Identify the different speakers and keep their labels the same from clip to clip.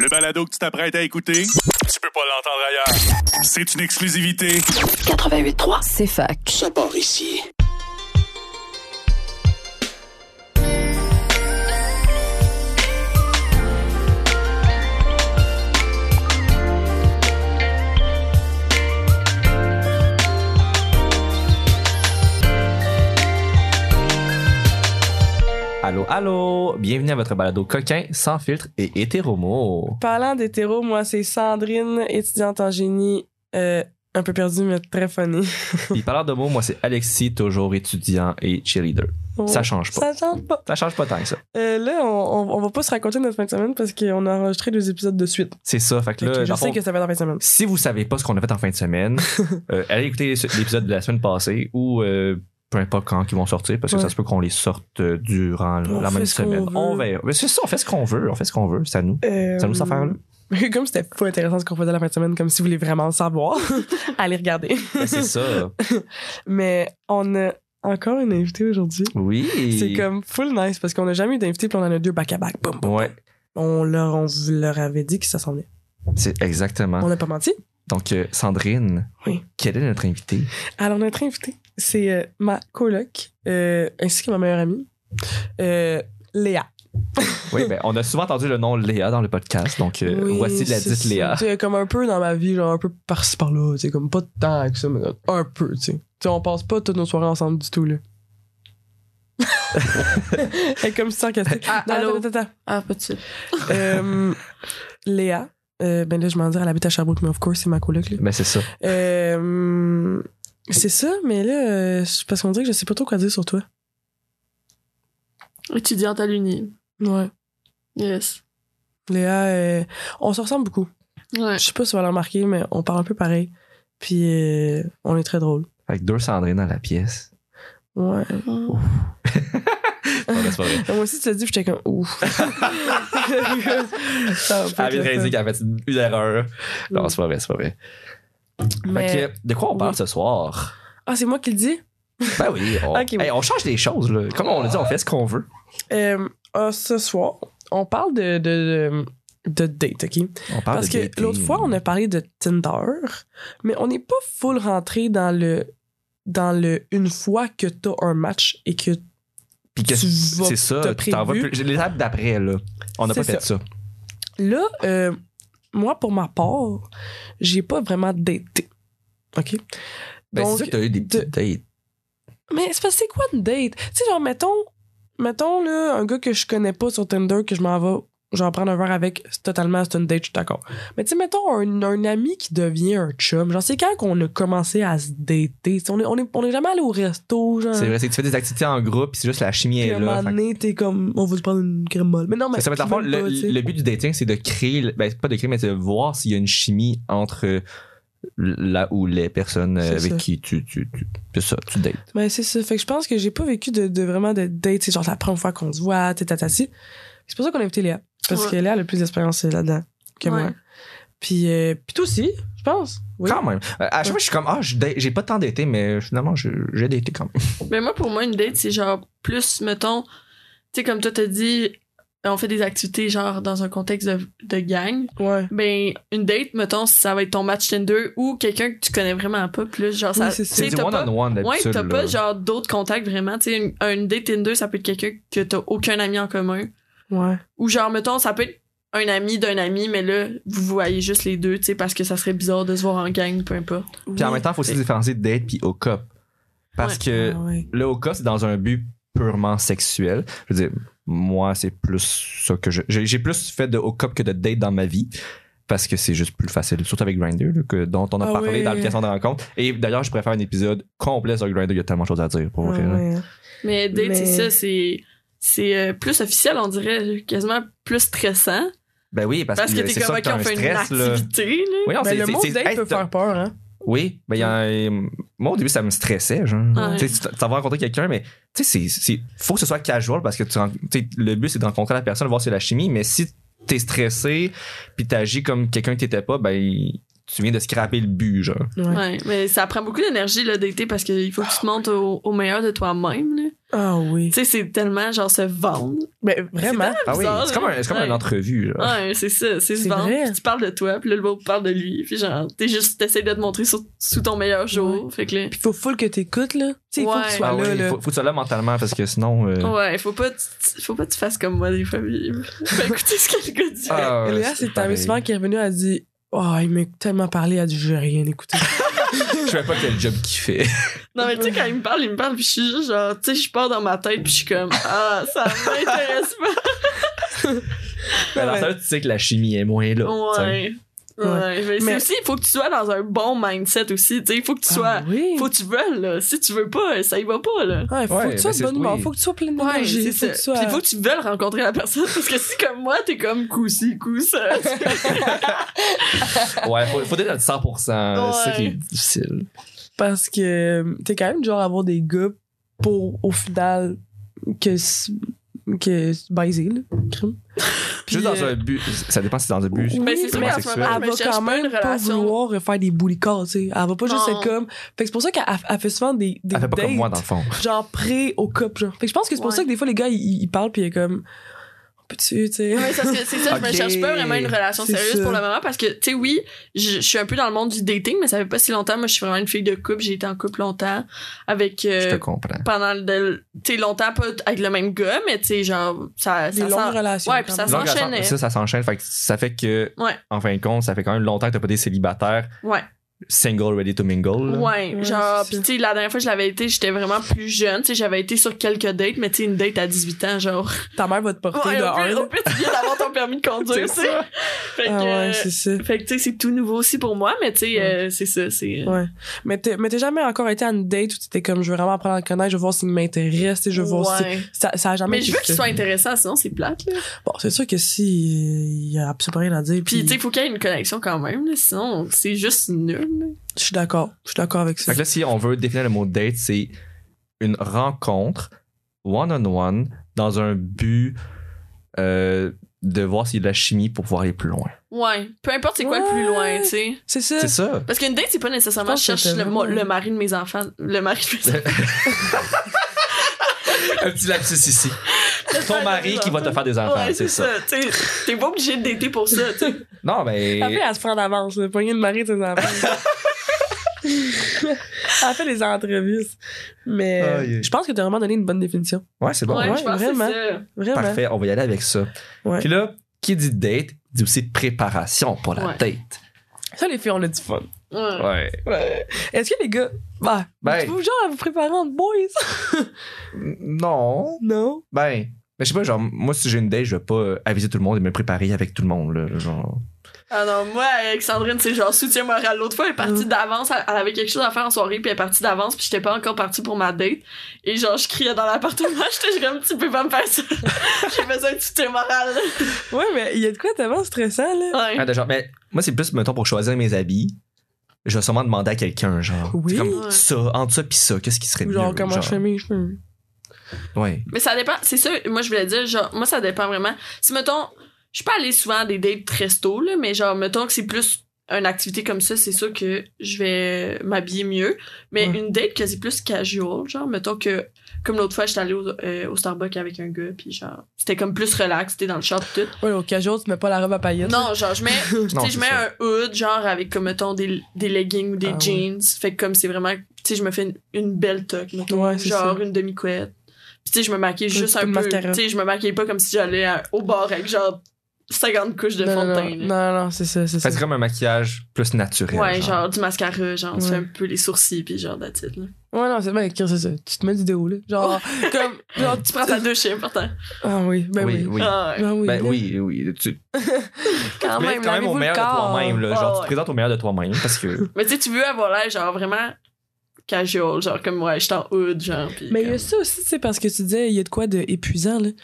Speaker 1: Le balado que tu t'apprêtes à écouter, tu peux pas l'entendre ailleurs. C'est une exclusivité.
Speaker 2: 88.3, c'est fac.
Speaker 3: Ça part ici.
Speaker 4: Allô, allô! Bienvenue à votre balado coquin, sans filtre et hétéromo.
Speaker 5: Parlant d'hétéro, moi, c'est Sandrine, étudiante en génie, euh, un peu perdue, mais très funny.
Speaker 4: Puis parlant de mots, moi c'est Alexis, toujours étudiant et cheerleader. Ça change pas.
Speaker 5: Oh, Ça change pas.
Speaker 4: Ça change pas tant que ça.
Speaker 5: Euh, là, on, on, on va pas se raconter notre fin de semaine parce qu'on a enregistré deux épisodes de suite.
Speaker 4: C'est ça, fait que
Speaker 5: Fait
Speaker 4: là,
Speaker 5: que je
Speaker 4: dans le
Speaker 5: sais
Speaker 4: fond,
Speaker 5: que ça va être en fin de semaine.
Speaker 4: si vous savez pas ce qu'on a fait en fin de semaine, euh, allez écouter ce- l'épisode de la semaine passée ou euh, peu importe quand ils vont sortir parce que
Speaker 5: Ouais.
Speaker 4: ça se peut qu'on les sorte euh, durant
Speaker 5: On
Speaker 4: la
Speaker 5: fait
Speaker 4: même
Speaker 5: ce qu'on
Speaker 4: semaine.
Speaker 5: veut.
Speaker 4: On verra. Mais c'est ça, on fait ce qu'on veut, on fait ce qu'on veut, c'est à nous.
Speaker 5: Euh,
Speaker 4: C'est à nous cette affaire-là.
Speaker 5: Comme c'était pas intéressant ce qu'on faisait la fin de semaine, comme si vous voulez vraiment le savoir, allez regarder.
Speaker 4: Ben, c'est ça.
Speaker 5: Mais on a encore une invitée aujourd'hui.
Speaker 4: Oui.
Speaker 5: C'est comme full nice parce qu'on n'a jamais eu d'invité puis on en a deux back-à-back. Boum, boum.
Speaker 4: Ouais,
Speaker 5: On, leur, on vous leur avait dit que ça s'en venait.
Speaker 4: c'est exactement.
Speaker 5: On n'a pas menti.
Speaker 4: Donc, euh, Sandrine,
Speaker 5: Oui.
Speaker 4: quel est notre invité?
Speaker 5: Alors, notre invité, c'est euh, ma coloc, euh, ainsi que ma meilleure amie, euh, Léa.
Speaker 4: Oui, ben, on a souvent entendu le nom Léa dans le podcast, donc euh,
Speaker 5: Oui,
Speaker 4: voici la
Speaker 5: c'est
Speaker 4: dite
Speaker 5: ça.
Speaker 4: Léa.
Speaker 5: Tu sais, comme un peu dans ma vie, genre un peu par-ci par-là, tu sais, comme pas tant que ça, mais un peu, tu sais. Tu sais, on passe pas toutes nos soirées ensemble du tout, là. Elle est comme si sarcastique.
Speaker 6: Ah,
Speaker 5: Non,
Speaker 6: allô?
Speaker 5: attends, attends, attends.
Speaker 6: Ah, pas de suite.
Speaker 5: Euh, Léa, euh, ben là, je m'en dire, elle habite à Sherbrooke, mais of course, c'est ma coloc, là.
Speaker 4: Ben, c'est ça.
Speaker 5: Euh, c'est ça, mais là, euh, c'est parce qu'on dirait que je sais pas trop quoi dire sur toi.
Speaker 6: Étudiante à l'Uni.
Speaker 5: Ouais.
Speaker 6: Yes.
Speaker 5: Léa, euh, on se ressemble beaucoup.
Speaker 6: Ouais.
Speaker 5: Je sais pas si vous l'avez remarqué, mais on parle un peu pareil. Puis euh, on est très drôle.
Speaker 4: Avec deux Sandrine dans la pièce.
Speaker 5: Ouais.
Speaker 4: Non, c'est pas vrai.
Speaker 5: Moi aussi, tu l'as dit, puis j'étais comme ouf. Ça va pas
Speaker 4: Elle vient de
Speaker 5: être
Speaker 4: réaliser
Speaker 5: le
Speaker 4: qu'elle a fait une une erreur. Non, c'est pas vrai, c'est pas vrai.
Speaker 5: fun.
Speaker 4: Fait
Speaker 5: Mais-
Speaker 4: que, de quoi on parle ce soir?
Speaker 5: Ah, c'est moi qui le dis?
Speaker 4: Ben oui, on,
Speaker 5: Ok, oui.
Speaker 4: Hey, on change les choses. Là. Comme on l'a dit, on fait ce qu'on veut.
Speaker 5: Euh, ah, ce soir, on parle de, de, de, de date, OK?
Speaker 4: On parle
Speaker 5: Parce
Speaker 4: de
Speaker 5: que
Speaker 4: dating.
Speaker 5: l'autre fois, on a parlé de Tinder, mais on n'est pas full rentré dans le dans le une fois que t'as un match et que
Speaker 4: Puis que
Speaker 5: tu vas-
Speaker 4: c'est ça,
Speaker 5: t'as
Speaker 4: tu t'en vas
Speaker 5: prévu.
Speaker 4: plus. j'ai L'étape d'après, là. On n'a pas
Speaker 5: C'est
Speaker 4: fait ça.
Speaker 5: Là, euh, moi, pour ma part, j'ai pas vraiment daté. OK?
Speaker 4: Ben,
Speaker 5: Donc,
Speaker 4: c'est ça, t'as eu des
Speaker 5: de-
Speaker 4: petites dates.
Speaker 5: Mais c'est parce que c'est quoi une date? Tu sais, genre, mettons, mettons, là, un gars que je connais pas sur Tinder, que je m'en vais, genre, prendre un verre avec, c'est totalement, c'est une date, je suis d'accord. Mais tu sais, mettons, un, un ami qui devient un chum. Genre, c'est quand qu'on a commencé à se dater? Tu sais, On est, on, est, on est jamais allé au resto, genre.
Speaker 4: C'est vrai, c'est que tu fais des activités en groupe, puis c'est juste la chimie
Speaker 5: Hein. Puis à
Speaker 4: est
Speaker 5: un
Speaker 4: là.
Speaker 5: moment
Speaker 4: Fait que-
Speaker 5: donné, t'es comme, on va se prendre une crème molle. Mais non, mais.
Speaker 4: Ça, ça va être la fin.
Speaker 5: même pas, tu sais.
Speaker 4: Le, le but du dating, c'est de créer, ben, pas de créer, mais de voir s'il y a une chimie entre là ou les personnes
Speaker 5: C'est
Speaker 4: euh, avec
Speaker 5: ça.
Speaker 4: qui tu, tu, tu, c'est ça, tu dates.
Speaker 5: Mais Ben, c'est ça. Fait que je pense que j'ai pas vécu de, de vraiment de date. C'est genre la première fois qu'on se voit, tatati. C'est pour ça qu'on a invité Léa. Parce
Speaker 6: Ouais.
Speaker 5: que Léa a le plus d'expérience euh, là-dedans que
Speaker 6: Ouais.
Speaker 5: moi. Puis, euh, puis toi aussi, je pense. Oui.
Speaker 4: Quand même. Euh, à chaque fois, je suis comme, ah, je date- j'ai pas tant daté, mais finalement, je- j'ai daté quand même.
Speaker 6: Mais moi, pour moi, une date, c'est genre plus, mettons, tu sais, comme toi t'as dit, on fait des activités genre dans un contexte de, de gang.
Speaker 5: Ouais.
Speaker 6: Ben, une date, mettons, ça va être ton match Tinder ou quelqu'un que tu connais vraiment pas plus. Genre, ça.
Speaker 5: Oui, c'est ça.
Speaker 6: tu
Speaker 4: C'est
Speaker 6: sais,
Speaker 4: du
Speaker 6: t'as pas-
Speaker 4: one-on-one
Speaker 6: Ouais,
Speaker 4: d'habitude.
Speaker 6: t'as
Speaker 4: là.
Speaker 6: pas genre d'autres contacts vraiment. Tu sais, une, une date Tinder, ça peut être quelqu'un que t'as aucun ami en commun.
Speaker 5: Ouais.
Speaker 6: Ou genre, mettons, ça peut être un ami d'un ami, mais là, vous voyez juste les deux, tu sais, parce que ça serait bizarre de se voir en gang, peu importe.
Speaker 4: Puis en même temps, il faut aussi différencier de date puis au cop. Parce
Speaker 6: Ouais.
Speaker 4: que
Speaker 5: Ah ouais.
Speaker 4: le au cop, c'est dans un but purement sexuel. Je veux dire, moi, c'est plus ça que je. J'ai j'ai plus fait de au cop que de date dans ma vie. Parce que c'est juste plus facile, surtout avec Grindr, là, que, dont on a
Speaker 5: Ah
Speaker 4: parlé
Speaker 5: ouais.
Speaker 4: dans le question de rencontre. Et d'ailleurs, je préfère un épisode complet sur Grindr, il y a tellement de choses à dire pour vrai.
Speaker 5: Ah
Speaker 4: là.
Speaker 5: ouais.
Speaker 6: Mais date,
Speaker 5: Mais-
Speaker 6: c'est ça, c'est. C'est euh, plus officiel, on dirait, quasiment plus stressant.
Speaker 4: Ben oui, parce,
Speaker 6: Parce que
Speaker 4: euh,
Speaker 6: t'es
Speaker 4: c'est
Speaker 6: comme,
Speaker 4: ça
Speaker 6: ok,
Speaker 4: que t'as
Speaker 6: on
Speaker 4: un
Speaker 6: fait
Speaker 4: stress,
Speaker 6: une
Speaker 4: là.
Speaker 6: activité, là.
Speaker 4: Oui, non,
Speaker 5: Ben,
Speaker 4: c'est-
Speaker 5: le
Speaker 4: c'est-
Speaker 5: mot
Speaker 4: c'est-
Speaker 5: date
Speaker 4: hey,
Speaker 5: peut
Speaker 4: t'as-
Speaker 5: faire peur, hein.
Speaker 4: Oui, ben, il y a un- moi au début ça me stressait, genre.
Speaker 6: Ouais.
Speaker 4: Tu sais, tu t'en vas rencontrer quelqu'un, mais tu sais, c'est- c'est- faut que ce soit casual parce que tu, ren- tu sais, le but c'est de rencontrer la personne, voir si c'est la chimie, mais si t'es stressé puis t'agis comme quelqu'un que t'étais pas, ben tu viens de scraper le but, genre.
Speaker 5: Ouais.
Speaker 6: Ouais, mais ça prend beaucoup d'énergie, le dater, parce qu'il faut que tu te montes au, au meilleur de toi-même. là.
Speaker 5: Ah oui.
Speaker 6: Tu sais, c'est tellement genre se vendre.
Speaker 5: Mais vraiment.
Speaker 4: Ah oui,
Speaker 6: Bizarre,
Speaker 4: c'est comme, un- c'est comme
Speaker 6: ouais.
Speaker 4: une entrevue, genre.
Speaker 6: Ouais, c'est ça, c'est se
Speaker 5: C'est
Speaker 6: vendre.
Speaker 5: vrai.
Speaker 6: Puis tu parles de toi, puis là, l'autre parle de lui. Puis genre, t'es juste, t'essayes de te montrer sur- sous ton meilleur jour. Fait que là,
Speaker 5: Puis faut full que t'écoutes, là. Tu sais, il faut
Speaker 6: Ouais.
Speaker 5: que tu sois
Speaker 4: Ah
Speaker 5: là,
Speaker 4: oui,
Speaker 5: là.
Speaker 4: faut, faut que tu sois là mentalement parce que sinon. euh,
Speaker 6: ouais, faut pas, tu- tu- faut pas que tu fasses comme moi des fois. puis- Faut écouter ce que le gars dit.
Speaker 4: ah, ouais,
Speaker 5: Léa, c'est
Speaker 4: pareil.
Speaker 5: amusement qui est revenue, elle a dit Oh, il m'a tellement parlé, elle a dit J'ai rien écouté.
Speaker 4: Je savais pas quel job qu'il fait.
Speaker 6: Non, mais tu sais, quand il me parle, il me parle, puis je suis juste genre, tu sais, je pars dans ma tête, puis je suis comme, ah, ça m'intéresse pas.
Speaker 4: Alors, ça, tu sais que la chimie est moins là. tu sais.
Speaker 6: Ouais. Ouais. Mais, c'est
Speaker 5: Mais-
Speaker 6: aussi, il faut que tu sois dans un bon mindset aussi, tu sais, il faut que tu sois.
Speaker 5: Ah, oui.
Speaker 6: Faut que tu veuilles, là. Si tu veux pas, ça y va pas, là.
Speaker 5: Ouais, faut
Speaker 4: Ouais,
Speaker 5: que tu
Speaker 4: mais
Speaker 5: sois de
Speaker 4: c'est-
Speaker 5: bonne humeur,
Speaker 4: oui.
Speaker 5: faut que tu sois pleine
Speaker 6: Ouais,
Speaker 5: d'énergie.
Speaker 6: c'est
Speaker 5: faut
Speaker 6: ça.
Speaker 5: que tu sois.
Speaker 6: Puis il faut que tu veuilles rencontrer la personne, parce que si, comme moi, t'es comme coussi, coussa.
Speaker 4: Ouais, faut, faut être à 100%. C'est ça qui est
Speaker 6: Ouais.
Speaker 4: difficile.
Speaker 5: Parce que euh, t'es quand même du genre à avoir des gars pour, au final, que. s- que s- baiser, là. Crime.
Speaker 4: Juste dans
Speaker 6: euh,
Speaker 4: un but. Ça dépend si c'est dans un but.
Speaker 5: Oui,
Speaker 6: Mais c'est
Speaker 4: mais
Speaker 6: ça, en ce
Speaker 4: sexuel.
Speaker 6: moment,
Speaker 5: elle
Speaker 6: je me
Speaker 5: va
Speaker 6: cherche
Speaker 5: quand
Speaker 6: pas
Speaker 5: même
Speaker 6: une
Speaker 5: pas
Speaker 6: relation.
Speaker 5: vouloir faire des bully calls, tu sais. Elle va pas juste
Speaker 6: Non.
Speaker 5: être comme. Fait que c'est pour ça qu'elle elle fait souvent des, des
Speaker 4: Elle fait pas
Speaker 5: dates,
Speaker 4: comme moi, dans le fond.
Speaker 5: genre pré au couple, genre. Fait que je pense que c'est pour
Speaker 6: Ouais.
Speaker 5: ça que des fois, les gars, ils, ils parlent pis ils est comme. On peut-tu, tu sais.
Speaker 6: Ouais, c'est parce que c'est ça, je
Speaker 4: Ok.
Speaker 6: me cherche pas vraiment une relation
Speaker 5: C'est
Speaker 6: sérieuse
Speaker 5: ça.
Speaker 6: pour le moment parce que, tu sais, oui, je, je suis un peu dans le monde du dating, mais ça fait pas si longtemps. Moi, je suis vraiment une fille de couple. J'ai été en couple longtemps avec. euh,
Speaker 4: Je te comprends.
Speaker 6: pendant le. Tu sais, longtemps, pas t- avec le même gars, mais tu sais, genre, ça.
Speaker 5: Des
Speaker 6: ça
Speaker 5: longues
Speaker 6: sent-
Speaker 5: relations.
Speaker 6: Ouais,
Speaker 5: quand
Speaker 6: puis ça
Speaker 5: même.
Speaker 6: sent-
Speaker 4: Donc,
Speaker 6: s'enchaînait.
Speaker 4: ça, ça s'enchaîne. Fait que ça fait que,
Speaker 6: Ouais.
Speaker 4: en fin de compte, ça fait quand même longtemps que t'as pas des célibataires
Speaker 6: Ouais.
Speaker 4: single ready to mingle. là.
Speaker 6: Ouais,
Speaker 5: Ouais,
Speaker 6: genre,
Speaker 5: c'est
Speaker 6: pis
Speaker 5: ça.
Speaker 6: tu sais, la dernière fois que je l'avais été, j'étais vraiment plus jeune, tu sais, j'avais été sur quelques dates, mais tu sais, une date à 18 ans, genre.
Speaker 5: Ta mère va te porter
Speaker 6: Ouais,
Speaker 5: de
Speaker 6: au,
Speaker 5: un.
Speaker 6: pire, au
Speaker 5: là.
Speaker 6: pire, tu viens d'avoir ton permis de conduire, tu
Speaker 4: C'est
Speaker 6: sais. Fait que,
Speaker 5: Ah ouais,
Speaker 6: euh,
Speaker 5: c'est ça.
Speaker 6: fait que, tu sais, c'est tout nouveau aussi pour moi, mais tu sais,
Speaker 5: Ouais.
Speaker 6: euh, c'est ça, c'est.
Speaker 5: Ouais. Mais t'es mais t'es jamais encore été à une date où t'étais comme, je veux vraiment apprendre à le connaître, je veux voir s'il m'intéresse, tu sais, je veux voir si.
Speaker 6: Ouais.
Speaker 5: Ça, ça a jamais
Speaker 6: Mais je
Speaker 5: été
Speaker 6: veux qu'il
Speaker 5: ça.
Speaker 6: soit intéressant, sinon c'est plate. Là.
Speaker 5: Bon, c'est sûr que si, euh, il y a absolument rien à dire. Ah,
Speaker 6: Puis,
Speaker 5: Puis,
Speaker 6: tu sais, il faut qu'il y ait une connexion quand même, là, sinon c'est juste nul. là.
Speaker 5: je suis d'accord. Je suis d'accord avec ça.
Speaker 4: Fait que là, si on veut définir le mot date, c'est une rencontre one-on-one dans un but euh, de voir s'il y a de la chimie pour pouvoir aller plus loin.
Speaker 6: Ouais, peu importe c'est quoi le plus
Speaker 5: Ouais.
Speaker 6: loin, tu sais.
Speaker 5: C'est ça.
Speaker 4: C'est ça.
Speaker 6: Parce qu'une date, c'est pas nécessairement
Speaker 5: Je
Speaker 6: je
Speaker 5: pense que
Speaker 6: cherche le,
Speaker 5: t'as
Speaker 6: mo-
Speaker 5: vraiment-
Speaker 6: le mari de mes enfants. Le mari de mes enfants.
Speaker 4: un petit lapsus ici. Ton mari qui va te faire des enfants,
Speaker 6: Ouais,
Speaker 4: c'est ça.
Speaker 6: tu sais. T'es pas obligé de dater pour ça, tu sais.
Speaker 4: Non, mais.
Speaker 5: Après, elle se prend d'avance, le poignet de mari, tes enfants. elle fait des entrevues. Mais
Speaker 4: Aïe.
Speaker 5: je pense que t'as vraiment donné une bonne définition.
Speaker 4: Ouais, c'est bon.
Speaker 6: ouais,
Speaker 5: ouais,
Speaker 6: je pense que c'est
Speaker 5: vraiment.
Speaker 6: ça.
Speaker 5: Vraiment.
Speaker 4: Parfait, on va y aller avec ça.
Speaker 5: Ouais.
Speaker 4: Puis là, qui dit date, dit aussi préparation pour la
Speaker 6: Ouais.
Speaker 4: date.
Speaker 5: Ça, les filles, on a du fun.
Speaker 6: Ouais.
Speaker 4: Ouais.
Speaker 5: Ouais. Est-ce que les gars. Bah,
Speaker 4: Ben.
Speaker 5: vous genre à vous préparer entre boys?
Speaker 4: Non.
Speaker 5: non.
Speaker 4: Ben. Mais je sais pas, genre, moi, si j'ai une date, je vais pas euh, aviser tout le monde et me préparer avec tout le monde, là. Genre.
Speaker 6: Ah non, moi, Alexandrine, c'est genre soutien moral. L'autre fois, elle est partie d'avance, elle avait quelque chose à faire en soirée, puis elle est partie d'avance, puis j'étais pas encore partie pour ma date. Et genre, je criais dans l'appartement, j'étais genre, tu peux pas me faire ça. J'ai besoin de soutien moral.
Speaker 5: Ouais, mais il y a de quoi tellement stressant, là.
Speaker 4: Ah,
Speaker 6: Ouais.
Speaker 4: de genre, mais moi, c'est plus, mettons, pour choisir mes habits, je vais sûrement demander à quelqu'un, genre.
Speaker 5: Oui.
Speaker 4: C'est Comme
Speaker 6: Ouais.
Speaker 4: ça, entre ça pis ça, qu'est-ce qui serait
Speaker 5: Ou
Speaker 4: mieux?
Speaker 5: genre, comment je fais mes cheveux?
Speaker 4: Ouais.
Speaker 6: Mais ça dépend, c'est ça, moi, je voulais dire, genre, moi, ça dépend vraiment. Si, mettons, je suis pas allée souvent à des dates très tôt, là, mais genre, mettons que c'est plus une activité comme ça, c'est sûr que je vais m'habiller mieux. Mais
Speaker 5: Ouais.
Speaker 6: une date que c'est plus casual, genre, mettons que, comme l'autre fois, j'étais allée au, euh, au Starbucks avec un gars, puis genre, c'était comme plus relax, c'était dans le shop, tout.
Speaker 5: Ouais, au casual, tu mets pas la robe à paillettes.
Speaker 6: Non, genre, je mets, tu
Speaker 4: Non,
Speaker 6: sais, je
Speaker 4: c'est
Speaker 6: mets
Speaker 4: ça.
Speaker 6: un hood, genre, avec, comme, mettons, des, des leggings ou des
Speaker 5: Ah ouais.
Speaker 6: jeans. Fait que, comme, c'est vraiment, tu sais, je me fais une, une belle toque, mettons.
Speaker 5: Ouais, c'est
Speaker 6: genre,
Speaker 5: ça.
Speaker 6: une demi-couette. Puis, tu sais, je me maquille juste
Speaker 5: petit
Speaker 6: un
Speaker 5: peu de
Speaker 6: peu.
Speaker 5: mascara.
Speaker 6: Tu sais, je me maquille pas comme si j'allais à- au bar avec, genre, 50 couches de
Speaker 5: non,
Speaker 6: fond de
Speaker 5: non,
Speaker 6: teint.
Speaker 5: non,
Speaker 6: là.
Speaker 5: non, non, c'est ça, c'est
Speaker 4: Fait
Speaker 5: ça.
Speaker 4: que c'est comme un maquillage plus naturel.
Speaker 6: Ouais, genre. du mascara, genre, tu
Speaker 5: Ouais.
Speaker 6: fais un peu les sourcils, puis genre, that's it, là.
Speaker 5: Ouais, non, c'est ben, Chris, c'est ça. Tu te mets du déo, là. Genre, comme. Genre,
Speaker 6: Tu prends ta douche, c'est important.
Speaker 5: Ah oui, ben
Speaker 4: oui,
Speaker 5: oui.
Speaker 4: oui.
Speaker 6: Ah, ouais.
Speaker 5: Ah oui.
Speaker 4: Ben
Speaker 5: là.
Speaker 4: oui, oui. Tu,
Speaker 5: Quand
Speaker 4: tu mets
Speaker 5: même,
Speaker 4: quand même au
Speaker 5: lavez-vous le
Speaker 4: meilleur de
Speaker 5: corps.
Speaker 4: toi-même, là.
Speaker 6: Ouais,
Speaker 4: genre, tu
Speaker 6: ouais.
Speaker 4: te présentes au meilleur de toi-même parce que.
Speaker 6: Mais, tu sais, tu veux avoir l'air, genre, vraiment casual, genre, comme, ouais, je suis en hood, genre, puis
Speaker 5: Mais il
Speaker 6: comme-
Speaker 5: y a ça aussi, tu sais, parce que tu disais, il y a de quoi de épuisant, là. Tu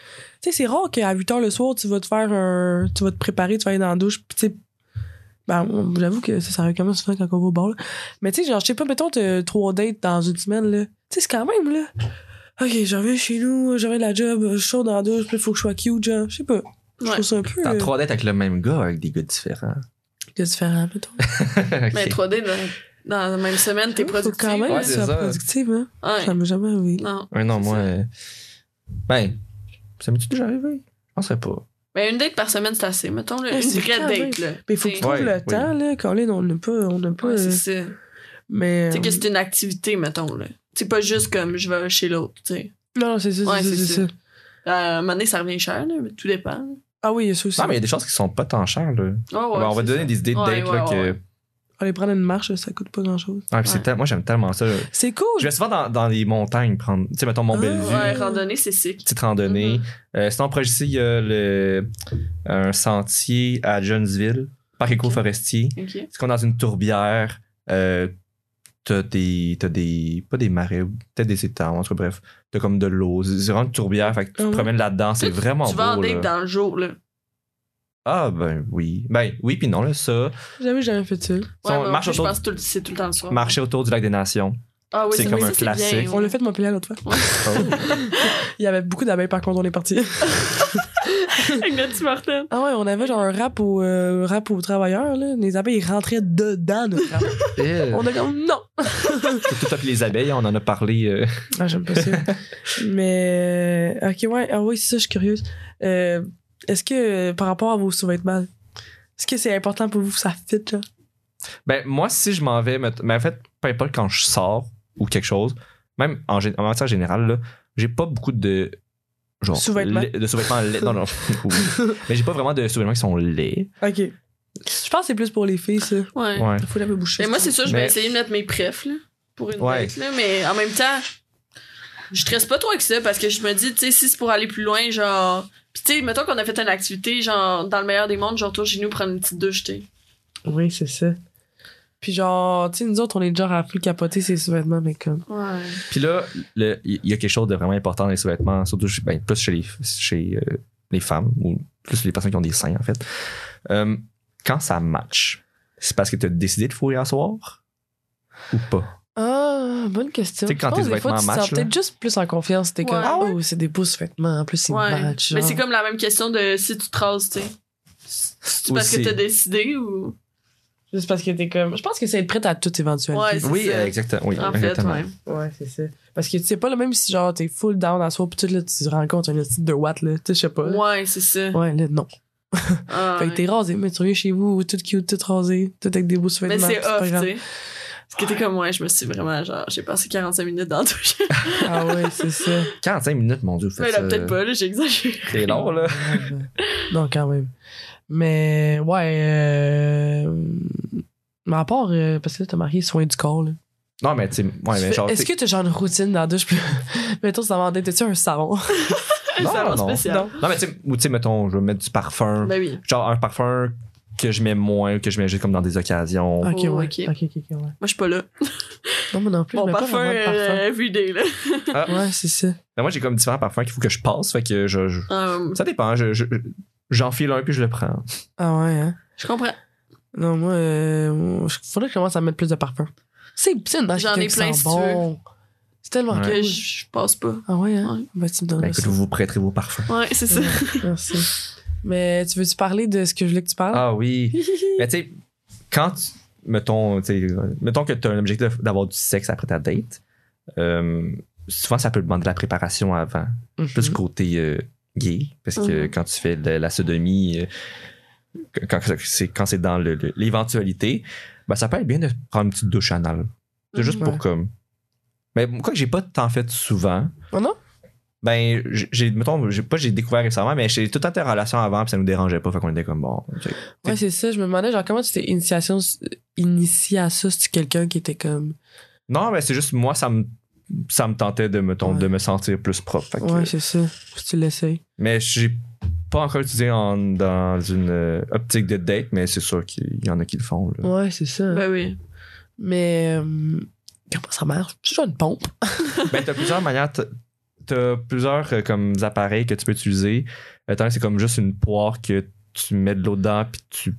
Speaker 5: sais, c'est rare qu'à 8 h le soir, tu vas te faire un. Tu vas te préparer, tu vas aller dans la douche, pis tu sais. Ben, on- j'avoue que ça, ça arrive quand même souvent quand on va au bar, là. Mais tu sais, genre, je sais pas, mettons, t'as trois dates dans une semaine, là. Tu sais, c'est quand même, là. Ok, je reviens chez nous, je reviens de la job, je suis chaud dans la douche, puis faut que je sois cute, genre. Je sais pas. Je
Speaker 6: Ouais.
Speaker 5: trouve ça un peu.
Speaker 4: T'as
Speaker 5: euh,
Speaker 4: trois dates avec le même gars, avec des gars différents.
Speaker 5: de différent, mettons.
Speaker 6: Mais 3D, dans, dans la même semaine, t'es
Speaker 5: Oh, Faut
Speaker 6: productif.
Speaker 5: quand même
Speaker 4: Ouais,
Speaker 5: que tu
Speaker 4: c'est
Speaker 5: sois
Speaker 4: ça.
Speaker 5: productive, hein.
Speaker 6: Ouais.
Speaker 5: Ça m'est jamais arrivé.
Speaker 6: Non.
Speaker 4: Ouais, non,
Speaker 6: C'est
Speaker 4: moi.
Speaker 6: ça.
Speaker 4: euh, Ben, ça m'est-tu déjà arrivé? Je penserais pas.
Speaker 6: Mais Ben, une date par semaine, c'est assez. Mettons, là,
Speaker 5: Ouais,
Speaker 6: une
Speaker 5: c'est
Speaker 6: vraie
Speaker 5: quand
Speaker 6: date, là.
Speaker 5: Mais il faut que
Speaker 6: T'sais,
Speaker 5: tu trouves
Speaker 4: Ouais,
Speaker 5: le
Speaker 4: oui.
Speaker 5: temps, là. Colin, on n'a pas. On n'a pas
Speaker 6: ouais,
Speaker 5: euh,
Speaker 6: c'est ça.
Speaker 5: mais.
Speaker 6: Tu sais que
Speaker 5: euh,
Speaker 6: c'est une activité, mettons, là. C'est pas juste comme je vais chez l'autre, tu sais.
Speaker 5: Non, non, c'est ça,
Speaker 6: Ouais,
Speaker 5: c'est ça,
Speaker 6: c'est
Speaker 5: c'est
Speaker 6: ça.
Speaker 5: ça.
Speaker 6: Euh, À un moment donné, ça revient cher, là, mais tout dépend.
Speaker 5: Ah oui, il y a ça aussi.
Speaker 4: Non, mais il y a des choses qui sont pas tant chères, là.
Speaker 6: Ouais, ouais,
Speaker 4: Ben, on va
Speaker 6: c'est
Speaker 4: te donner
Speaker 6: ça.
Speaker 4: des idées de
Speaker 6: Ouais,
Speaker 4: dates,
Speaker 6: ouais,
Speaker 4: là, que.
Speaker 6: ouais.
Speaker 5: Aller prendre une marche, ça coûte pas grand chose.
Speaker 4: Ah, puis c'est
Speaker 6: Ouais.
Speaker 4: tel- Moi, j'aime tellement ça. là.
Speaker 5: C'est cool!
Speaker 4: Je vais souvent dans, dans les montagnes prendre. Tu sais, mettons, Mont-Bellevue,
Speaker 5: Ah,
Speaker 6: Ouais, randonnée, c'est sick.
Speaker 4: petite randonnée.
Speaker 6: Mhm.
Speaker 4: Euh, sinon, proche ici, il y a le, un sentier à Jonesville, parc éco-forestier.
Speaker 6: Ok.
Speaker 4: C'est qu'on est dans une tourbière. Euh, t'as des. T'as des. Pas des marais, peut-être des étangs, en tout cas, bref. T'as comme de l'eau. C'est c'est vraiment une tourbière, fait que tu
Speaker 5: Ah
Speaker 4: te
Speaker 5: ouais.
Speaker 4: promènes là-dedans, c'est vraiment
Speaker 6: Mhm. Tu vas en
Speaker 4: beau.
Speaker 6: date
Speaker 4: là.
Speaker 6: dans le jour, là.
Speaker 4: Ah, ben oui. Ben oui, puis non, là, ça.
Speaker 5: J'avais jamais fait ça.
Speaker 4: Si on
Speaker 6: Ouais,
Speaker 4: marche
Speaker 6: marche je
Speaker 4: autour-
Speaker 6: pense que tout le- c'est tout le temps le soir.
Speaker 4: Marcher autour du lac des Nations.
Speaker 6: Ah oui,
Speaker 4: c'est
Speaker 6: ça,
Speaker 4: comme
Speaker 6: oui,
Speaker 4: un
Speaker 6: ça, c'est
Speaker 4: classique.
Speaker 6: bien, ouais.
Speaker 5: On l'a fait de Montpellier l'autre fois. Il y avait beaucoup d'abeilles, par contre, on est parti.
Speaker 6: avec notre petit Martin.
Speaker 5: Ah ouais, on avait genre un rap au, euh, rap aux travailleurs, là. Les abeilles, ils rentraient dedans, notre rap.
Speaker 4: on
Speaker 5: on a comme, non!
Speaker 4: tout tapé les abeilles, on en a parlé. euh,
Speaker 5: Ah, j'aime pas ça. Mais, ok, ouais, ah oui, c'est ça, je suis curieuse. Euh, est-ce que, euh, par rapport à vos sous-vêtements, est-ce que c'est important pour vous que ça fit, genre?
Speaker 4: Ben, moi, si je m'en vais, mett- mais en fait, peu importe quand je sors ou quelque chose, même en, gé- en matière générale, là, j'ai pas beaucoup de. Genre,
Speaker 5: Sous-vêtements.
Speaker 4: lai- De sous-vêtements laids. Non, non. Oui. mais j'ai pas vraiment de sous-vêtements qui sont laids.
Speaker 5: Ok. Je pense que c'est plus pour les filles, ça.
Speaker 6: Ouais.
Speaker 4: Ouais.
Speaker 5: Faut la boucher.
Speaker 6: Mais moi, c'est ça, je
Speaker 4: Mais-
Speaker 6: vais essayer de mettre mes prefs, là, pour une
Speaker 4: Ouais.
Speaker 6: date, là. Mais en même temps, je stresse pas trop avec ça parce que je me dis, tu sais, si c'est pour aller plus loin, genre. Pis, tu sais, mettons qu'on a fait une activité, genre, dans le meilleur des mondes, je retourne chez nous prendre une petite douche, tu sais.
Speaker 5: Oui, c'est ça. Puis genre, tu sais, nous autres, on est genre à full capoter ses sous-vêtements, mais comme.
Speaker 6: Ouais.
Speaker 4: Puis là, le- il y a quelque chose de vraiment important dans les sous-vêtements, surtout chez- ben, plus chez, les, chez euh, les femmes ou plus les personnes qui ont des seins, en fait. Euh, quand ça match, c'est parce que t'as décidé de fourrer à soir ou pas?
Speaker 5: Ah, bonne question.
Speaker 4: Tu sais, quand
Speaker 5: Je pense
Speaker 4: tes
Speaker 5: des fois,
Speaker 4: sous-vêtements
Speaker 5: tu te sens
Speaker 4: matchent, là.
Speaker 5: peut-être juste plus en confiance. T'es
Speaker 6: Ouais.
Speaker 5: comme,
Speaker 6: Ah ouais?
Speaker 5: oh, c'est des beaux sous-vêtements. En plus, c'est
Speaker 6: Ouais.
Speaker 5: match.
Speaker 6: Mais
Speaker 5: genre.
Speaker 6: c'est comme la même question de si tu te rases, tu sais. C'est parce que
Speaker 4: Aussi.
Speaker 6: t'as décidé ou.
Speaker 5: Juste parce que t'es comme. Je pense que c'est être prête à toute éventualité.
Speaker 6: Ouais, c'est
Speaker 4: Oui,
Speaker 6: ça.
Speaker 4: euh, exactement. Oui,
Speaker 6: En fait,
Speaker 4: exactement.
Speaker 6: ouais.
Speaker 5: Ouais, c'est ça. Parce que tu sais pas, là, même si genre t'es full down à soi, pis tout, là, tu te rencontres un petit de watt, là. Tu sais, je sais pas. là.
Speaker 6: Ouais, c'est ça.
Speaker 5: Ouais, là, non.
Speaker 6: Ah,
Speaker 5: Fait que
Speaker 6: ouais.
Speaker 5: t'es rasé, mais tu reviens chez vous, tout cute, tout rasé, tout avec des beaux
Speaker 6: Mais
Speaker 5: sous-vêtements.
Speaker 6: c'est
Speaker 5: pas
Speaker 6: off, tu
Speaker 5: grave.
Speaker 6: sais. Parce que t'es comme moi, je me suis vraiment genre, j'ai passé 45 minutes dans la douche.
Speaker 5: Ah ouais, c'est ça.
Speaker 4: 45 minutes, mon Dieu, vous
Speaker 6: Mais
Speaker 4: faites
Speaker 6: là,
Speaker 4: ça.
Speaker 6: peut-être pas, là, j'exagère.
Speaker 4: C'est long, là.
Speaker 5: non, quand même. Mais ouais, euh... mais à part, euh, parce que là, t'as marié soin du corps. Là.
Speaker 4: Non, mais tu sais, ouais,
Speaker 5: Tu
Speaker 4: mais
Speaker 5: fais-
Speaker 4: genre.
Speaker 5: Est-ce que
Speaker 4: t'sais-
Speaker 5: t'as genre une routine dans la douche? Puis... Mettons, ça m'a t'as-tu un savon?
Speaker 4: Non,
Speaker 6: Ça va
Speaker 4: non, non.
Speaker 6: spécial.
Speaker 5: non.
Speaker 4: Non, mais tu sais, ou tu sais, mettons, je vais mettre du parfum.
Speaker 6: Ben oui.
Speaker 4: Genre un parfum que je mets moins, que je mets juste comme dans des occasions.
Speaker 5: Ok, ouais.
Speaker 6: Oh,
Speaker 5: ok, ok,
Speaker 6: ok.
Speaker 5: ok, ouais.
Speaker 6: Moi, je suis pas là.
Speaker 5: Non, mais non plus,
Speaker 6: Mon
Speaker 5: je mets
Speaker 6: parfum,
Speaker 5: pas vraiment de parfum.
Speaker 6: euh, everyday, là.
Speaker 5: Ouais, c'est ça.
Speaker 4: Mais moi, j'ai comme différents parfums qu'il faut que je passe. Fait que je. je-
Speaker 6: Euh,
Speaker 4: Ça dépend. hein. je- je- J'enfile un puis je le prends.
Speaker 5: Ah ouais, hein?
Speaker 6: je comprends.
Speaker 5: Non, moi, euh, moi, je- faudrait que je commence à mettre plus de parfum. C'est c'est une
Speaker 6: J'en ai plein, si tu
Speaker 5: C'est tellement
Speaker 4: Ouais.
Speaker 5: cool.
Speaker 6: Que je je passe pas.
Speaker 5: Ah ouais, hein?
Speaker 6: Ouais.
Speaker 5: Bah, tu me donnes
Speaker 4: Ben, écoute, vous vous prêterez vos parfums.
Speaker 6: Ouais, c'est ça.
Speaker 5: Ouais. Merci. Mais tu veux-tu parler de ce que je voulais que tu parles?
Speaker 4: Ah oui. mais tu sais, quand tu- Mettons, tu sais, euh, mettons que tu as un objectif d'avoir du sexe après ta date, euh, souvent ça peut demander de la préparation avant. plus
Speaker 5: Mhm.
Speaker 4: côté euh, gay parce que
Speaker 6: Mhm.
Speaker 4: quand tu fais de la sodomie euh, quand quand c'est quand c'est dans le- le- l'éventualité ben ça peut être bien de prendre une petite douche anale c'est juste
Speaker 5: Mhm. Ouais.
Speaker 4: pour comme mais quoi que j'ai pas tant fait souvent
Speaker 5: Oh non?
Speaker 4: ben j'ai- j'ai mettons j'ai pas j'ai découvert récemment mais j'ai tout en relation avant puis ça nous dérangeait pas fait qu'on était comme bon tu sais.
Speaker 5: Ouais, c'est ça. Je me demandais, genre, comment tu t'es initiation, initié à ça? C'est quelqu'un qui était comme.
Speaker 4: non mais c'est juste moi ça me ça me tentait de me
Speaker 5: Ouais.
Speaker 4: de me sentir plus propre Fait que-
Speaker 5: Ouais, c'est ça. Faut que tu l'essayes.
Speaker 4: mais j'ai pas encore utilisé en- dans une euh, optique de date mais c'est sûr qu'il y en a qui le font là.
Speaker 5: Ouais, c'est ça.
Speaker 6: Ben oui.
Speaker 5: Mais. euh, comment ça marche? C'est genre une pompe.
Speaker 4: Ben, t'as plusieurs manières. t'as- T'as plusieurs euh, comme appareils que tu peux utiliser. Euh, T'en as, c'est comme juste une poire que tu mets de l'eau dedans puis tu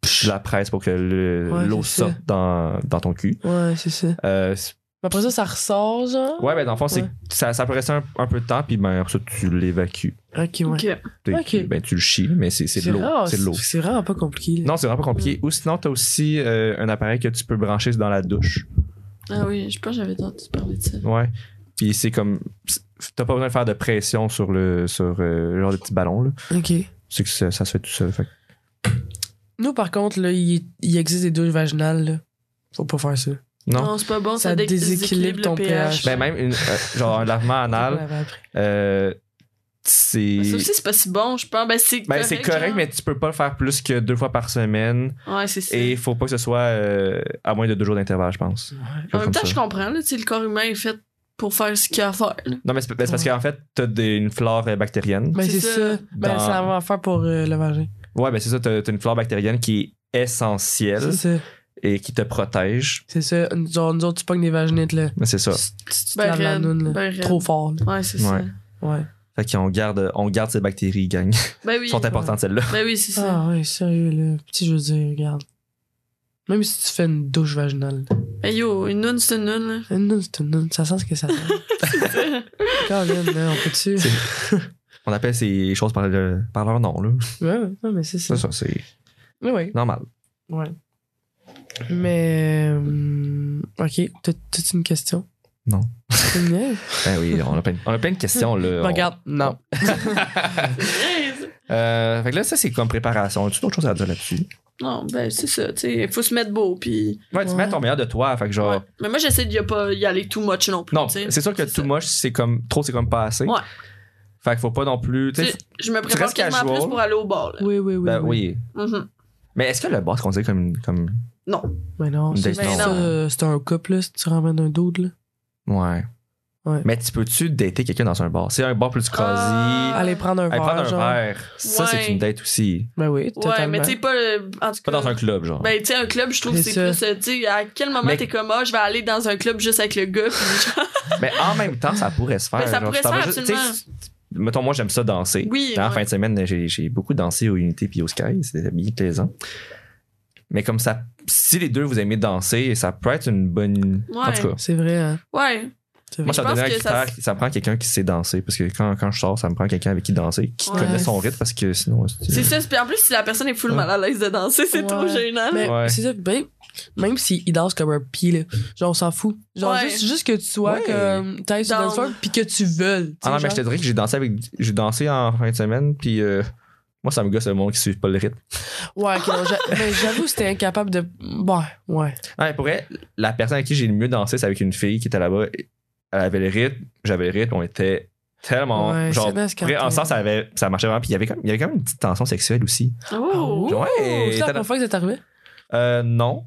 Speaker 4: tu la presses pour que le-
Speaker 5: Ouais,
Speaker 4: l'eau
Speaker 5: c'est ça.
Speaker 4: sorte dans, dans ton cul.
Speaker 5: Ouais, c'est ça.
Speaker 4: Euh, c'est-
Speaker 5: Mais après ça, ça ressort, genre.
Speaker 4: Ouais, ben dans le fond, c'est-
Speaker 5: Ouais.
Speaker 4: ça, ça peut rester un, un peu de temps, puis ben, après ça, tu l'évacues.
Speaker 5: Ok, ouais.
Speaker 6: Ok.
Speaker 4: T'es-
Speaker 5: Ok.
Speaker 4: Ben, tu le chies, mais c'est c'est de l'eau.
Speaker 5: rare,
Speaker 4: C'est de l'eau.
Speaker 5: C'est vraiment pas compliqué. là.
Speaker 4: Non, c'est vraiment pas compliqué. Ou sinon, t'as aussi euh, un appareil que tu peux brancher dans la douche.
Speaker 6: Ah oui, je pense que j'avais entendu parler de ça.
Speaker 4: Ouais. Puis c'est comme. T'as pas besoin de faire de pression sur le sur, euh, le genre de petit ballon, là.
Speaker 5: Ok.
Speaker 4: C'est que ça, ça se fait tout seul. Fait que-
Speaker 5: Nous, par contre, là, il, il existe des douches vaginales, là. Faut pas faire ça.
Speaker 4: Non.
Speaker 6: Non, c'est pas bon, ça,
Speaker 5: Ça
Speaker 6: dé-
Speaker 5: déséquilibre
Speaker 6: déséquilibre
Speaker 5: ton
Speaker 6: le pH.
Speaker 4: Ben, même une, euh, genre un lavement anal, euh, c'est.
Speaker 6: Ça aussi, c'est pas si bon, je pense. Ben, c'est
Speaker 4: Ben, c'est correct, mais tu peux pas le faire plus que deux fois par semaine.
Speaker 6: mais. Ouais, c'est ça.
Speaker 4: Et il faut pas que ce soit euh, à moins de deux jours d'intervalle, je pense.
Speaker 5: Ouais.
Speaker 6: En même
Speaker 4: Comme
Speaker 6: temps,
Speaker 4: ça.
Speaker 6: je comprends, là, tu sais, le corps humain est fait pour faire ce qu'il a à faire. là.
Speaker 4: Non, mais c'est ben, c'est parce qu'en fait, t'as des- une flore euh, bactérienne.
Speaker 5: Ben,
Speaker 6: C'est
Speaker 5: c'est
Speaker 6: ça.
Speaker 5: ça. Ben,
Speaker 4: Dans-
Speaker 5: c'est la même affaire pour euh, le vagin.
Speaker 4: Ouais, ben c'est ça, t'as t'as une flore bactérienne qui est essentielle
Speaker 5: C'est ça.
Speaker 4: et qui te protège.
Speaker 5: C'est ça. Genre, nous autres, tu pognes des vaginites, là.
Speaker 4: Ben, C'est ça.
Speaker 5: Tu tu te
Speaker 6: Ben
Speaker 5: laves la
Speaker 6: raide,
Speaker 5: noune, là.
Speaker 6: ben raide.
Speaker 5: Trop fort, là.
Speaker 6: Ouais, c'est ça.
Speaker 4: Ouais.
Speaker 5: Ouais.
Speaker 4: Fait qu'on garde, on garde ces bactéries, gang.
Speaker 6: Ben oui.
Speaker 4: Elles sont importantes, celles-là.
Speaker 6: Ben oui, c'est ça.
Speaker 5: Ah, ouais, sérieux, là. Petit, je veux dire, regarde. Même si tu fais une douche vaginale, là.
Speaker 6: Ben yo, une noune, c'est une noune,
Speaker 5: une noune, c'est une noune. Ça sent ce que ça sent.
Speaker 6: là.
Speaker 5: Quand même, là, on peut-tu.
Speaker 4: C'est- On appelle ces choses par, le- par leur nom, là.
Speaker 5: Ouais, ouais, non, mais c'est ça.
Speaker 4: Ça, ça, c'est
Speaker 5: Ouais, ouais.
Speaker 4: normal.
Speaker 5: Ouais. Mais. euh, ok, t'as toute une question?
Speaker 4: Non.
Speaker 5: C'est une mienne?
Speaker 4: Ben oui, on a plein, on a plein de questions, là.
Speaker 5: Ben, regarde, non.
Speaker 4: On- Euh, fait que là, ça, c'est comme préparation. As-tu d'autres choses à dire là-dessus?
Speaker 6: non, ben c'est ça, tu sais, faut se mettre beau, puis...
Speaker 4: Ouais, tu
Speaker 5: Ouais.
Speaker 4: mets ton meilleur de toi. Fait que genre.
Speaker 6: Ouais. Mais moi, j'essaie d'y a pas- y aller too much non plus,
Speaker 4: Non,
Speaker 6: tu sais.
Speaker 4: c'est sûr que
Speaker 6: c'est ça.
Speaker 4: tout moche, c'est comme. Trop, c'est comme pas assez.
Speaker 6: Ouais.
Speaker 4: Fait qu'il faut pas non plus. tu sais,
Speaker 6: Tu sais, Je me prépare
Speaker 4: restes
Speaker 6: quasiment
Speaker 4: casual.
Speaker 6: plus pour aller au bord, là.
Speaker 5: Oui, oui, oui.
Speaker 4: ben oui.
Speaker 6: Mhm.
Speaker 4: Mais est-ce que le bar, c'est considéré comme. une- comme...
Speaker 5: Mais Ben non,
Speaker 4: Une
Speaker 5: c'est
Speaker 4: date,
Speaker 6: non.
Speaker 5: ça, euh, c'est un couple, là, si tu ramènes un dude, là.
Speaker 4: Ouais.
Speaker 5: Ouais.
Speaker 4: Mais tu peux-tu dater quelqu'un dans un bar? C'est un bar plus cosy.
Speaker 6: Ah.
Speaker 5: Aller prendre un
Speaker 4: Hey,
Speaker 5: verre.
Speaker 4: prendre un
Speaker 5: genre.
Speaker 4: verre. Ça,
Speaker 6: Ouais.
Speaker 4: c'est une date aussi.
Speaker 5: Ben oui,
Speaker 6: Ouais,
Speaker 5: totalement.
Speaker 6: mais tu sais, pas... euh, En tout
Speaker 4: Pas
Speaker 6: cas...
Speaker 4: dans un club, genre.
Speaker 6: Ben, tu sais, un club, je trouve que
Speaker 5: C'est
Speaker 6: c'est plus.
Speaker 5: ça.
Speaker 6: euh, Tu sais, à quel moment
Speaker 4: Mais-
Speaker 6: t'es comme, ah, je vais aller dans un club juste avec le gars, puis genre,
Speaker 4: Mais en même temps, ça pourrait se faire.
Speaker 6: Mais ça
Speaker 4: genre,
Speaker 6: pourrait
Speaker 4: tu t'en
Speaker 6: se
Speaker 4: vas
Speaker 6: faire,
Speaker 4: juste- tu sais, tu- Mettons, moi, j'aime ça danser.
Speaker 6: Oui,
Speaker 4: Dans la
Speaker 6: ouais.
Speaker 4: fin de semaine, j'ai, j'ai beaucoup dansé au Unité puis au Sky. C'était bien plaisant. Mais comme ça, si les deux vous aimez danser, ça peut être une bonne. En
Speaker 6: Ouais.
Speaker 4: tout cas,
Speaker 5: C'est vrai, hein.
Speaker 6: ouais.
Speaker 5: C'est
Speaker 4: moi,
Speaker 5: vrai.
Speaker 4: ça me
Speaker 6: pense
Speaker 4: donne un
Speaker 6: que ça
Speaker 4: critère. Ça... me prend quelqu'un qui sait danser. Parce que quand, quand je sors, ça me prend quelqu'un avec qui danser, qui
Speaker 6: Ouais.
Speaker 4: connaît son rythme. Parce que sinon. euh,
Speaker 6: C'est ça. Puis en plus, si la personne est full
Speaker 4: Ouais.
Speaker 6: mal à l'aise de danser, c'est
Speaker 5: Ouais.
Speaker 6: trop gênant.
Speaker 5: Mais
Speaker 4: Ouais.
Speaker 5: c'est ça, ben, même s'il il danse comme un pied, là, genre, on s'en fout. Genre,
Speaker 6: Ouais.
Speaker 5: juste, juste que tu sois
Speaker 4: Ouais.
Speaker 5: comme. T'ailles sur le
Speaker 6: Down.
Speaker 5: dance floor, puis que tu veux.
Speaker 4: Ah non, mais je te dirais que j'ai dansé, avec... j'ai dansé en fin de semaine. Puis euh, moi, ça me gosse le monde qui suit pas le rythme.
Speaker 5: Ouais, ok, non, j'a- mais j'avoue, c'était incapable de. Bon, ouais.
Speaker 4: Ouais, pour elle, la personne avec qui j'ai le mieux dansé, c'est avec une fille qui était là-bas. Elle avait le rythme, j'avais le rythme, on était tellement.
Speaker 5: ouais,
Speaker 4: genre,
Speaker 5: c'est nice quand
Speaker 4: pour elle,
Speaker 5: t'es-
Speaker 4: en sens, ça, avait, ça marchait vraiment. Puis il y avait comme- il y avait quand même une petite tension sexuelle aussi.
Speaker 5: Oh,
Speaker 6: Oh!
Speaker 4: Ouais,
Speaker 5: c'est
Speaker 4: t'as-
Speaker 5: la première fois que c'est arrivé?
Speaker 4: Euh, non.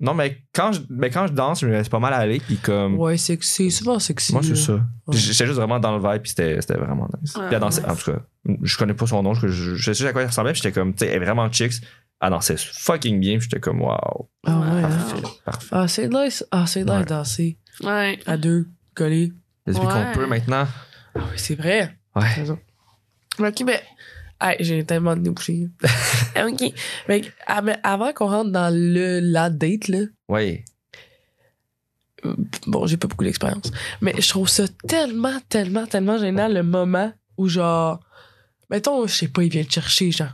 Speaker 4: Non, mais quand je, mais quand je danse, je me laisse pas mal aller. Puis comme.
Speaker 5: Ouais, sexy. Souvent sexy.
Speaker 4: moi, c'est
Speaker 5: là.
Speaker 4: ça.
Speaker 5: Ouais.
Speaker 4: J'étais juste vraiment dans le vibe, puis c'était c'était vraiment nice.
Speaker 6: Ouais,
Speaker 4: Puis elle dansait,
Speaker 6: nice.
Speaker 4: en tout cas, je connais pas son nom, je, je- je sais juste à quoi elle ressemblait, puis j'étais comme, tu sais, elle est vraiment chicks. Elle dansait fucking bien, puis j'étais comme, waouh,
Speaker 5: Ah ouais, hein.
Speaker 4: parfait, parfait.
Speaker 5: Ah, c'est nice. Ah, c'est nice
Speaker 4: Ouais.
Speaker 5: de danser.
Speaker 6: Ouais.
Speaker 5: À deux, collés.
Speaker 4: Depuis
Speaker 6: Ouais.
Speaker 4: qu'on peut maintenant.
Speaker 5: Ah oui, c'est vrai.
Speaker 4: Ouais.
Speaker 5: T'as raison. Ok, mais. Hey, j'ai tellement de nez bouchés. ok. Mais ah, mais avant qu'on rentre dans le, la date, là,
Speaker 4: Ouais.
Speaker 5: bon, j'ai pas beaucoup d'expérience, mais je trouve ça tellement, tellement, tellement gênant le moment où, genre, mettons, je sais pas, il vient te chercher, genre.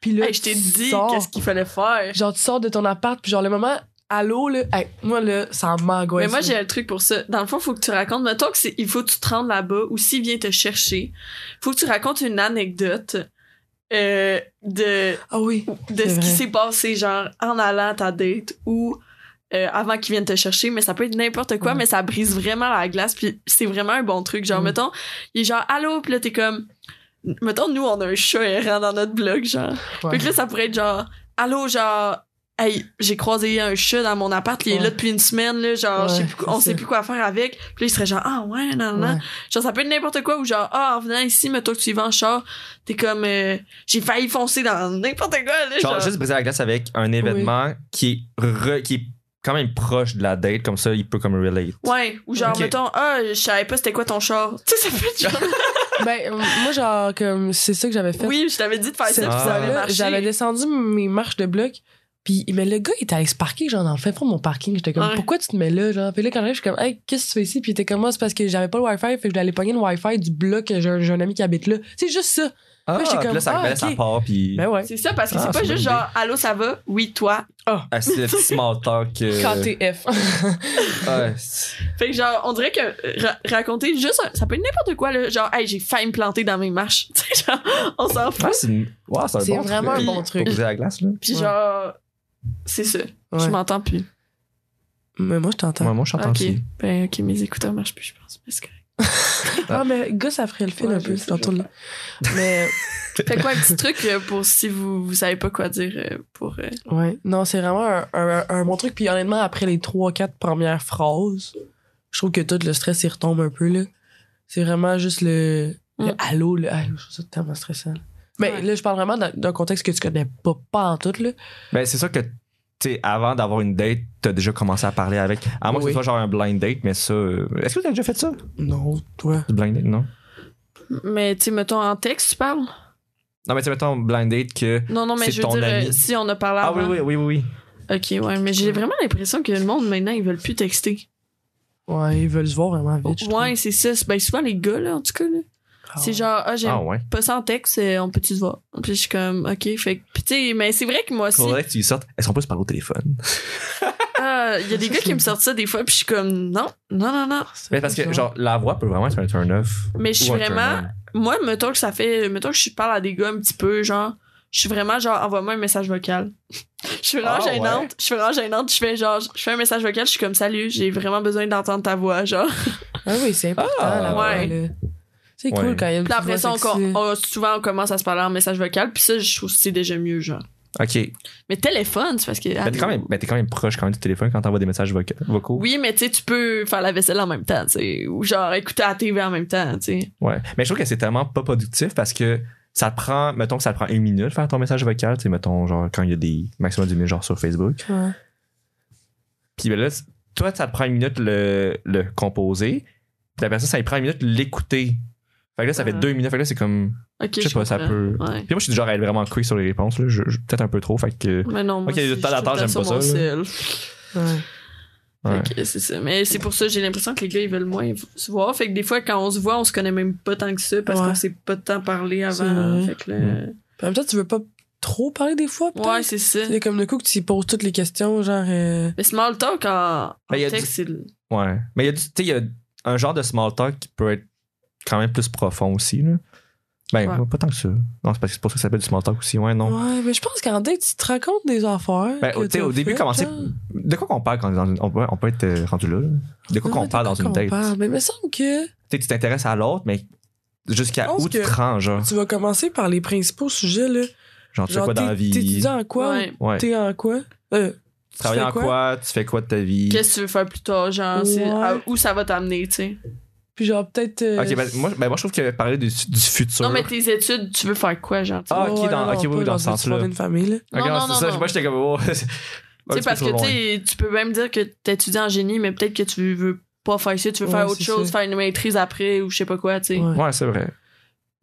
Speaker 5: Puis là,
Speaker 6: Hey, je t'ai
Speaker 5: tu
Speaker 6: dit
Speaker 5: sors.
Speaker 6: qu'est-ce qu'il fallait faire.
Speaker 5: Genre, tu sors de ton appart, puis genre, le moment, allô, là, hey, moi, là, ça m'angoisse.
Speaker 6: mais moi,
Speaker 5: là.
Speaker 6: j'ai un truc pour ça. Dans le fond, faut que tu racontes. Mettons que c'est- il faut que tu te rendes là-bas ou s'il vient te chercher, faut que tu racontes une anecdote euh, de,
Speaker 5: Ah oui.
Speaker 6: de
Speaker 5: C'est
Speaker 6: ce qui
Speaker 5: vrai.
Speaker 6: s'est passé, genre en allant à ta date ou euh, avant qu'il vienne te chercher. Mais ça peut être n'importe quoi,
Speaker 5: Ouais.
Speaker 6: mais ça brise vraiment la glace. Puis c'est vraiment un bon truc. Genre,
Speaker 5: Mm.
Speaker 6: mettons, il est genre, allô, puis là, t'es comme. Mettons, nous, on a un chat errant dans notre blog, genre. Fait que là, ça pourrait être genre, allô, genre, hey, j'ai croisé un chat dans mon appart, il est
Speaker 5: Ouais.
Speaker 6: là depuis une semaine, là, genre, je sais
Speaker 5: Ouais,
Speaker 6: plus quoi- on
Speaker 5: c'est
Speaker 6: sait
Speaker 5: ça.
Speaker 6: plus quoi faire avec. Puis là, il serait genre, ah ouais, non, non, non.
Speaker 5: Ouais.
Speaker 6: Genre, ça peut être n'importe quoi, ou genre, ah, en venant ici, mettons que tu y vas en char, t'es comme, euh, j'ai failli foncer dans n'importe quoi, là,
Speaker 4: Genre,
Speaker 6: genre.
Speaker 4: juste briser la glace avec un événement qui, est re- qui est quand même proche de la date, comme ça, il peut comme relate.
Speaker 6: Ouais, ou genre,
Speaker 4: Ok.
Speaker 6: mettons, ah, je savais pas c'était quoi ton char. Tu sais, ça peut être genre,
Speaker 5: ben, euh, moi, genre, comme, c'est ça que j'avais fait.
Speaker 6: oui, je t'avais dit de faire ça,
Speaker 5: Cette
Speaker 6: puis ça
Speaker 4: Ah.
Speaker 6: avait
Speaker 5: fois-là,
Speaker 6: marché.
Speaker 5: j'avais descendu mes marches de bloc Puis, mais le gars, il était allé se parquer, genre, dans le fin fond de mon parking. J'étais comme,
Speaker 6: Ouais.
Speaker 5: pourquoi tu te mets là, genre? Puis là, quand j'arrive, je suis comme, hey, qu'est-ce que tu fais ici? Puis il était comme, moi, c'est parce que j'avais pas le Wi-Fi, fait que je voulais aller pogner le Wi-Fi du bloc, j'ai un, j'ai un ami qui habite là. C'est juste ça.
Speaker 4: Ah,
Speaker 5: j'étais
Speaker 4: puis
Speaker 5: comme,
Speaker 4: là, ça,
Speaker 5: ah,
Speaker 4: ben, ça
Speaker 5: ok.
Speaker 4: part, puis.
Speaker 5: Ben ouais.
Speaker 6: C'est ça, parce que
Speaker 4: Ah,
Speaker 6: c'est pas
Speaker 4: c'est
Speaker 6: juste
Speaker 4: une bonne
Speaker 6: genre, allô, ça va? Oui, toi.
Speaker 4: Ah, c'est le petit small talk. euh,
Speaker 5: KTF.
Speaker 4: ouais, c'est-
Speaker 6: Fait que genre, on dirait que euh, ra- raconter juste, un- ça peut être n'importe quoi, là. Genre, hey, j'ai faim me planter dans mes marches. Tu sais, genre, on s'en fout.
Speaker 4: ouais, c'est une- ouais, c'est un
Speaker 5: C'est
Speaker 4: bon
Speaker 5: vraiment
Speaker 4: truc.
Speaker 5: un bon truc.
Speaker 4: Pour briser la glace, là.
Speaker 6: Puis
Speaker 5: Ouais.
Speaker 6: genre, c'est ça. Je
Speaker 5: Ouais.
Speaker 6: m'entends plus.
Speaker 5: Mais moi, je t'entends.
Speaker 4: Ouais, moi, je t'entends
Speaker 6: Ok.
Speaker 4: aussi.
Speaker 6: Ben, ok, mes écouteurs marchent plus, je pense. Parce que...
Speaker 5: Ah, mais gars, ça ferait le fil
Speaker 6: Ouais,
Speaker 5: un
Speaker 6: je
Speaker 5: peu,
Speaker 6: sais,
Speaker 5: tantôt
Speaker 6: je
Speaker 5: là. Mais,
Speaker 6: Fait quoi, un petit truc euh, pour si vous, vous savez pas quoi dire euh, pour. euh,
Speaker 5: ouais. Non, c'est vraiment un, un- un bon truc. Puis honnêtement, après les trois, quatre premières phrases, je trouve que tout le stress, il retombe un peu, là. C'est vraiment juste le, le
Speaker 6: Mm.
Speaker 5: allô, le allô. Je trouve ça tellement stressant. Mais
Speaker 6: Ouais.
Speaker 5: là, je parle vraiment d'un d'un contexte que tu connais pas, pas en tout, là.
Speaker 4: Ben, c'est sûr que, tu sais, avant d'avoir une date, t'as déjà commencé à parler avec. À moins que
Speaker 5: Oui.
Speaker 4: ce soit genre un blind date, mais ça. euh, Est-ce que t'as déjà fait ça?
Speaker 5: Non, toi.
Speaker 4: Du blind date, non?
Speaker 6: Mais tu sais, mettons en texte, tu parles?
Speaker 4: Non, mais tu sais, mettons blind date que.
Speaker 6: Non, non, mais
Speaker 4: C'est
Speaker 6: je veux
Speaker 4: ton
Speaker 6: dire, euh,
Speaker 4: ami.
Speaker 6: si on a parlé
Speaker 4: Ah,
Speaker 6: avant.
Speaker 4: oui, oui, oui, oui, oui.
Speaker 6: Ok, ouais, mais j'ai vraiment l'impression que le monde maintenant, ils veulent plus texter.
Speaker 5: Ouais, ils veulent se voir vraiment vite. je trouve.
Speaker 6: Ouais, c'est ça. c'est- Ben, souvent les gars, là, en tout cas, là.
Speaker 5: Ah,
Speaker 6: C'est genre, ah, j'aime
Speaker 4: Ah, ouais.
Speaker 6: pas sans texte, euh, on peut-tu se voir? Puis je suis comme, ok, fait que- Puis tu sais, mais c'est vrai que moi aussi,
Speaker 4: Faudrait que tu y sortes. Est-ce qu'on peut se parler au téléphone?
Speaker 6: ah, il y a des gars qui me sortent ça des fois, puis je suis comme, non, non, non, non.
Speaker 5: Ah, c'est
Speaker 4: Mais parce que,
Speaker 5: bizarre.
Speaker 4: genre, la voix peut vraiment être un turn-off.
Speaker 6: Mais je suis
Speaker 4: Ou un turn-on.
Speaker 6: vraiment, moi, mettons que ça fait, mettons que je parle à des gars un petit peu, genre, je suis vraiment genre, envoie-moi un message vocal. Je suis vraiment
Speaker 4: Ah,
Speaker 6: gênante,
Speaker 4: ouais?
Speaker 6: je suis vraiment gênante, je fais genre, je fais un message vocal, je suis comme, salut, j'ai vraiment besoin d'entendre ta voix, genre.
Speaker 5: Ah oui, c'est important,
Speaker 4: Ah,
Speaker 5: la
Speaker 6: ouais.
Speaker 5: voix, là. C'est
Speaker 4: Ouais.
Speaker 5: cool quand il y a une
Speaker 6: Puis après
Speaker 5: petite
Speaker 6: ça,
Speaker 5: voix
Speaker 6: on,
Speaker 5: sexy.
Speaker 6: on- souvent, on commence à se parler en message vocal, puis ça, je trouve que c'est déjà mieux, genre.
Speaker 4: Ok.
Speaker 6: Mais téléphone, c'est parce que.
Speaker 4: Mais t'es quand même, mais t'es quand même proche quand même du téléphone quand t'envoies des messages voca- vocaux.
Speaker 6: Oui, mais tu sais, tu peux faire la vaisselle en même temps, tu sais, ou genre écouter la TV en même temps, tu sais.
Speaker 4: Ouais. Mais je trouve que c'est tellement pas productif parce que ça te prend, mettons que ça te prend une minute faire ton message vocal, tu sais, mettons, genre, quand il y a des maximum de minutes, genre sur Facebook.
Speaker 5: Ouais.
Speaker 4: Puis ben là, c- toi, ça te prend une minute le, le composer, puis après ça, ça lui prend une minute l'écouter. Fait que là, ça fait
Speaker 6: Ouais.
Speaker 4: deux minutes. Fait que là, c'est comme.
Speaker 6: Ah. Ok,
Speaker 4: Je sais pas, ça
Speaker 6: comprends.
Speaker 4: peut.
Speaker 6: Ouais.
Speaker 4: Puis moi, je suis du genre à être vraiment quick sur les réponses, là. Je, je- Peut-être un peu trop, fait que.
Speaker 6: Mais non, moi,
Speaker 4: Ok, il y a
Speaker 6: aussi,
Speaker 4: du temps
Speaker 6: je suis
Speaker 4: d'attente,
Speaker 6: tout le
Speaker 4: j'aime
Speaker 6: temps
Speaker 4: pas
Speaker 6: sur
Speaker 4: ça,
Speaker 6: mon cell.
Speaker 5: Ouais.
Speaker 4: Ouais.
Speaker 6: Fait que c'est ça. Mais c'est pour ça, j'ai l'impression que les gars, ils veulent moins se voir. Fait que des fois, quand on se voit, on se connaît même pas tant que ça parce
Speaker 5: Ouais.
Speaker 6: qu'on s'est pas tant parlé
Speaker 5: C'est
Speaker 6: avant.
Speaker 5: vrai.
Speaker 6: Fait que là-
Speaker 4: Mm.
Speaker 6: euh,
Speaker 5: Puis en même temps, tu veux pas trop parler des fois, peut-être?
Speaker 6: Ouais, c'est ça.
Speaker 5: C'est comme le coup que tu y poses toutes les questions, genre. euh,
Speaker 6: Mais small talk en, en
Speaker 4: Ben, il y a
Speaker 6: texte, c'est le-
Speaker 4: Ouais. Mais il y a du- tu sais, il y a un genre de small talk qui peut être quand même plus profond aussi, là. Ben,
Speaker 6: Ouais.
Speaker 4: pas tant que ça. Non, c'est parce que c'est pour ça que ça s'appelle du small talk aussi, ouais, non.
Speaker 5: Ouais, mais je pense qu'en date, tu te racontes des affaires.
Speaker 4: Ben,
Speaker 5: que
Speaker 4: au, tu sais,
Speaker 5: t'as
Speaker 4: au début,
Speaker 5: faites, hein.
Speaker 4: commencer.
Speaker 5: genre.
Speaker 4: De quoi qu'on parle quand on est dans une- on peut, on peut être euh, rendu là. là. De quoi
Speaker 5: Ouais,
Speaker 4: qu'on
Speaker 5: de
Speaker 4: parle dans
Speaker 5: quoi
Speaker 4: une
Speaker 5: qu'on
Speaker 4: date.
Speaker 5: parle. Mais il me semble que
Speaker 4: Tu sais, tu t'intéresses à l'autre, mais
Speaker 5: Je
Speaker 4: jusqu'à
Speaker 5: pense
Speaker 4: où tu
Speaker 5: que-
Speaker 4: te rends, genre.
Speaker 5: tu vas commencer par les principaux sujets, là.
Speaker 4: Genre, tu fais
Speaker 5: Genre,
Speaker 4: quoi dans la
Speaker 5: t'es- t'étudies
Speaker 4: vie?
Speaker 5: en quoi?
Speaker 6: Ouais.
Speaker 5: ou
Speaker 4: Ouais. Tu
Speaker 5: T'es en quoi? Euh,
Speaker 4: travailles
Speaker 5: fais
Speaker 4: en quoi? Tu fais quoi de ta vie?
Speaker 6: Qu'est-ce que tu veux faire plus tard? Genre, c'est-
Speaker 5: Ouais.
Speaker 6: à- où ça va t'amener, tu sais?
Speaker 5: Puis genre, peut-être. euh,
Speaker 4: Ok, ben moi, ben, moi, je trouve que parler du, du futur.
Speaker 6: Non, mais tes études, tu veux faire quoi, genre? tu sais?
Speaker 4: Ah,
Speaker 5: ouais,
Speaker 4: ok,
Speaker 5: ouais,
Speaker 4: dans-
Speaker 5: non,
Speaker 4: ok, oui,
Speaker 5: pas
Speaker 4: oui, dans ce
Speaker 5: genre, tu
Speaker 4: sens-là.
Speaker 5: fonder une famille, là.
Speaker 4: Ok,
Speaker 6: Non, non,
Speaker 4: c'est
Speaker 6: non,
Speaker 4: ça.
Speaker 6: non.
Speaker 4: Moi, j'étais comme. oh, c'est- un
Speaker 6: Tu sais,
Speaker 4: petit
Speaker 6: parce
Speaker 4: peu trop
Speaker 6: que
Speaker 4: loin.
Speaker 6: tu sais, tu peux même dire que t'étudies en génie, mais peut-être que tu veux pas faire ça, tu veux
Speaker 5: Ouais,
Speaker 6: faire
Speaker 5: c'est
Speaker 6: autre chose,
Speaker 5: ça.
Speaker 6: faire une maîtrise après ou je sais pas quoi, tu sais.
Speaker 5: Ouais.
Speaker 4: Ouais, c'est vrai.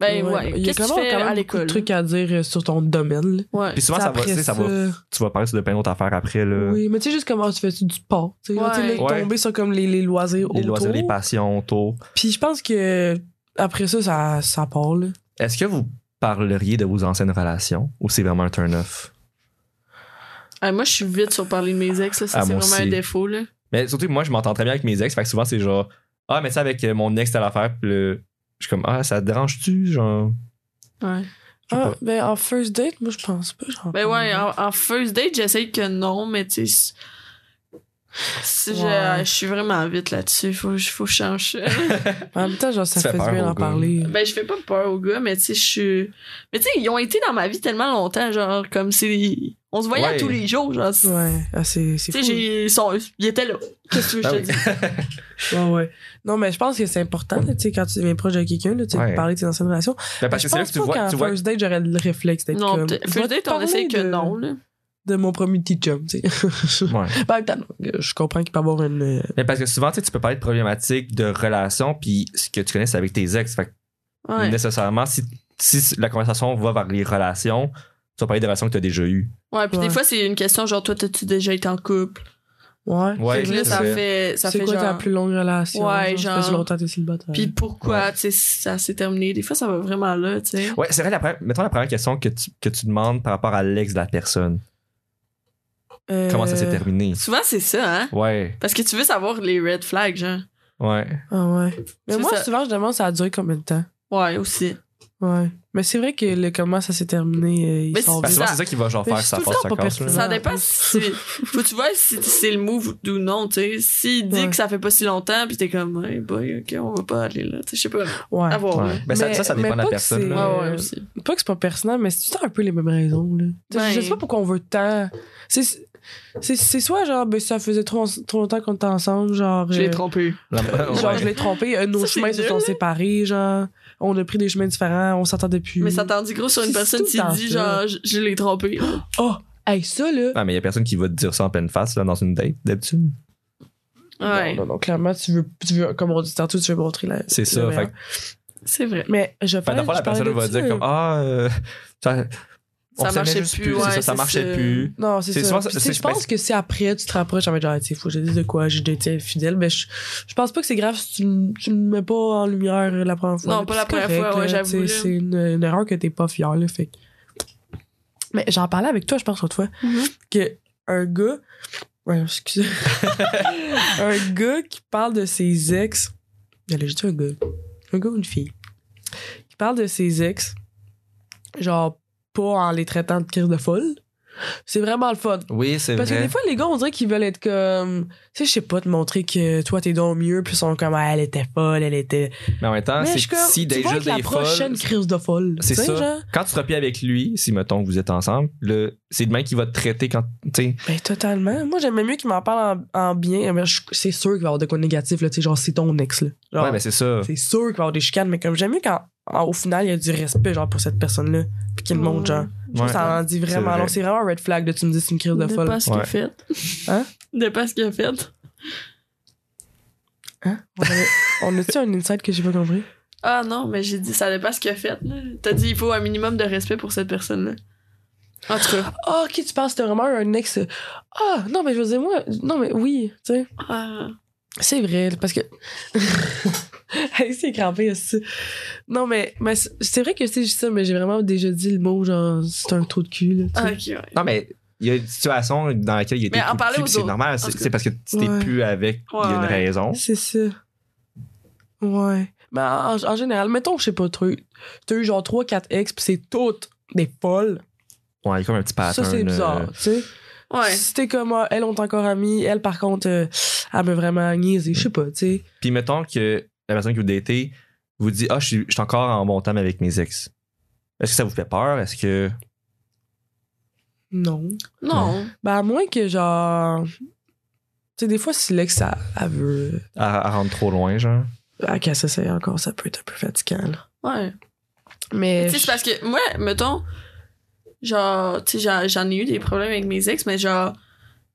Speaker 6: Ben ouais,
Speaker 5: Il y a
Speaker 6: qu'est-ce que tu
Speaker 5: clairement
Speaker 6: fais
Speaker 5: quand
Speaker 6: à
Speaker 5: même beaucoup de
Speaker 6: l'école?
Speaker 5: trucs à dire euh, sur ton domaine, là.
Speaker 6: Ouais.
Speaker 4: Puis souvent, ça va, tu
Speaker 5: Après
Speaker 4: sais, ça va- tu vas parler sur de plein d'autres affaires après, là.
Speaker 5: Oui, mais tu sais, juste comment tu fais tu du sport. Tu sais, genre, tu sais, là,
Speaker 4: Ouais.
Speaker 5: tomber sur comme les, les loisirs
Speaker 4: Les
Speaker 5: autour.
Speaker 4: loisirs, les passions, autour.
Speaker 5: Puis je pense que après ça, ça, ça part, là.
Speaker 4: Est-ce que vous parleriez de vos anciennes relations ou c'est vraiment un turn-off?
Speaker 6: Ah, moi, je suis vite sur parler de mes ex, là. Ça,
Speaker 4: Ah,
Speaker 6: c'est
Speaker 4: moi
Speaker 6: vraiment un
Speaker 4: aussi.
Speaker 6: défaut, là.
Speaker 4: Mais surtout, moi, je m'entends très bien avec mes ex, fait que souvent, c'est genre, ah, mais ça, avec euh, mon ex, t'as l'affaire, puis le- je suis comme, ah, ça te dérange-tu? Genre,
Speaker 6: Ouais.
Speaker 4: Je sais
Speaker 5: Ah, ben en first date, moi je pense pas. j'en
Speaker 6: Ben ouais,
Speaker 5: parle.
Speaker 6: en, en first date, j'essaye que non, mais tu sais. si je-
Speaker 5: Ouais.
Speaker 6: Je suis vraiment vite là-dessus, faut, faut changer.
Speaker 5: En même temps, genre, ça
Speaker 4: Tu
Speaker 5: fait
Speaker 4: fais
Speaker 5: du
Speaker 4: peur
Speaker 5: bien
Speaker 4: au
Speaker 5: d'en
Speaker 4: gars.
Speaker 5: parler.
Speaker 6: ben, je fais pas peur aux gars, mais tu sais, je suis. Mais tu sais, ils ont été dans ma vie tellement longtemps, genre, comme si. On se voyait à
Speaker 4: Ouais.
Speaker 6: tous les jours, genre. Tu
Speaker 5: Ouais, ah, c'est c'est
Speaker 6: sais,
Speaker 5: fou.
Speaker 6: j'ai- ils, sont- ils étaient là. Qu'est-ce que tu veux que je te
Speaker 4: Ah
Speaker 6: dise?
Speaker 4: oui.
Speaker 5: Ouais, ouais. Non, mais je pense que c'est important, là, tu sais, quand tu deviens proche de quelqu'un, là, tu sais, de
Speaker 4: Ouais.
Speaker 5: parler de tes anciennes relations.
Speaker 4: Ben, parce
Speaker 5: je
Speaker 4: que c'est là
Speaker 5: pense
Speaker 4: que tu
Speaker 5: pas
Speaker 4: vois,
Speaker 5: qu'en
Speaker 4: tu vois.
Speaker 5: first date, j'aurais le réflexe d'être
Speaker 6: Non,
Speaker 5: comme...
Speaker 6: peut-
Speaker 5: Je vais
Speaker 6: first date,
Speaker 5: te
Speaker 6: on essaye
Speaker 5: parler
Speaker 6: que
Speaker 5: de-
Speaker 6: non, là.
Speaker 5: De mon premier petit chum, tu sais.
Speaker 4: Ouais.
Speaker 5: ben, en même temps, non, je comprends qu'il peut avoir une... euh,
Speaker 4: Mais parce que souvent, tu sais, tu peux parler de problématiques, de relations, puis ce que tu connais, c'est avec tes ex. Fait que
Speaker 6: Ouais.
Speaker 4: nécessairement, si, si la conversation va vers les relations, Tu vas parler de relations que tu as déjà eues.
Speaker 6: Ouais, puis
Speaker 5: Ouais.
Speaker 6: des fois, c'est une question genre, toi, t'as-tu déjà été en couple?
Speaker 5: Ouais.
Speaker 4: Ouais,
Speaker 6: Fait que là,
Speaker 4: c'est
Speaker 6: ça
Speaker 4: vrai.
Speaker 6: fait, ça
Speaker 5: C'est
Speaker 6: fait
Speaker 5: quoi ta
Speaker 6: genre.
Speaker 5: plus longue relation?
Speaker 6: Ouais,
Speaker 5: ça
Speaker 6: genre-
Speaker 5: fait si longtemps que t'es célibataire.
Speaker 6: Puis pourquoi, tu sais, ça s'est terminé? Des fois, ça va vraiment là, tu sais.
Speaker 4: Ouais, c'est vrai, la première- mettons la première question que tu, que tu demandes par rapport à l'ex de la personne.
Speaker 5: Euh,
Speaker 4: Comment ça s'est terminé?
Speaker 6: Souvent, c'est ça, hein?
Speaker 4: Ouais,
Speaker 6: Parce que tu veux savoir les red flags, genre.
Speaker 4: ouais.
Speaker 5: Ah ouais. Mais
Speaker 6: C'est
Speaker 5: moi,
Speaker 6: ça.
Speaker 5: souvent, je demande ça a duré combien de temps?
Speaker 6: Ouais, aussi.
Speaker 5: Ouais. Mais c'est vrai que le comment ça s'est terminé, euh, ils
Speaker 6: Mais
Speaker 5: sont
Speaker 4: Parce
Speaker 6: c'est-
Speaker 4: que
Speaker 5: vite.
Speaker 4: souvent, c'est ça qui va genre
Speaker 5: Mais
Speaker 4: faire
Speaker 5: je suis
Speaker 4: sa
Speaker 5: tout le
Speaker 4: force
Speaker 5: temps pas
Speaker 4: séquence. là.
Speaker 5: pertinente.
Speaker 6: Ça dépend si. Faut que tu vois si c'est le move ou non, tu sais. S'il dit
Speaker 5: Ouais.
Speaker 6: que ça fait pas si longtemps, puis t'es comme, hey boy, ok, on va pas aller là. Tu sais, je sais pas.
Speaker 5: Ouais.
Speaker 6: À voir.
Speaker 4: Ouais.
Speaker 6: là.
Speaker 4: Ben, ça,
Speaker 5: Mais-
Speaker 4: ça, ça
Speaker 5: mais
Speaker 4: dépend de
Speaker 5: pas
Speaker 4: la
Speaker 5: que
Speaker 4: personne.
Speaker 5: c'est-
Speaker 4: là.
Speaker 6: Ouais, ouais,
Speaker 5: Euh,
Speaker 6: aussi.
Speaker 5: Pas que c'est pas pertinent, mais c'est tout le temps un peu les mêmes raisons, là. Tu sais, Je
Speaker 6: Ouais.
Speaker 5: sais pas pourquoi on veut tant. C'est, c'est, c'est soit genre, ben, ça faisait trop, trop longtemps qu'on était ensemble, genre.
Speaker 6: Je l'ai
Speaker 5: euh,
Speaker 6: trompé.
Speaker 4: Ouais.
Speaker 5: Genre, je l'ai trompé, euh, nos
Speaker 6: Ça, c'est
Speaker 5: chemins se
Speaker 6: nul,
Speaker 5: sont
Speaker 6: là.
Speaker 5: séparés, genre, on a pris des chemins différents, on s'entendait plus.
Speaker 6: Mais ça t'en dit gros sur une
Speaker 5: C'est
Speaker 6: personne
Speaker 5: tout
Speaker 6: qui
Speaker 5: le temps
Speaker 6: dit,
Speaker 5: ça.
Speaker 6: genre, je- je l'ai trompé.
Speaker 5: Oh! Hey, ça, là!
Speaker 4: Ah, mais il y a personne qui va te dire ça en pleine face là, dans une date, d'habitude.
Speaker 6: Ouais,
Speaker 5: Non, non, non, clairement, tu veux, tu veux, comme on dit tantôt, tu veux montrer la.
Speaker 4: C'est
Speaker 5: le
Speaker 4: ça.
Speaker 5: meilleur.
Speaker 4: Fait, que-
Speaker 6: c'est vrai.
Speaker 5: Mais je
Speaker 4: fait,
Speaker 5: pense
Speaker 4: que d'abord, la personne va dire comme Ah, euh, ça, on
Speaker 6: Ça
Speaker 4: s'aimait
Speaker 6: marchait
Speaker 4: juste
Speaker 6: plus,
Speaker 4: c'est
Speaker 6: ouais,
Speaker 4: ça, ça
Speaker 6: c'est
Speaker 4: marchait
Speaker 6: ça.
Speaker 4: plus.
Speaker 5: Non, c'est
Speaker 4: C'est
Speaker 5: ça.
Speaker 4: souvent-
Speaker 5: Puis, tu
Speaker 4: c'est- ben,
Speaker 5: sais, je pense que si après tu te rapproches, j'avais genre, tu sais, faut que je dise de quoi, j'ai déjà été fidèle, mais je, je pense pas que c'est grave si tu, m- tu me mets pas en lumière la première fois.
Speaker 6: Non,
Speaker 5: là,
Speaker 6: pas
Speaker 5: puis
Speaker 6: la
Speaker 5: c'est
Speaker 6: première
Speaker 5: correct,
Speaker 6: fois,
Speaker 5: là,
Speaker 6: ouais, j'avoue,
Speaker 5: tu sais,
Speaker 6: là.
Speaker 5: C'est une, une erreur que t'es pas fier, là, fait que- Mais j'en parlais avec toi, je pense, l'autre fois,
Speaker 6: Mhm.
Speaker 5: que un gars, ouais, excusez, un gars qui parle de ses ex, ben, allez, j'ai dit un gars, un gars ou une fille, qui parle de ses ex, genre, pas en les traitant de crise de folle, c'est vraiment le fun.
Speaker 4: Oui, c'est
Speaker 5: Parce que des fois, les gars, on dirait qu'ils veulent être comme. Tu sais, je sais pas, te montrer que toi, t'es donc mieux, puis ils sont comme, Ah, elle était folle, elle était.
Speaker 4: Mais en même temps,
Speaker 5: Mais je
Speaker 4: Ah, c'est
Speaker 5: suis
Speaker 4: que
Speaker 5: comme,
Speaker 4: si
Speaker 5: tu
Speaker 4: déjà
Speaker 5: vois que la
Speaker 4: des
Speaker 5: prochaine
Speaker 4: folles.
Speaker 5: crise de folle.
Speaker 4: C'est
Speaker 5: tu sais,
Speaker 4: ça.
Speaker 5: genre,
Speaker 4: Quand tu te replies avec lui, si mettons que vous êtes ensemble, le- c'est demain qu'il va te traiter quand. Tu sais,
Speaker 5: Ben, totalement. Moi, j'aimais mieux qu'ils m'en parlent en, en bien. Mais je- C'est sûr qu'il va y avoir de quoi de négatif, là. Tu sais, genre, c'est ton ex, là. Genre,
Speaker 4: ouais, mais c'est ça.
Speaker 5: c'est sûr qu'il va y avoir des chicanes, mais comme j'aime mieux quand, en- au final, il y a du respect, genre, pour cette personne-là, puis qu'il le montre, genre. Je trouve
Speaker 4: Ouais.
Speaker 5: que ça en dit vraiment
Speaker 4: vrai.
Speaker 5: long. C'est vraiment un red flag de tu me dis c'est une crise de
Speaker 6: De
Speaker 5: folle.
Speaker 6: pas ce qu'il a
Speaker 4: Ouais.
Speaker 6: fait.
Speaker 5: Hein?
Speaker 6: De pas ce qu'il a fait.
Speaker 5: On avait- On a-tu un insight que j'ai pas compris?
Speaker 6: Ah non, mais j'ai dit, ça dépend ce qu'il a fait. là. T'as dit, il faut un minimum de respect pour cette personne-là. En tout cas,
Speaker 5: Ah, ok, tu penses que c'était vraiment un ex. euh, Ah, non, mais je veux dire, moi, non, mais oui, tu sais.
Speaker 6: ah,
Speaker 5: C'est vrai, parce que. hey, c'est crampé aussi. Non, mais, mais c'est c'est vrai que c'est juste ça, mais j'ai vraiment déjà dit le mot, genre, c'est un trou de cul, là. tu sais.
Speaker 6: ah, ok, ouais.
Speaker 4: Non, mais il y a une situation dans laquelle il était
Speaker 6: Mais en
Speaker 4: tout
Speaker 6: parler
Speaker 4: petit,
Speaker 6: aux
Speaker 4: puis c'est
Speaker 6: autres,
Speaker 4: normal.
Speaker 6: en
Speaker 4: C'est
Speaker 6: tout cas.
Speaker 4: c'est parce que tu t'es
Speaker 5: Ouais.
Speaker 4: plus avec, il y a une
Speaker 6: Ouais.
Speaker 4: raison.
Speaker 5: C'est ça. Ouais. Mais en, en général, mettons, je sais pas trop. T'as eu genre 3-4 ex, pis c'est toutes des folles.
Speaker 4: Ouais, il y a comme un petit
Speaker 5: ça,
Speaker 4: pattern.
Speaker 5: c'est bizarre,
Speaker 4: euh,
Speaker 5: tu sais.
Speaker 6: Ouais.
Speaker 5: Si t'es comme, ah, elles ont encore amis, elle, par contre, euh, elle m'a vraiment niaisé, je sais pas, tu sais.
Speaker 4: Puis mettons que la personne que vous datez vous dit Ah, je suis, je suis encore en bon temps avec mes ex. Est-ce que ça vous fait peur? Est-ce que.
Speaker 5: Non.
Speaker 6: Non.
Speaker 5: Ben, à moins que genre. Tu sais, des fois, si l'ex, elle, elle veut.
Speaker 4: À, à rendre trop loin, genre?
Speaker 5: À qu'elle s'essaye encore, ça peut être un peu fatigant, là.
Speaker 6: Ouais.
Speaker 5: Mais.
Speaker 6: Tu sais, c'est parce que moi, mettons, genre, tu sais, j'en- j'en ai eu des problèmes avec mes ex, mais genre, tu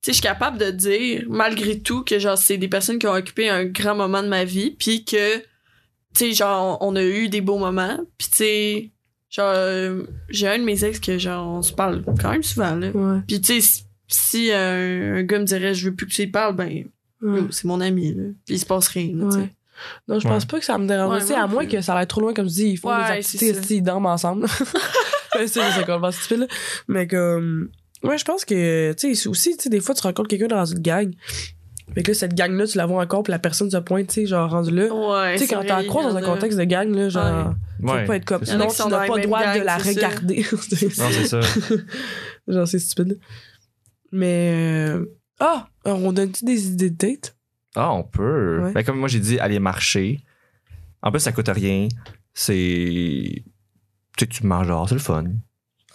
Speaker 6: sais, je suis capable de dire, malgré tout, que genre, c'est des personnes qui ont occupé un grand moment de ma vie, puis que, tu sais, genre, on a eu des beaux moments, puis tu sais, genre, euh, j'ai un de mes ex que, genre, on se parle quand même souvent, là.
Speaker 5: Ouais.
Speaker 6: Puis tu sais, si- si euh, un gars me dirait, je veux plus que tu y parles, ben,
Speaker 5: ouais,
Speaker 6: c'est mon ami, là. Puis il se passe rien, là, tu sais.
Speaker 5: ouais. Non, je pense pas que ça me dérange.
Speaker 6: Ouais,
Speaker 5: Tu sais,
Speaker 6: moi
Speaker 5: à
Speaker 6: non
Speaker 5: moins
Speaker 6: plus.
Speaker 5: que ça aille trop loin, comme tu dis, ils font
Speaker 6: Ouais,
Speaker 5: des
Speaker 6: c'est
Speaker 5: activités,
Speaker 6: ça.
Speaker 5: si ils dorment ensemble. Ben, ça, c'est complètement stupide, là. Mais comme. Ouais, je pense que. Tu sais, c'est aussi, tu sais, des fois, tu rencontres quelqu'un dans une gang. Fait que là, cette gang-là, tu la vois encore, puis la personne se pointe, tu sais, genre, rendu là.
Speaker 6: Ouais,
Speaker 5: tu sais,
Speaker 6: c'est
Speaker 5: quand
Speaker 6: vrai, euh,
Speaker 5: t'en croises
Speaker 6: il y
Speaker 5: dans
Speaker 6: en
Speaker 5: un
Speaker 6: a.
Speaker 5: contexte de gang, là, genre.
Speaker 4: Ouais.
Speaker 5: Faut pas être comme.
Speaker 4: c'est
Speaker 6: Il y en a
Speaker 5: Non,
Speaker 6: qui sont
Speaker 5: tu
Speaker 6: dans
Speaker 5: n'as
Speaker 6: la
Speaker 5: pas le
Speaker 6: même
Speaker 5: droit
Speaker 6: gang,
Speaker 5: de la
Speaker 6: c'est ça.
Speaker 5: regarder.
Speaker 4: Non, c'est ça.
Speaker 5: Genre, c'est stupide. Mais. euh, Ah! On donne-tu des idées de date?
Speaker 4: Ah, on peut.
Speaker 5: Ouais.
Speaker 4: Ben, comme moi, j'ai dit, aller marcher. En plus, ça coûte rien. C'est. Tu sais, tu manges dehors, c'est le fun.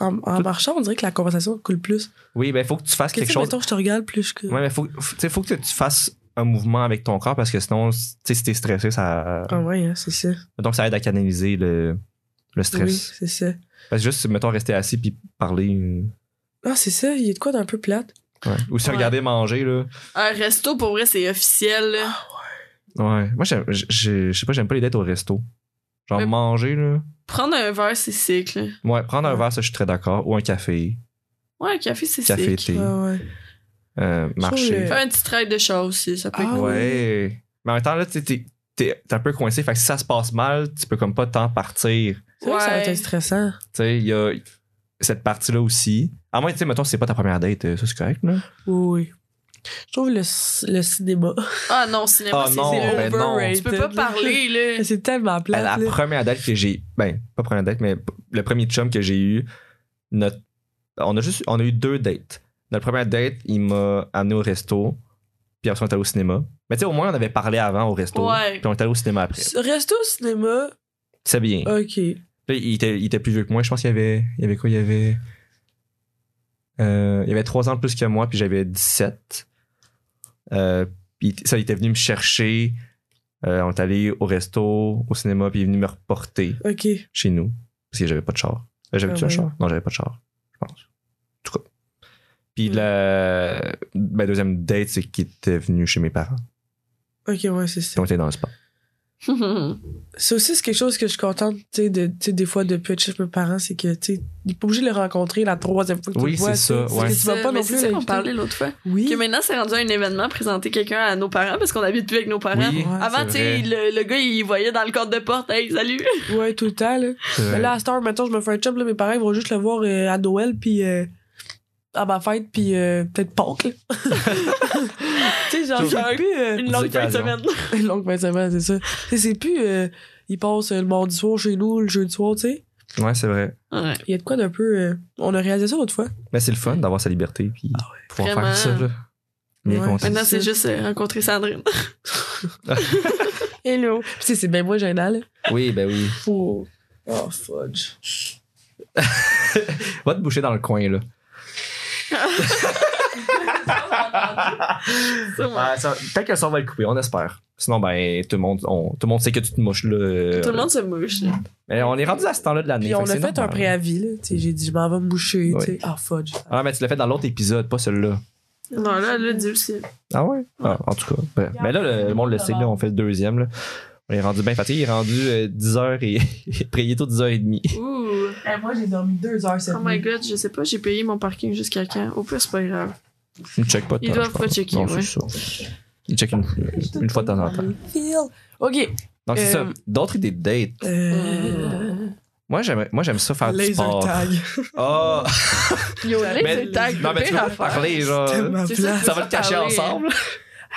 Speaker 5: En, en marchant, on dirait que la conversation coule plus.
Speaker 4: Oui, ben, faut que tu fasses
Speaker 5: Parce que, tu
Speaker 4: quelque
Speaker 5: sais,
Speaker 4: chose.
Speaker 5: mettons, je te regarde plus que.
Speaker 4: Ouais, mais faut, tu sais, faut que tu fasses un mouvement avec ton corps parce que sinon, tu sais, si t'es stressé, ça.
Speaker 5: Ah ouais, hein, c'est ça.
Speaker 4: Donc, ça aide à canaliser le, le stress.
Speaker 5: Oui, c'est ça.
Speaker 4: Parce que juste, mettons, rester assis puis parler. euh,
Speaker 5: Ah, c'est ça, il y a de quoi d'un peu plate.
Speaker 4: ouais. Ou se
Speaker 6: Ouais.
Speaker 4: regarder manger, là.
Speaker 6: Un resto, pour vrai, c'est officiel, là.
Speaker 4: Ouais. Moi, j'aime- je je- je sais pas, j'aime pas les dates au resto. Genre
Speaker 6: Mais-
Speaker 4: manger, là.
Speaker 6: Prendre un verre, c'est sick, là.
Speaker 4: Ouais, prendre un
Speaker 5: Ouais.
Speaker 4: verre, ça, je suis très d'accord. Ou un café.
Speaker 6: Ouais, un café, c'est
Speaker 4: Café,
Speaker 6: sick.
Speaker 4: thé.
Speaker 5: ouais.
Speaker 4: euh, marcher.
Speaker 5: le-
Speaker 6: Faire un petit trail de chat aussi, ça peut
Speaker 5: Ah
Speaker 6: être cool.
Speaker 4: ouais. Mais en même temps, là, t'es, t'es, t'es- t'es un peu coincé. Fait que si ça se passe mal, tu peux comme pas tant partir.
Speaker 5: C'est vrai que ça va
Speaker 6: Ouais.
Speaker 5: être stressant.
Speaker 4: Tu sais, il y a cette partie-là aussi. À moins, tu sais, mettons, c'est pas ta première date, euh, ça c'est correct, là.
Speaker 5: Oui, oui. Je trouve le, c- le cinéma.
Speaker 6: Ah non, cinéma,
Speaker 4: Ah
Speaker 6: c'est
Speaker 4: non,
Speaker 6: zéro.
Speaker 4: ben non.
Speaker 5: overrated.
Speaker 6: Tu peux pas parler, là.
Speaker 5: C'est tellement plate.
Speaker 4: la
Speaker 5: là.
Speaker 4: première date que j'ai. Ben, pas première date, mais p- le premier chum que j'ai eu, notre. On a juste. On a eu deux dates. Notre première date, il m'a amené au resto. Puis après, on est allé au cinéma. Mais tu sais, au moins, on avait parlé avant au resto.
Speaker 6: Ouais.
Speaker 4: Puis on est allé au cinéma après.
Speaker 5: S- Resto au cinéma,
Speaker 4: C'est bien.
Speaker 5: ok.
Speaker 4: Puis il, était, il était plus vieux que moi. Je pense qu'il y avait. Il y avait quoi Il y avait. euh, il y avait trois ans de plus que moi, puis j'avais 17. Euh, puis ça, il était venu me chercher. Euh, on est allé au resto, au cinéma, puis il est venu me reporter
Speaker 5: Ok.
Speaker 4: chez nous parce que j'avais pas de char. Euh, J'avais
Speaker 5: Ah
Speaker 4: tu un
Speaker 5: ouais.
Speaker 4: char Non, j'avais pas de char, je pense. En tout cas. Puis
Speaker 5: Hmm.
Speaker 4: la ben, deuxième date, c'est qu'il était venu chez mes parents.
Speaker 5: Ok, ouais, c'est
Speaker 4: Puis
Speaker 5: ça.
Speaker 4: on était dans le spa.
Speaker 5: Ça aussi, c'est quelque chose que je suis contente, tu sais, de, tu sais, des fois, de plus être chez mes parents, c'est que, tu sais, il est pas obligé de le rencontrer la troisième fois que tu
Speaker 4: Oui,
Speaker 5: le vois.
Speaker 4: c'est ça,
Speaker 5: tu sais,
Speaker 4: ouais.
Speaker 5: parce que
Speaker 6: C'est
Speaker 5: tu vas
Speaker 6: ça,
Speaker 5: pas
Speaker 6: mais
Speaker 5: non
Speaker 6: c'est
Speaker 5: plus
Speaker 6: ça qu'on
Speaker 5: l'inviter.
Speaker 6: parlait l'autre fois.
Speaker 5: Oui.
Speaker 6: Que maintenant, c'est rendu un événement, présenter quelqu'un à nos parents parce qu'on habite plus avec nos parents.
Speaker 4: Oui,
Speaker 6: Ah Avant, tu sais,
Speaker 4: c'est vrai.
Speaker 6: le, le gars, il voyait dans le cadre de porte, hey, salut.
Speaker 5: Ouais, tout le temps, là.
Speaker 4: C'est vrai.
Speaker 5: Mais Là, à cette heure, maintenant, je me fais un chum, là, mes parents, ils vont juste le voir euh, à Noël, puis euh, à ma fête, puis euh, peut-être Pâques, là. tu sais, genre,
Speaker 4: Tout-
Speaker 5: c'est plus... euh,
Speaker 6: Une longue fin de
Speaker 4: occasions.
Speaker 6: semaine.
Speaker 5: Une longue fin de semaine, c'est ça. Tu sais, c'est plus. euh, ils passent euh, le mardi soir chez nous, le jeudi soir, tu sais.
Speaker 4: Ouais, c'est vrai.
Speaker 6: Ouais.
Speaker 5: Il y a de quoi d'un peu. euh, on a réalisé ça autrefois.
Speaker 4: Mais Ben, c'est le fun d'avoir sa liberté puis pouvoir
Speaker 6: Vraiment.
Speaker 4: faire ça là. Bien
Speaker 5: Ouais.
Speaker 4: content.
Speaker 6: Maintenant, c'est
Speaker 5: ça.
Speaker 6: juste euh, rencontrer Sandrine.
Speaker 5: Hello. Puis, tu sais, c'est bien moins gênant, là.
Speaker 4: Oui, ben oui.
Speaker 5: Oh, oh fudge.
Speaker 4: Va te boucher dans le coin là.
Speaker 6: Sûrement.
Speaker 4: Ah, ça- Peut-être que ça on va le couper, on espère. Sinon, ben, tout le monde, on- tout le monde sait que tu te mouches là. euh,
Speaker 6: Tout le monde se mouche. là.
Speaker 4: Mais on est rendu à ce temps-là de l'année.
Speaker 5: Puis, on a
Speaker 4: que
Speaker 5: fait
Speaker 4: c'est
Speaker 5: un
Speaker 4: normal.
Speaker 5: préavis, là. Tu sais, j'ai dit, je m'en vais me boucher,
Speaker 4: Ouais.
Speaker 5: tu sais. Ah, fudge.
Speaker 4: Ah, mais tu l'as fait dans l'autre épisode, pas celui-là.
Speaker 6: Non, là, là, Dieu le sait.
Speaker 4: Ah ouais? Ah, en tout cas, bref. Mais là, le, le monde le sait, là, on fait le deuxième. là. On est rendu bien fatigué. Il est rendu 10h et prié tôt 10h30.
Speaker 6: Ouh.
Speaker 5: moi, j'ai dormi deux heures cette
Speaker 6: Oh my god, je sais pas, j'ai payé mon parking jusqu'à quand. Au pire, c'est pas grave.
Speaker 4: Ils ne checkent pas de
Speaker 6: Ils
Speaker 4: temps,
Speaker 6: doivent
Speaker 4: je pense.
Speaker 6: pas checker,
Speaker 4: Non,
Speaker 6: ouais. Euh,
Speaker 4: c'est ça. Ils checkent une, une fois de temps en temps.
Speaker 5: Ok.
Speaker 4: Donc, c'est ça.
Speaker 5: Euh,
Speaker 4: D'autres idées de date.
Speaker 5: Euh,
Speaker 4: Moi, j'aime, moi, j'aime ça faire du
Speaker 5: laser
Speaker 4: sport.
Speaker 5: tag.
Speaker 4: Ah!
Speaker 6: Yo,
Speaker 4: mais-
Speaker 6: laisse le tag.
Speaker 4: non, mais tu
Speaker 6: pire
Speaker 4: peux pas
Speaker 6: affaire.
Speaker 4: parler, genre.
Speaker 5: C'était ma
Speaker 6: C'est ça,
Speaker 5: place.
Speaker 6: tu
Speaker 4: Ça
Speaker 6: peux
Speaker 4: va le cacher
Speaker 6: parler.
Speaker 4: ensemble.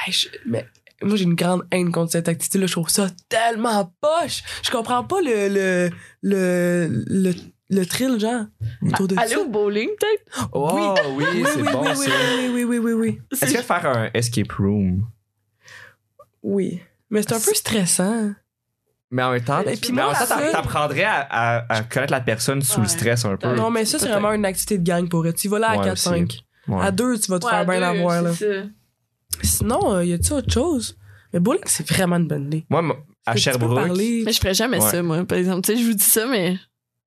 Speaker 5: Hey, je- mais moi, j'ai une grande haine contre cette activité-là. Je trouve ça tellement poche. Je comprends pas le, le, le, le, le thrill, genre, autour de
Speaker 6: Aller
Speaker 5: ça.
Speaker 6: au bowling, peut-être?
Speaker 4: Oh, oui,
Speaker 5: Oui,
Speaker 4: c'est
Speaker 5: oui,
Speaker 4: bon,
Speaker 5: oui,
Speaker 4: ça.
Speaker 5: oui, oui, oui, oui, oui, oui.
Speaker 6: C'est-
Speaker 4: Est-ce que faire un escape room?
Speaker 5: Oui. Mais
Speaker 4: Ah,
Speaker 5: c'est un peu stressant.
Speaker 4: Mais en même temps,
Speaker 6: Mais
Speaker 4: mais en
Speaker 5: moi,
Speaker 4: même temps,
Speaker 5: la
Speaker 4: t'a-
Speaker 5: seule-
Speaker 4: t'apprendrais à, à- à connaître la personne sous
Speaker 6: Ouais.
Speaker 4: le stress un peu.
Speaker 5: Non, mais ça, c'est
Speaker 6: Peut-être.
Speaker 5: vraiment une activité de gang pour eux. Tu vas là à
Speaker 4: Ouais,
Speaker 5: 4-5.
Speaker 4: Ouais.
Speaker 5: À 2, tu vas te
Speaker 6: Ouais,
Speaker 5: faire bien
Speaker 6: deux,
Speaker 5: avoir. Là.
Speaker 6: c'est ça.
Speaker 5: Sinon, euh, y a-tu autre chose? Mais bowling, c'est vraiment une bonne idée.
Speaker 4: Moi, m- à
Speaker 5: Tu peux
Speaker 4: Sherbrooke.
Speaker 5: parler.
Speaker 6: Mais je ferais jamais
Speaker 4: Ouais.
Speaker 6: ça, moi, par exemple. Tu sais, je vous dis ça, mais.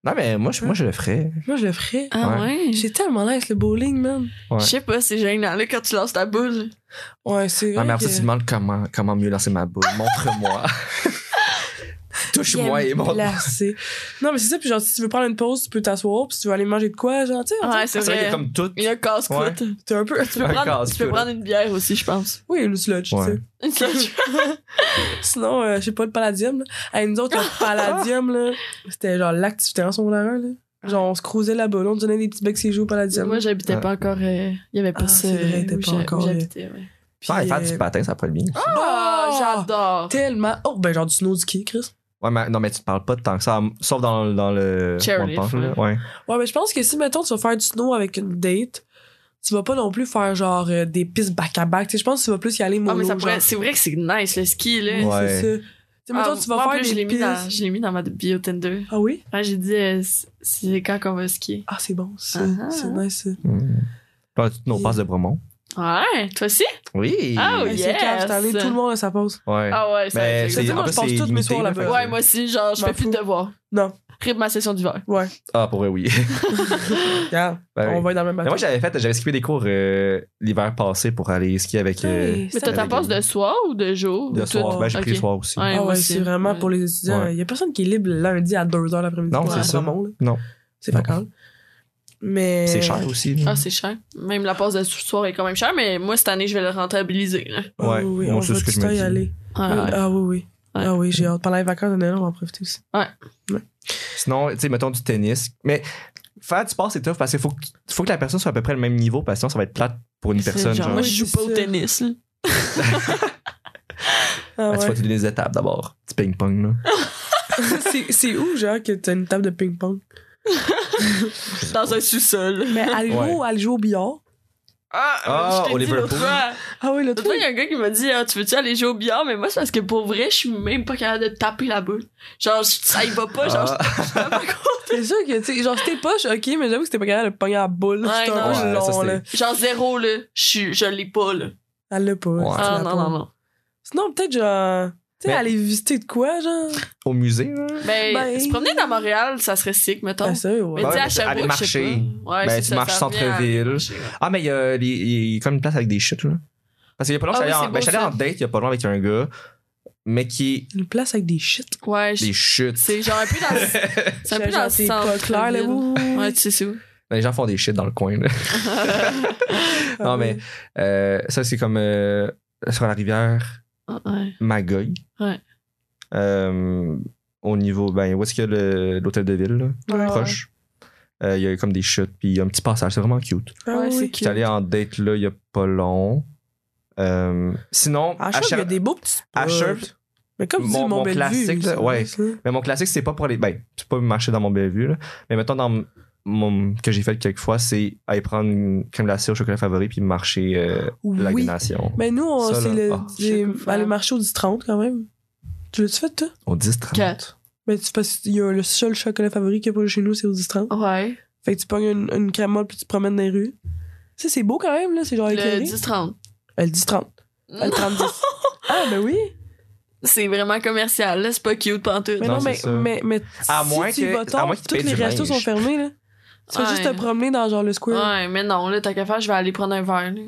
Speaker 4: Non, mais moi, je, moi, je le ferais.
Speaker 5: Moi, je le ferais.
Speaker 6: Ah ouais?
Speaker 5: J'ai tellement l'aise le bowling, man.
Speaker 4: Ouais.
Speaker 6: Je sais pas, c'est gênant, là, quand tu lances ta boule.
Speaker 5: Ouais, c'est
Speaker 4: Non,
Speaker 5: vrai.
Speaker 4: mais
Speaker 5: que-
Speaker 4: après, Ah, tu te demandes comment, comment mieux lancer ma boule. Montre-moi. Touche-moi et
Speaker 5: J'aime
Speaker 4: montre
Speaker 5: placer. Non, mais c'est ça. Puis genre, si tu veux prendre une pause, tu peux t'asseoir. Puis si tu veux aller manger de quoi, genre, tu sais. on
Speaker 6: Ouais,
Speaker 5: dirait-
Speaker 6: c'est
Speaker 4: C'est vrai qu'il y a
Speaker 6: vrai.
Speaker 4: comme tout.
Speaker 6: Il y a un casse-croûte.
Speaker 5: T'es un peu.
Speaker 6: Tu peux,
Speaker 4: Un
Speaker 6: prendre, tu peux
Speaker 4: casse-croûte.
Speaker 6: prendre une bière aussi, je pense.
Speaker 5: Oui, le sludge,
Speaker 4: Ouais.
Speaker 5: tu sais. Sinon, euh, je sais pas, le palladium. Là. Hey, nous autres, le palladium, là, c'était genre l'activité en secondaire. un, Là. Genre, on se cruisait là-bas. Là, on donnait des petits becs séjours au palladium.
Speaker 6: Moi, j'habitais
Speaker 4: Ouais.
Speaker 6: pas encore. euh, Il y avait pas
Speaker 5: Ah,
Speaker 6: ça.
Speaker 5: c'est vrai,
Speaker 6: où
Speaker 5: t'es pas
Speaker 6: j'ha- où
Speaker 5: encore, euh,
Speaker 6: J'habitais, ouais.
Speaker 5: Puis,
Speaker 4: Ouais, faire
Speaker 5: euh,
Speaker 4: du patin, ça pourrait être bien.
Speaker 5: Ah,
Speaker 6: j'adore.
Speaker 5: Tellement. Oh, ben, genre du snow du quai, Chris.
Speaker 4: Ouais, mais, non, mais tu te parles pas de tant que ça, sauf dans, dans le.
Speaker 6: Chairlift,
Speaker 4: dans le punk, là. Ouais.
Speaker 5: Ouais, mais je pense que si, mettons, tu vas faire du snow avec une date, tu vas pas non plus faire genre euh, des pistes back-à-back. Tu sais, je pense que tu vas plus y aller
Speaker 6: Ah,
Speaker 5: mollo.
Speaker 6: mais ça
Speaker 5: genre.
Speaker 6: pourrait- C'est vrai que c'est nice, le ski, là.
Speaker 5: Oui,
Speaker 4: Ouais.
Speaker 5: c'est ça. Tu sais,
Speaker 6: Ah,
Speaker 5: mettons, tu vas
Speaker 6: moi, en
Speaker 5: faire
Speaker 6: plus,
Speaker 5: des
Speaker 6: je l'ai mis dans-
Speaker 5: pistes.
Speaker 6: Je l'ai mis dans ma bio Tinder.
Speaker 5: Ah oui?
Speaker 6: Ah, j'ai dit, euh, c'est- c'est quand qu'on va skier.
Speaker 5: Ah, c'est bon, ça.
Speaker 6: Ah.
Speaker 5: C'est nice, ça.
Speaker 4: Hmm. Là, toutes nos passes de Bromont.
Speaker 6: Ouais, toi aussi?
Speaker 4: Oui.
Speaker 6: Ah,
Speaker 5: Hey,
Speaker 6: oui.
Speaker 5: C'est
Speaker 6: Yes.
Speaker 5: calme, cette année, tout le monde a sa pause.
Speaker 4: Ouais.
Speaker 6: Ah ouais, ça
Speaker 4: Mais
Speaker 6: fait-
Speaker 5: Ben, c'est-
Speaker 4: en
Speaker 5: moi,
Speaker 4: plus,
Speaker 5: je passe
Speaker 4: c'est
Speaker 5: tous mes
Speaker 4: limité,
Speaker 5: soirs
Speaker 4: là,
Speaker 5: là-bas.
Speaker 4: fait que-
Speaker 6: Ouais, moi aussi, genre, je
Speaker 5: M'en
Speaker 6: fais plus
Speaker 5: fous.
Speaker 6: de devoirs.
Speaker 5: Non.
Speaker 6: Rip ma session d'hiver.
Speaker 5: Ouais.
Speaker 4: Ah, pour vrai, oui.
Speaker 5: Regarde,
Speaker 4: Ben
Speaker 5: on
Speaker 4: oui.
Speaker 5: va être dans le même
Speaker 4: Mais
Speaker 5: bateau.
Speaker 4: moi, j'avais fait, j'avais skippé des cours euh, l'hiver passé pour aller skier avec. euh,
Speaker 5: Hey,
Speaker 6: Mais
Speaker 5: ça-
Speaker 6: t'as ta
Speaker 4: Avec
Speaker 6: passe
Speaker 4: un-
Speaker 6: de soir ou de jour?
Speaker 4: le
Speaker 6: Ah Ou
Speaker 4: soir.
Speaker 6: tout?
Speaker 4: Ben, j'ai pris
Speaker 6: Ok.
Speaker 4: le soir aussi.
Speaker 6: Ouais.
Speaker 5: Ah ouais,
Speaker 6: moi
Speaker 5: c'est
Speaker 6: aussi.
Speaker 5: vraiment
Speaker 6: Ouais.
Speaker 5: pour les étudiants.
Speaker 4: Ouais.
Speaker 5: Il y a personne qui est libre le lundi à 2h l'après-midi.
Speaker 4: Non,
Speaker 5: pour
Speaker 6: c'est
Speaker 5: un
Speaker 4: ça.
Speaker 5: roman, là.
Speaker 4: Non.
Speaker 5: C'est
Speaker 4: Non.
Speaker 5: vacant. Mais.
Speaker 4: C'est cher aussi. là.
Speaker 6: Ah, c'est cher. Même la passe de soir est quand même chère, mais moi, cette année, je vais le rentabiliser. là.
Speaker 5: Ah
Speaker 4: Ouais,
Speaker 5: oui, oui,
Speaker 4: moi,
Speaker 5: on
Speaker 4: c'est
Speaker 5: va
Speaker 4: ce que je
Speaker 5: tout le
Speaker 4: me
Speaker 5: temps y
Speaker 4: dis.
Speaker 5: aller.
Speaker 6: Ah,
Speaker 5: Oui,
Speaker 6: ouais.
Speaker 5: Ah oui, oui.
Speaker 6: Ouais.
Speaker 5: Ah oui, j'ai hâte. Pendant les vacances de Noël, on va en profiter aussi.
Speaker 4: Sinon, tu sais, mettons du tennis. Mais faire du sport, c'est tough parce qu'il faut, que- faut que la personne soit à peu près le même niveau parce que sinon, ça va être plate pour une
Speaker 6: C'est
Speaker 4: personne. Genre,
Speaker 6: genre, Moi,
Speaker 5: Oui,
Speaker 6: je joue
Speaker 5: c'est
Speaker 6: pas au
Speaker 5: ça.
Speaker 6: tennis. là.
Speaker 5: Ah
Speaker 4: Ah, tu
Speaker 5: ouais.
Speaker 4: vas toutes les étapes d'abord. Petit ping-pong, là.
Speaker 5: C'est- C'est où, genre, que t'as une table de ping-pong?
Speaker 6: Dans un sous-sol.
Speaker 5: Mais allez
Speaker 4: Ouais.
Speaker 5: jouer, allez jouer au billard.
Speaker 6: Ah,
Speaker 4: Ah,
Speaker 6: je t'ai
Speaker 4: au
Speaker 6: dit l'autre
Speaker 4: Liverpool.
Speaker 6: fois.
Speaker 5: Ah oui, le
Speaker 6: L'autre
Speaker 5: truc.
Speaker 6: fois, il y a un gars qui m'a dit ah, Tu veux-tu aller jouer au billard Mais moi, c'est parce que pour vrai, je suis même pas capable de taper la boule. Genre, je- ça y va pas. Genre,
Speaker 4: Ah.
Speaker 6: je- je tape pas contre.
Speaker 5: C'est sûr que, tu sais, genre, c'était poche, ok, mais j'avoue que c'était pas capable de pogner la boule.
Speaker 6: Ouais,
Speaker 5: C'était
Speaker 6: non.
Speaker 5: un peu
Speaker 4: Ouais, ça,
Speaker 5: long,
Speaker 4: c'était-
Speaker 5: là.
Speaker 6: genre zéro, là. Je, suis- je l'ai pas, là.
Speaker 5: Elle l'a pas.
Speaker 4: Ouais. Ben-
Speaker 5: c'est
Speaker 6: Ah,
Speaker 5: la
Speaker 6: non,
Speaker 5: pauvre.
Speaker 6: non, non.
Speaker 5: Sinon, peut-être, genre, tu sais,
Speaker 4: Mais-
Speaker 5: aller visiter de quoi, genre?
Speaker 4: Au musée, là.
Speaker 6: Ben,
Speaker 5: Ben-
Speaker 6: se promener dans Montréal, ça serait sick, mettons.
Speaker 5: Ben, ça, ouais.
Speaker 6: Mais tu sais,
Speaker 4: Ouais,
Speaker 6: à
Speaker 4: mais aller
Speaker 6: Sherbrooke, je sais
Speaker 4: marcher.
Speaker 6: pas. Ouais,
Speaker 4: Ben,
Speaker 6: c'est
Speaker 4: tu
Speaker 6: ça,
Speaker 4: marches
Speaker 6: ça revient à
Speaker 4: centre-ville.
Speaker 6: marcher, ouais.
Speaker 4: Ah, mais il y a, les- il y a comme une place avec des chutes, là. Parce qu'il y a pas longtemps,
Speaker 6: Ah oui,
Speaker 4: j'allais en-
Speaker 6: c'est
Speaker 4: ben,
Speaker 6: beau,
Speaker 4: j'étais allé
Speaker 6: ça.
Speaker 4: en date il y a pas longtemps avec un gars, mais qui est
Speaker 5: Une place avec des shit.
Speaker 6: Ouais, je-
Speaker 4: des chutes.
Speaker 6: c'est genre un peu dans c'est un peu
Speaker 5: Genre,
Speaker 6: dans
Speaker 5: c'est pas
Speaker 6: centre
Speaker 5: clair, là. ouh, ouh,
Speaker 6: Ouais, tu sais c'est où.
Speaker 4: Ben, Les gens font des shits dans le coin, là.
Speaker 5: ah
Speaker 4: non,
Speaker 5: oui.
Speaker 4: mais euh, ça, c'est comme euh, sur la rivière
Speaker 6: Ah, ouais.
Speaker 4: Magog.
Speaker 6: Ouais.
Speaker 4: Euh, au niveau, ben, où est-ce qu'il y a le- l'hôtel de ville, là,
Speaker 6: Ah
Speaker 5: Ouais.
Speaker 4: proche? Euh, Il y a comme des chutes, puis il y a un petit passage, c'est vraiment cute.
Speaker 5: Ah
Speaker 6: Ouais,
Speaker 5: oui.
Speaker 6: c'est
Speaker 4: J'étais allé en date, là, il y a pas long. Euh, sinon,
Speaker 6: Ah,
Speaker 5: À Sherbrooke, il y a
Speaker 4: Sher-
Speaker 5: des beaux petits spots.
Speaker 4: à Sherbrooke,
Speaker 5: Mais comme tu dis,
Speaker 4: Mon-
Speaker 5: Mont
Speaker 4: mon
Speaker 5: Bellevue.
Speaker 4: classique, là,
Speaker 5: ça,
Speaker 4: ouais.
Speaker 5: ça.
Speaker 4: Mais mon classique, c'est pas pour aller. Ben, tu peux marcher dans mon Bellevue, là. Mais mettons, dans mon. que j'ai fait quelques fois, c'est aller prendre une crème glacée au chocolat favori puis marcher euh, la
Speaker 5: Oui.
Speaker 4: Nation.
Speaker 5: Mais nous, on-
Speaker 4: Ça,
Speaker 5: c'est
Speaker 4: là.
Speaker 5: le,
Speaker 4: Ah.
Speaker 5: j'ai-
Speaker 6: Chocolat.
Speaker 5: aller marcher au 10-30 quand même. Tu l'as-tu fait, toi?
Speaker 4: Au 10-30.
Speaker 6: Quatre.
Speaker 5: Mais tu passes, il y a le seul chocolat favori qu'il y a pas chez nous, c'est au 10-30.
Speaker 6: Ouais.
Speaker 5: Fait que tu pognes une, une crème molle puis tu te promènes dans les rues. Ça, c'est beau quand même, là. C'est genre
Speaker 6: Le
Speaker 5: éclairé.
Speaker 6: 10-30.
Speaker 5: Euh, Le 10-30. Euh, Le 30-10. ah, ben oui.
Speaker 6: C'est vraiment commercial, là. C'est pas cute pantoute.
Speaker 5: Mais
Speaker 4: Non,
Speaker 5: non,
Speaker 4: c'est
Speaker 5: mais,
Speaker 4: ça.
Speaker 5: mais, mais
Speaker 4: À
Speaker 5: si
Speaker 4: moins
Speaker 5: tu y
Speaker 4: que-
Speaker 5: vas
Speaker 4: à
Speaker 5: tard,
Speaker 4: moins que tu
Speaker 5: tous
Speaker 4: payes
Speaker 5: les
Speaker 4: du
Speaker 5: restos
Speaker 4: linge.
Speaker 5: sont fermés, là. Tu vas
Speaker 6: Ouais.
Speaker 5: juste te promener dans genre le square.
Speaker 6: Ouais, mais non, là, t'as qu'à faire, je vais aller prendre un verre, là.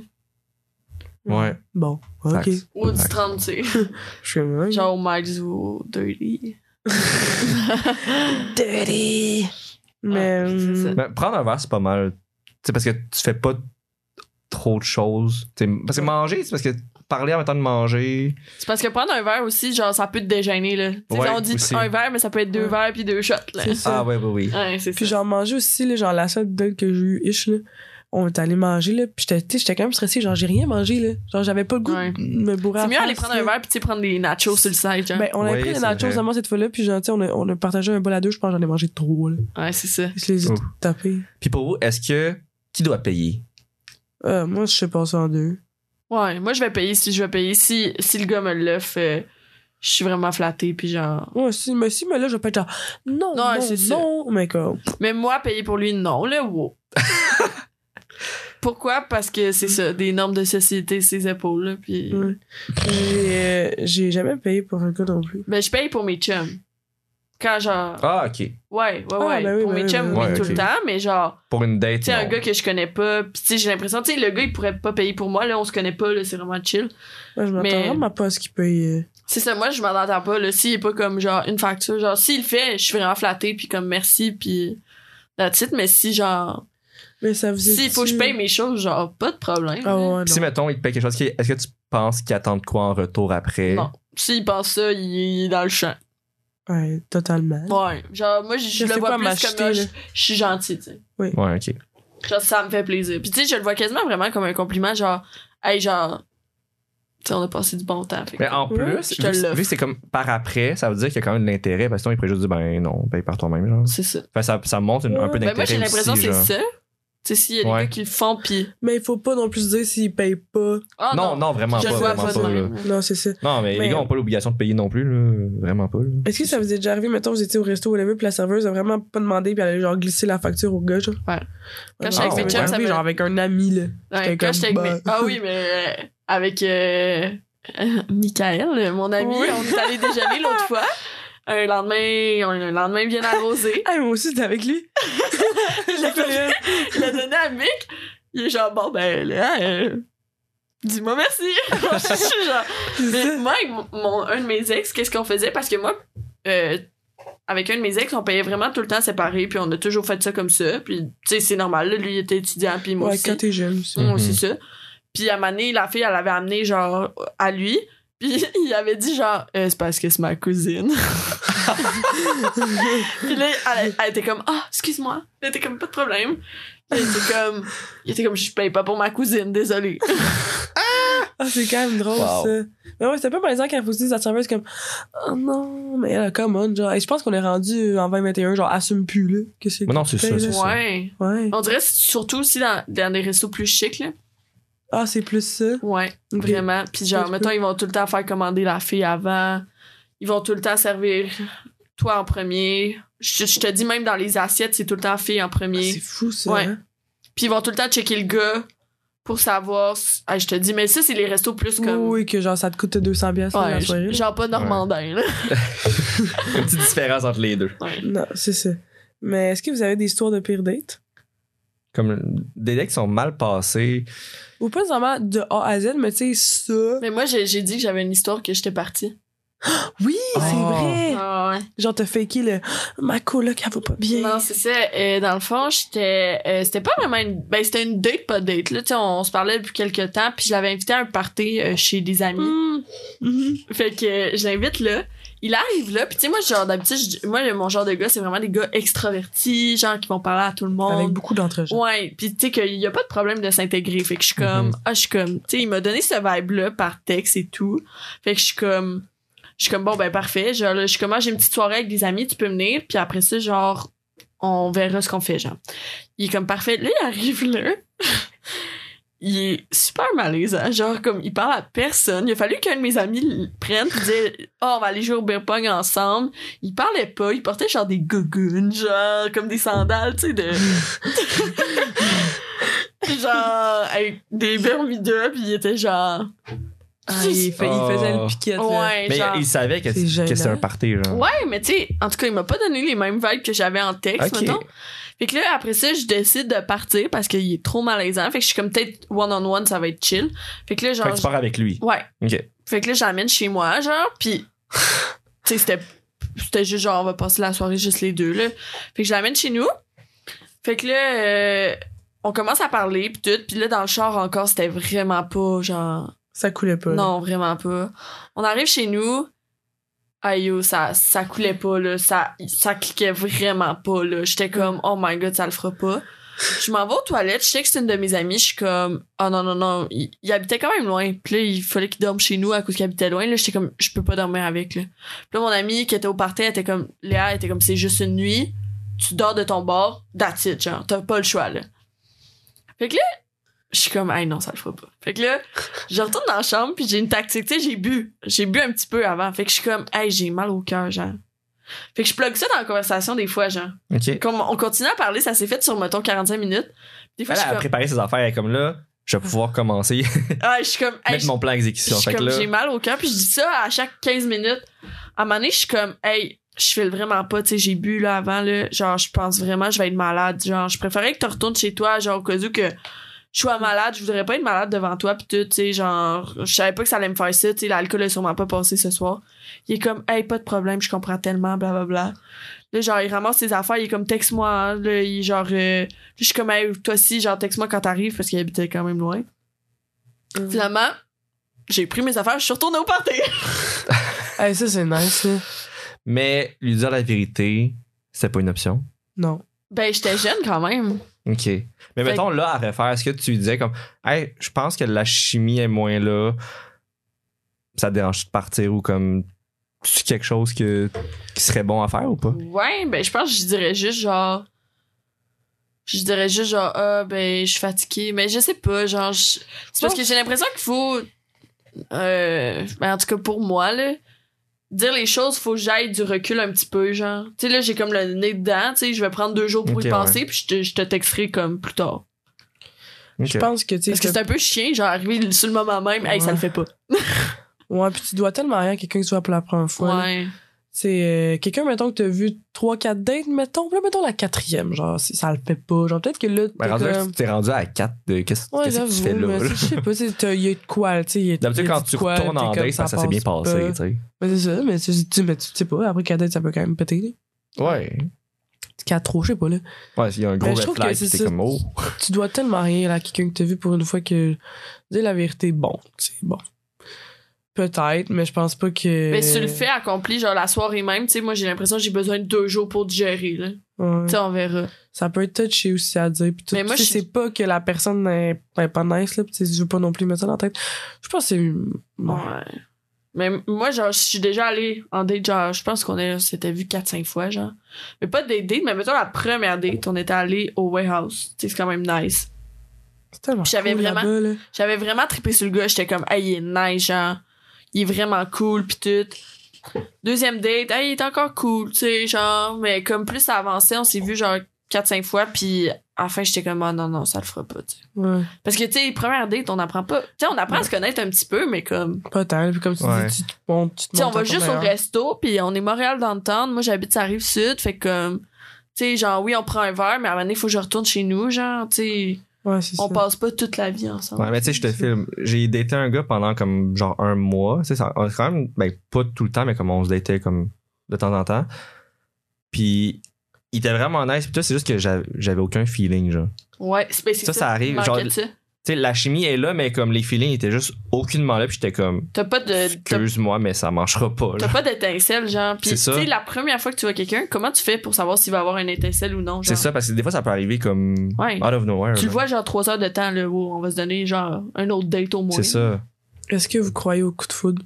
Speaker 4: Ouais.
Speaker 5: Bon, ok.
Speaker 4: Facts.
Speaker 6: Ou au
Speaker 4: Exact.
Speaker 6: 10-30, tu sais.
Speaker 5: Je suis comme, ouais.
Speaker 6: Genre au Miles ou au Dirty.
Speaker 5: Dirty. Mais. euh,
Speaker 6: Ouais, c'est ça.
Speaker 4: Mais prendre un verre, c'est pas mal. Tu sais, parce que tu fais pas trop de choses. Tu sais, parce que
Speaker 5: Ouais.
Speaker 4: manger, c'est parce que parler en même temps de manger.
Speaker 6: C'est parce que prendre un verre aussi, genre, ça peut te déjeuner, là. Tu sais,
Speaker 4: Ouais,
Speaker 6: on dit
Speaker 4: aussi.
Speaker 6: un verre, mais ça peut être deux
Speaker 5: Ouais.
Speaker 6: verres puis deux shots, là.
Speaker 5: C'est ça.
Speaker 4: Ah, ouais, oui, oui.
Speaker 6: Ouais, c'est
Speaker 5: Puis
Speaker 6: ça.
Speaker 5: j'en mangeais aussi, là, genre la seule date que j'ai eu ish, là, on est allé manger, là, puis j'étais, tu sais, j'étais quand même stressée, genre j'ai rien mangé, là. Genre j'avais pas le goût
Speaker 6: Ouais.
Speaker 5: de me bourrer à
Speaker 6: C'est mieux
Speaker 5: face,
Speaker 6: aller prendre
Speaker 5: là.
Speaker 6: un verre hein. puis, tu sais, prendre des nachos sur le side, genre.
Speaker 5: Ben, on avait
Speaker 4: Oui,
Speaker 5: pris des
Speaker 4: c'est
Speaker 5: nachos
Speaker 4: vrai.
Speaker 5: seulement cette fois-là, puis genre, tu sais, on a, on a partagé un bol à deux, je pense que j'en ai mangé trop, là.
Speaker 6: Ouais, c'est ça.
Speaker 5: Je les ai
Speaker 4: Ouf.
Speaker 5: tous tapés.
Speaker 4: Puis pour vous, est-ce que. Qui doit payer?
Speaker 5: Euh, moi, je sais pas ça en deux.
Speaker 6: Ouais, moi, je vais payer si je vais payer. Si, si le gars me l'offre, euh, je suis vraiment flattée, puis genre...
Speaker 5: Ouais, si, mais si, mais là, je vais pas être genre, non,
Speaker 6: Non,
Speaker 5: non,
Speaker 6: c'est ça.
Speaker 5: non, mais comme,
Speaker 6: Mais moi, payer pour lui, non, là, wow. Pourquoi? Parce que c'est ça, des normes de société, ses épaules, là, puis...
Speaker 5: Ouais. j'ai, euh, j'ai jamais payé pour un gars non plus.
Speaker 6: Ben, je paye pour mes chums. Quand, genre...
Speaker 4: Ah, ok.
Speaker 6: Ouais, ouais,
Speaker 5: Ah,
Speaker 6: ouais.
Speaker 5: ben oui,
Speaker 6: pour
Speaker 5: ben
Speaker 6: mes
Speaker 5: oui, ben
Speaker 6: chums, oui,
Speaker 4: oui.
Speaker 6: tout
Speaker 4: Ouais,
Speaker 6: le
Speaker 4: ok.
Speaker 6: temps, mais genre...
Speaker 4: Pour une date.
Speaker 6: Tu sais, un
Speaker 4: non.
Speaker 6: gars que je connais pas, pis tu sais, j'ai l'impression, tu sais, le gars, il pourrait pas payer pour moi, là, on se connaît pas, là, c'est vraiment chill.
Speaker 5: Moi, je m'attends
Speaker 6: Mais-
Speaker 5: vraiment pas à ce qu'il paye. euh.
Speaker 6: C'est ça, moi, je m'en entends pas, là, s'il est pas comme, genre, une facture, genre, s'il le fait, je suis vraiment flattée, puis comme, merci, puis that's it, mais si, genre,
Speaker 5: Mais ça faisait.
Speaker 6: s'il faut que je paye mes choses, genre, pas de problème.
Speaker 5: Ah ouais,
Speaker 6: là.
Speaker 5: non.
Speaker 4: Puis si, mettons, il te paye quelque chose, qui est- est-ce que tu penses qu'il attend de quoi en retour après?
Speaker 6: Non. S'il pense ça, il il est dans le champ.
Speaker 5: Ouais, totalement.
Speaker 6: Ouais. Genre, moi, je, je
Speaker 5: Je
Speaker 6: le
Speaker 5: sais
Speaker 6: vois
Speaker 5: quoi
Speaker 6: plus
Speaker 5: m'acheter,
Speaker 6: comme ah,
Speaker 5: là.
Speaker 6: je, je suis gentil, tu sais.
Speaker 4: Ouais, ok.
Speaker 6: Genre, ça me fait plaisir. Puis, tu sais, je le vois quasiment vraiment comme un compliment, genre, hey, genre, tu sais, on a passé du bon temps. fait que-
Speaker 4: Mais Ben, en
Speaker 5: Ouais,
Speaker 4: plus,
Speaker 6: je te
Speaker 4: vu, que-
Speaker 6: l'offre.
Speaker 4: vu que c'est comme par après, ça veut dire qu'il y a quand même de l'intérêt parce que sinon, il pourrait juste dire ben non, paye par toi-même. Genre.
Speaker 6: C'est ça.
Speaker 4: Enfin, ça, ça montre une- un peu
Speaker 6: Ben,
Speaker 4: d'intérêt.
Speaker 6: moi, j'ai l'impression que
Speaker 4: aussi,
Speaker 6: c'est
Speaker 4: genre.
Speaker 6: ça. Tu sais, s'il y a des
Speaker 4: Ouais.
Speaker 6: gars qui le font, pis.
Speaker 5: Mais il faut pas non plus dire s'il paye pas.
Speaker 6: Ah
Speaker 4: non, non, vraiment
Speaker 6: je
Speaker 4: pas.
Speaker 6: le vois
Speaker 4: vraiment
Speaker 6: pas de
Speaker 4: pas, là.
Speaker 6: même.
Speaker 5: Non, c'est ça.
Speaker 4: Non, mais,
Speaker 5: Mais-
Speaker 4: les gars n'ont pas l'obligation de payer non plus, là. Vraiment pas, là.
Speaker 5: Est-ce que ça vous est déjà arrivé, mettons, vous étiez au resto ou whatever, puis la serveuse a vraiment pas demandé, puis elle a genre glissé la facture au gars, genre? Ah,
Speaker 6: Ouais. Quand j'étais
Speaker 4: avec mes
Speaker 5: m'est
Speaker 4: chums,
Speaker 6: ça
Speaker 5: arrivé,
Speaker 6: me-
Speaker 5: genre avec un ami, là.
Speaker 6: Ouais,
Speaker 5: J'étais
Speaker 6: quand
Speaker 5: comme,
Speaker 6: j'étais avec mes-
Speaker 5: bah.
Speaker 6: Ah oui, mais euh, avec euh, euh, Michael, mon ami,
Speaker 5: Oui.
Speaker 6: on est allé déjeuner l'autre fois. Un lendemain, un un lendemain bien arrosé.
Speaker 5: Ah, moi aussi, c'était avec lui.
Speaker 6: La période. Il a donné à Mick. Il est genre, bon, ben, là, euh, dis-moi merci. je suis genre, mais moi, avec mon- mon, un de mes ex, qu'est-ce qu'on faisait? Parce que moi, euh, avec un de mes ex, on payait vraiment tout le temps séparés, puis on a toujours fait ça comme ça. Puis, tu sais, c'est normal, là, lui, il était étudiant, puis moi
Speaker 5: Ouais,
Speaker 6: aussi.
Speaker 5: quand t'es jeune, ça.
Speaker 6: Moi
Speaker 4: Mhm.
Speaker 6: aussi, ça. Puis à un moment donné, la fille, elle l'avait amené genre à lui. Puis il avait dit genre, Euh, c'est parce que c'est ma cousine. puis là, elle, elle était comme, ah, excuse-moi. Elle était comme, pas de problème. Puis elle était comme, il était comme, je paye pas pour ma cousine, désolé.
Speaker 5: Ah, c'est quand même drôle,
Speaker 4: Wow.
Speaker 5: ça. Mais ouais, c'est un peu malaisant quand faut se dire, la serveuse, comme, oh non, mais elle a come on, genre. Et je pense qu'on est rendu euh, en 2021, genre, assume plus, là, que c'est.
Speaker 4: Mais non, c'est ça, c'est ça.
Speaker 6: Ouais.
Speaker 5: Ouais.
Speaker 6: On dirait surtout aussi dans, dans des restos plus chics, là.
Speaker 5: Ah, c'est plus ça.
Speaker 6: Ouais,
Speaker 5: Ok.
Speaker 6: vraiment. Puis
Speaker 5: Un
Speaker 6: genre,
Speaker 5: petit
Speaker 6: mettons,
Speaker 5: peu.
Speaker 6: ils vont tout le temps faire commander la fille avant. Ils vont tout le temps servir toi en premier. Je, je te dis même dans les assiettes, c'est tout le temps fille en premier.
Speaker 5: Ah, C'est fou, ça.
Speaker 6: Ouais.
Speaker 5: hein?
Speaker 6: Puis ils vont tout le temps checker le gars pour savoir. si- Ah, je te dis, mais ça, c'est les restos plus comme.
Speaker 5: Oui, que genre, ça te coûte 200 pièces
Speaker 6: Ouais,
Speaker 5: la soirée. là.
Speaker 6: genre pas normandin, là.
Speaker 4: Une petite différence entre les deux.
Speaker 6: Ouais.
Speaker 5: Non, c'est ça. Mais est-ce que vous avez des histoires de pire date?
Speaker 4: Comme des decks qui sont mal passés.
Speaker 5: Ou pas nécessairement de A à Z, mais tu sais, ça.
Speaker 6: Mais moi, j'ai j'ai dit que j'avais une histoire que j'étais partie.
Speaker 5: Oui, c'est
Speaker 4: Oh.
Speaker 5: vrai!
Speaker 6: Ah ouais.
Speaker 5: Genre, t'as faké le ma coloc, elle va pas bien.
Speaker 6: Non, c'est ça. Euh, dans le fond, j'étais. euh, c'était pas vraiment une. Ben, c'était une date, pas date. Là, tu sais, on, on se parlait depuis quelques temps, puis je l'avais invité à un party euh, chez des amis.
Speaker 5: Mhm. Mhm.
Speaker 6: Fait que euh, je l'invite là. Il arrive là, puis tu sais, moi, genre, d'habitude, je- moi, le- mon genre de gars, c'est vraiment des gars extravertis, genre, qui vont parler à tout le monde.
Speaker 5: Avec beaucoup d'entre gens.
Speaker 6: Ouais, puis tu sais qu'il y a pas de problème de s'intégrer. Fait que je suis comme,
Speaker 4: Mhm.
Speaker 6: ah, je suis comme, tu sais, il m'a donné ce vibe-là par texte et tout. Fait que je suis comme, je suis comme, bon, ben parfait. Genre, là, je suis comme, ah, j'ai une petite soirée avec des amis, tu peux venir. Puis après ça, genre, on verra ce qu'on fait, genre. Il est comme, parfait. Là, il arrive là. il est super malaisant. Genre, comme, il parle à personne. Il a fallu qu'un de mes amis le prenne pis dise, oh, on va aller jouer au beer pong ensemble. Il parlait pas. Il portait genre des gogoons, genre, comme des sandales, tu sais, de genre avec des Bermudas puis il était genre
Speaker 5: Ah, il, fait- il faisait
Speaker 4: Oh.
Speaker 5: le piquette. là.
Speaker 6: ouais
Speaker 4: Mais
Speaker 6: genre
Speaker 4: ils savaient que
Speaker 5: C'est
Speaker 4: que c'était
Speaker 5: gênant.
Speaker 4: un party, genre.
Speaker 6: ouais mais tu sais en tout cas il m'a pas donné les mêmes vibes que j'avais en texte
Speaker 4: Ok.
Speaker 6: mettons fait que là après ça je décide de partir parce qu'il est trop malaisant fait que je suis comme peut-être one on one ça va être chill fait que là genre
Speaker 4: Fait que tu pars avec lui.
Speaker 6: je- ouais
Speaker 4: Ok.
Speaker 6: fait que là j'amène chez moi genre puis tu sais c'était c'était juste genre on va passer la soirée juste les deux là fait que je l'amène chez nous fait que là euh, on commence à parler puis tout puis là dans le char encore c'était vraiment pas genre
Speaker 5: Ça coulait pas. là.
Speaker 6: Non, vraiment pas. On arrive chez nous. Aïe, yo, ça, ça coulait pas, là. Ça, ça cliquait vraiment pas, là. J'étais comme, oh my god, ça le fera pas. Je m'en vais aux toilettes, je sais que c'est une de mes amies, je suis comme, oh non, non, non, il, il habitait quand même loin. Puis là, il fallait qu'il dorme chez nous à cause qu'il habitait loin, là. J'étais comme, je peux pas dormir avec, là. Puis là, mon amie qui était au party, elle était comme, Léa, elle était comme, c'est juste une nuit, tu dors de ton bord, that's it, genre, t'as pas le choix, là. Fait que là, je suis comme, ah non, ça le fera pas. Fait que là, je retourne dans la chambre puis j'ai une tactique tu sais j'ai bu j'ai bu un petit peu avant fait que je suis comme hey j'ai mal au cœur genre fait que je plug ça dans la conversation des fois genre
Speaker 4: Ok.
Speaker 6: comme on continue à parler ça s'est fait sur mettons 45 minutes des fois
Speaker 4: Elle
Speaker 6: je suis
Speaker 4: a
Speaker 6: comme
Speaker 4: préparé ses affaires, elle est comme là, je vais pouvoir commencer,
Speaker 6: ah je suis comme hey,
Speaker 4: mettre
Speaker 6: je-
Speaker 4: mon plan à exécution.
Speaker 6: je suis
Speaker 4: Fait que
Speaker 6: comme,
Speaker 4: là,
Speaker 6: j'ai mal au cœur, puis je dis ça à chaque 15 minutes. À un moment donné, je suis comme, hey, je file vraiment pas, tu sais, j'ai bu là avant, là, genre, je pense vraiment, que je vais être malade. Genre, je préférais que tu retournes chez toi, genre, au cas où que je sois malade, je voudrais pas être malade devant toi, puis tout, tu sais, genre, je savais pas que ça allait me faire ça, tu sais, l'alcool a sûrement pas passé ce soir. Il est comme, hey, pas de problème, je comprends tellement, blablabla. Bla, bla. Là, genre, il ramasse ses affaires, il est comme, texte-moi, hein. là, il est genre, euh, je suis comme, hey, toi aussi, genre, texte-moi quand t'arrives, parce qu'il habitait quand même loin.
Speaker 5: Mhm.
Speaker 6: Finalement, j'ai pris mes affaires, je suis retournée au party.
Speaker 5: Hey, ça, c'est nice, là.
Speaker 4: Mais lui dire la vérité, c'était pas une option.
Speaker 5: Non.
Speaker 6: Ben, j'étais jeune quand même.
Speaker 4: OK. Mais mettons, là, à refaire, est-ce que tu lui disais comme, hey, je pense que la chimie est moins là, ça te dérange de partir ou comme, c'est quelque chose que, qui serait bon à faire ou pas?
Speaker 6: Ouais, ben, je pense que je dirais juste genre. Je dirais juste genre, ah, ben, je suis fatiguée. Mais je sais pas, genre. je- C'est parce que j'ai l'impression qu'il faut. Euh, ben, en tout cas, pour moi, là. Dire les choses, faut que j'aille du recul un petit peu, genre. Tu sais, là, j'ai comme le nez dedans, tu sais, je vais prendre deux jours pour
Speaker 4: Ok,
Speaker 6: y
Speaker 4: ouais.
Speaker 6: penser, puis je te, je te texterai comme plus tard.
Speaker 5: Je pense que, tu sais,
Speaker 6: Parce que c'est
Speaker 5: t'as-
Speaker 6: un peu chiant, genre, arriver sur le moment même, hey, ça
Speaker 5: Ouais.
Speaker 6: le fait pas.
Speaker 5: ouais, puis tu dois tellement rien à quelqu'un qui soit pour la première fois. là.
Speaker 6: Ouais.
Speaker 5: C'est euh, quelqu'un, mettons, que t'as vu 3-4 dates, mettons. Puis là, mettons la quatrième, genre, si ça le fait pas. Genre, peut-être que là.
Speaker 4: Ben,
Speaker 5: t'es
Speaker 4: rendu là,
Speaker 5: comme-
Speaker 4: tu t'es rendu à 4. Qu'est-ce
Speaker 5: Ouais,
Speaker 4: qu'est-ce que tu fais
Speaker 5: j'avoue,
Speaker 4: là?
Speaker 5: mais
Speaker 4: là?
Speaker 5: c'est- Je sais pas, c'est- t'as- il y a de quoi, tu sais. il y a- il
Speaker 4: D'habitude,
Speaker 5: y a
Speaker 4: quand
Speaker 5: de
Speaker 4: tu
Speaker 5: quoi,
Speaker 4: retournes
Speaker 5: t'es
Speaker 4: en
Speaker 5: comme,
Speaker 4: date, ça, ça s'est bien
Speaker 5: passe
Speaker 4: passé,
Speaker 5: pas.
Speaker 4: tu sais.
Speaker 5: Mais c'est ça, mais tu, tu- mais tu tu sais pas, après qu'à date, ça peut quand même péter. là.
Speaker 4: Ouais.
Speaker 5: Qu'à trop, je sais pas, là.
Speaker 4: Ouais, il y a un gros
Speaker 5: Ben, je
Speaker 4: red
Speaker 5: trouve que
Speaker 4: flag,
Speaker 5: c'est
Speaker 4: puis t'es
Speaker 5: ça.
Speaker 4: comme, oh.
Speaker 5: Tu dois tellement rien à quelqu'un que t'as vu pour une fois que. Dis la vérité, bon, c'est bon. Peut-être, mais je pense pas que.
Speaker 6: Mais si tu le fais accompli, genre la soirée même, tu sais, moi j'ai l'impression que j'ai besoin de deux jours pour digérer, là.
Speaker 5: Ouais.
Speaker 6: Tu sais, on verra.
Speaker 5: Ça peut être touché aussi à dire. Puis tout.
Speaker 6: Mais moi,
Speaker 5: Tu sais,
Speaker 6: je-
Speaker 5: c'est pas que la personne n'est est pas nice, là. puis tu sais, je veux pas non plus mettre ça dans la tête. Je pense que c'est.
Speaker 6: Ouais.
Speaker 5: Bon.
Speaker 6: Mais moi, genre, je suis déjà allée en date, genre, je pense qu'on est- on s'était vu 4-5 fois, genre. Mais pas des dates, mais mettons la première date, on était allé au warehouse. Tu sais, c'est quand même nice.
Speaker 5: C'est tellement.
Speaker 6: Puis j'avais
Speaker 5: cool
Speaker 6: vraiment-
Speaker 5: là-bas, là.
Speaker 6: J'avais vraiment trippé sur le gars, j'étais comme, hey, il est nice, genre, il est vraiment cool, pis tout. Deuxième date, hey, il est encore cool, tu sais, genre, mais comme plus ça avançait, on s'est vu genre 4-5 fois, puis à la fin, j'étais comme, Ah, non, non, ça le fera pas, tu sais.
Speaker 5: Ouais.
Speaker 6: Parce que, tu sais, première date, on apprend pas. Tu sais, on apprend à se connaître un petit peu, mais comme.
Speaker 5: Pas tant. Puis comme tu
Speaker 4: Ouais.
Speaker 5: dis, tu te montes. Tu te
Speaker 6: Tu sais, on
Speaker 5: montes à
Speaker 6: va
Speaker 5: ton
Speaker 4: hein.
Speaker 6: juste au
Speaker 5: meilleur.
Speaker 6: resto, puis on est Montréal dans le temps. Moi, j'habite sur la rive sud, fait que, euh, tu sais, genre, oui, on prend un verre, mais à un moment donné, il faut que je retourne chez nous, genre, tu sais,
Speaker 5: Ouais, c'est ça.
Speaker 6: on passe pas toute la vie ensemble.
Speaker 4: Ouais, mais tu sais, je te filme. J'ai daté un gars pendant comme genre un mois. Tu sais, ça- on- quand même, ben, pas tout le temps, mais comme on se datait comme de temps en temps. Puis, il était vraiment nice. Puis toi, c'est juste que j'avais j'avais aucun feeling, genre.
Speaker 6: Ouais, c'est ben, c'est
Speaker 4: Ça, ça arrive,
Speaker 6: manquait
Speaker 4: genre-
Speaker 6: de ça.
Speaker 4: Tu sais, la chimie est là, mais comme les feelings étaient juste aucunement là. Puis j'étais comme,
Speaker 6: T'as pas de. t'as-
Speaker 4: excuse-moi, mais ça marchera pas,
Speaker 6: T'as
Speaker 4: genre.
Speaker 6: pas d'étincelle, genre. Puis,
Speaker 4: C'est
Speaker 6: tu
Speaker 4: ça.
Speaker 6: sais, la première fois que tu vois quelqu'un, comment tu fais pour savoir s'il va avoir une étincelle ou non,
Speaker 4: C'est
Speaker 6: genre?
Speaker 4: ça, parce que des fois, ça peut arriver comme
Speaker 6: Ouais.
Speaker 4: out of nowhere.
Speaker 6: Tu le
Speaker 4: genre.
Speaker 6: vois, genre, trois heures de temps, là, où on va se donner, genre, un autre date au moins.
Speaker 4: C'est ça.
Speaker 5: Est-ce que vous croyez au coup de foudre?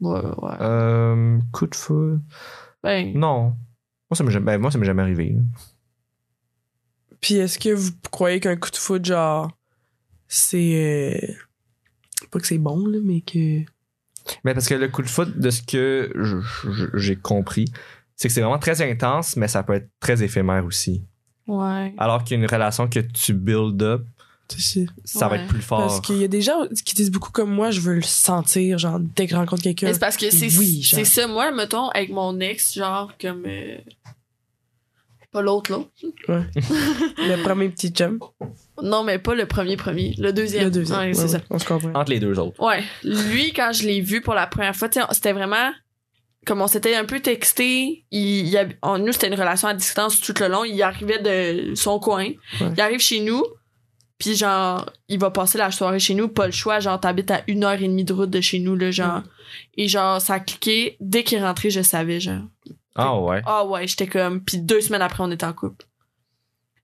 Speaker 6: Ouais, ouais.
Speaker 4: Euh, coup de fou.
Speaker 6: Ben,
Speaker 4: Non. Moi, ça m'est jamais, ben, moi, ça m'est jamais arrivé. là.
Speaker 5: Puis est-ce que vous croyez qu'un coup de foudre, genre, c'est. euh, Pas que c'est bon, là, mais que.
Speaker 4: Mais parce que le coup de foot, de ce que je- je- j'ai compris, c'est que c'est vraiment très intense, mais ça peut être très éphémère aussi.
Speaker 6: ouais.
Speaker 4: Alors qu'une relation que tu build up,
Speaker 5: Tu sais,
Speaker 4: ça va
Speaker 6: Ouais.
Speaker 4: être plus
Speaker 5: Parce
Speaker 4: fort.
Speaker 5: qu'il y a des gens qui disent beaucoup comme moi, je veux le sentir, genre, dès que je rencontre quelqu'un.
Speaker 6: Mais c'est parce que c'est
Speaker 5: Oui, genre.
Speaker 6: c'est ça, moi, mettons, avec mon ex, genre, comme. euh, pas l'autre, l'autre.
Speaker 5: Le premier petit jump.
Speaker 6: Non, mais pas le premier, premier. Le deuxième.
Speaker 5: Le deuxième.
Speaker 6: Ouais,
Speaker 5: Ouais,
Speaker 6: c'est
Speaker 5: ouais,
Speaker 6: ça.
Speaker 5: On se comprend.
Speaker 4: Entre les deux autres.
Speaker 6: Ouais. Lui, quand je l'ai vu pour la première fois, tu sais, c'était vraiment. Comme on s'était un peu texté, il, il hab- on- nous, c'était une relation à distance tout le long. Il arrivait de son coin. Il arrive chez nous, puis genre, il va passer la soirée chez nous. Pas le choix, genre, t'habites à une heure et demie de route de chez nous, là, genre. Et genre, ça a cliqué. Dès qu'il est rentré, je savais, genre.
Speaker 4: Ah ouais.
Speaker 6: Ah ouais, j'étais comme. Puis deux semaines après, on était en couple.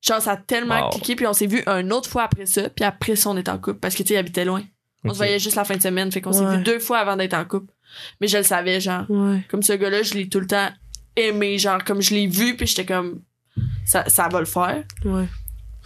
Speaker 6: Genre, ça a tellement
Speaker 4: Wow.
Speaker 6: cliqué, puis on s'est vu une autre fois après ça, puis après ça, on était en couple parce que, tu sais, il habitait loin. On
Speaker 4: Ok.
Speaker 6: se voyait juste la fin de semaine, fait qu'on
Speaker 5: Ouais.
Speaker 6: s'est vu deux fois avant d'être en couple. Mais je le savais, genre.
Speaker 5: Ouais.
Speaker 6: Comme ce gars-là, je l'ai tout le temps aimé, genre, comme je l'ai vu, puis j'étais comme. Ça, ça va le faire.
Speaker 5: Ouais.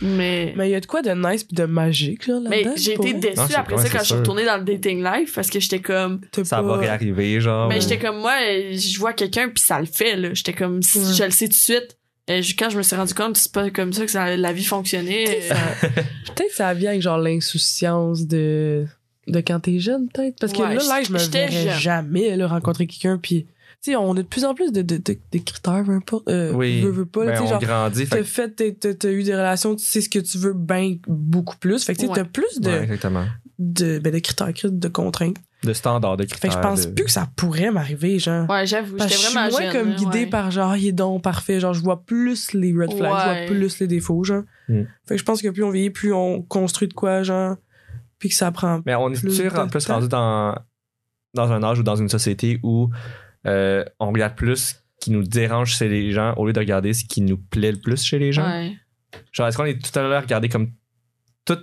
Speaker 6: Mais.
Speaker 5: Mais il y a de quoi de nice pis de magique, là,
Speaker 6: Mais
Speaker 5: là-dedans,
Speaker 6: Ben, j'ai
Speaker 5: pour
Speaker 6: été
Speaker 4: Non,
Speaker 5: vrai.
Speaker 6: déçue
Speaker 4: c'est-
Speaker 6: après
Speaker 4: ouais,
Speaker 6: ça
Speaker 4: c'est
Speaker 6: quand je suis
Speaker 4: sûr.
Speaker 6: retournée dans le dating life parce que j'étais comme.
Speaker 5: T'as
Speaker 4: Ça
Speaker 5: pas-
Speaker 4: va réarriver, genre.
Speaker 6: Mais
Speaker 4: Ah ouais.
Speaker 6: j'étais comme, moi, euh, je vois quelqu'un puis ça le fait, là. J'étais comme, si
Speaker 5: Ouais.
Speaker 6: je le sais tout de suite. Et je- quand je me suis rendu compte, c'est pas comme ça que ça- la vie fonctionnait. euh,
Speaker 5: Peut-être que ça vient avec, genre, l'insouciance de. De quand t'es jeune, peut-être. Parce que
Speaker 6: Ouais,
Speaker 5: là, là,
Speaker 6: j'étais-
Speaker 5: je me
Speaker 6: j'étais
Speaker 5: verrais
Speaker 6: jeune.
Speaker 5: jamais, là, rencontrer quelqu'un pis. Tu sais, on a de plus en plus de, de, de, de critères, peu importe. Euh,
Speaker 4: Oui.
Speaker 5: Veux, veux pas,
Speaker 4: Ben,
Speaker 5: là, tu sais,
Speaker 4: on
Speaker 5: genre.
Speaker 4: grandit.
Speaker 5: t'as
Speaker 4: Fait...
Speaker 5: fait t'es- t'as t'as eu des relations tu sais ce que tu veux ben beaucoup plus fait que tu sais,
Speaker 6: Ouais.
Speaker 5: t'as plus de
Speaker 4: Ouais, exactement.
Speaker 5: de, ben, de critères de contraintes
Speaker 4: De standard, de critères.
Speaker 5: fait que je pense
Speaker 4: de-
Speaker 5: plus que ça pourrait m'arriver genre
Speaker 6: Ouais, j'avoue,
Speaker 5: Parce que je
Speaker 6: j'étais
Speaker 5: suis
Speaker 6: vraiment
Speaker 5: moins
Speaker 6: jeune,
Speaker 5: comme
Speaker 6: là,
Speaker 5: guidée
Speaker 6: ouais.
Speaker 5: par genre il est donc parfait genre je vois plus les red flags
Speaker 6: Ouais.
Speaker 5: je vois plus les défauts genre
Speaker 4: Mm.
Speaker 5: fait que je pense que plus on vieillit plus on construit de quoi genre puis que ça prend
Speaker 4: Mais on est
Speaker 5: plus
Speaker 4: plus,
Speaker 5: de
Speaker 4: plus
Speaker 5: temps.
Speaker 4: rendu dans, dans un âge ou dans une société où euh, on regarde plus ce qui nous dérange chez les gens au lieu de regarder ce qui nous plaît le plus chez les gens.
Speaker 6: Ouais.
Speaker 4: Genre, est-ce qu'on est tout à l'heure regardé comme tout,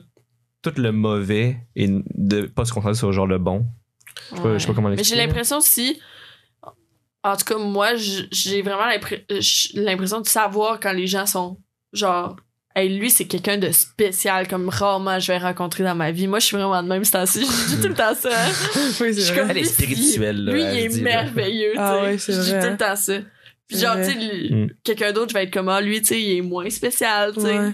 Speaker 4: tout le mauvais et de pas se concentrer sur genre le bon? Je sais pas, je sais pas
Speaker 6: Ouais.
Speaker 4: comment
Speaker 6: Mais j'ai
Speaker 4: l'expliquer.
Speaker 6: l'impression si. En tout cas, moi, j- j'ai vraiment l'impr- euh, j- l'impression de savoir quand les gens sont genre. Hey, lui, c'est quelqu'un de spécial, comme rarement je vais rencontrer dans ma vie. Moi, je suis vraiment de même station. Je dis tout le temps ça. hein.
Speaker 5: Oui, c'est
Speaker 6: Je suis
Speaker 5: vrai.
Speaker 6: comme,
Speaker 4: Elle est
Speaker 6: lui,
Speaker 4: spirituelle, là,
Speaker 6: Lui,
Speaker 4: elle
Speaker 6: il est
Speaker 4: dit, là.
Speaker 6: merveilleux. tu
Speaker 5: Ah
Speaker 6: sais.
Speaker 5: ouais, c'est
Speaker 6: Je dis
Speaker 5: vrai.
Speaker 6: tout le temps ça. Puis
Speaker 5: C'est
Speaker 6: genre, tu
Speaker 5: vrai.
Speaker 6: sais, le-
Speaker 4: Mm.
Speaker 6: quelqu'un d'autre, je vais être comme, ah, lui, tu sais, il est moins spécial, tu sais.
Speaker 5: Ouais.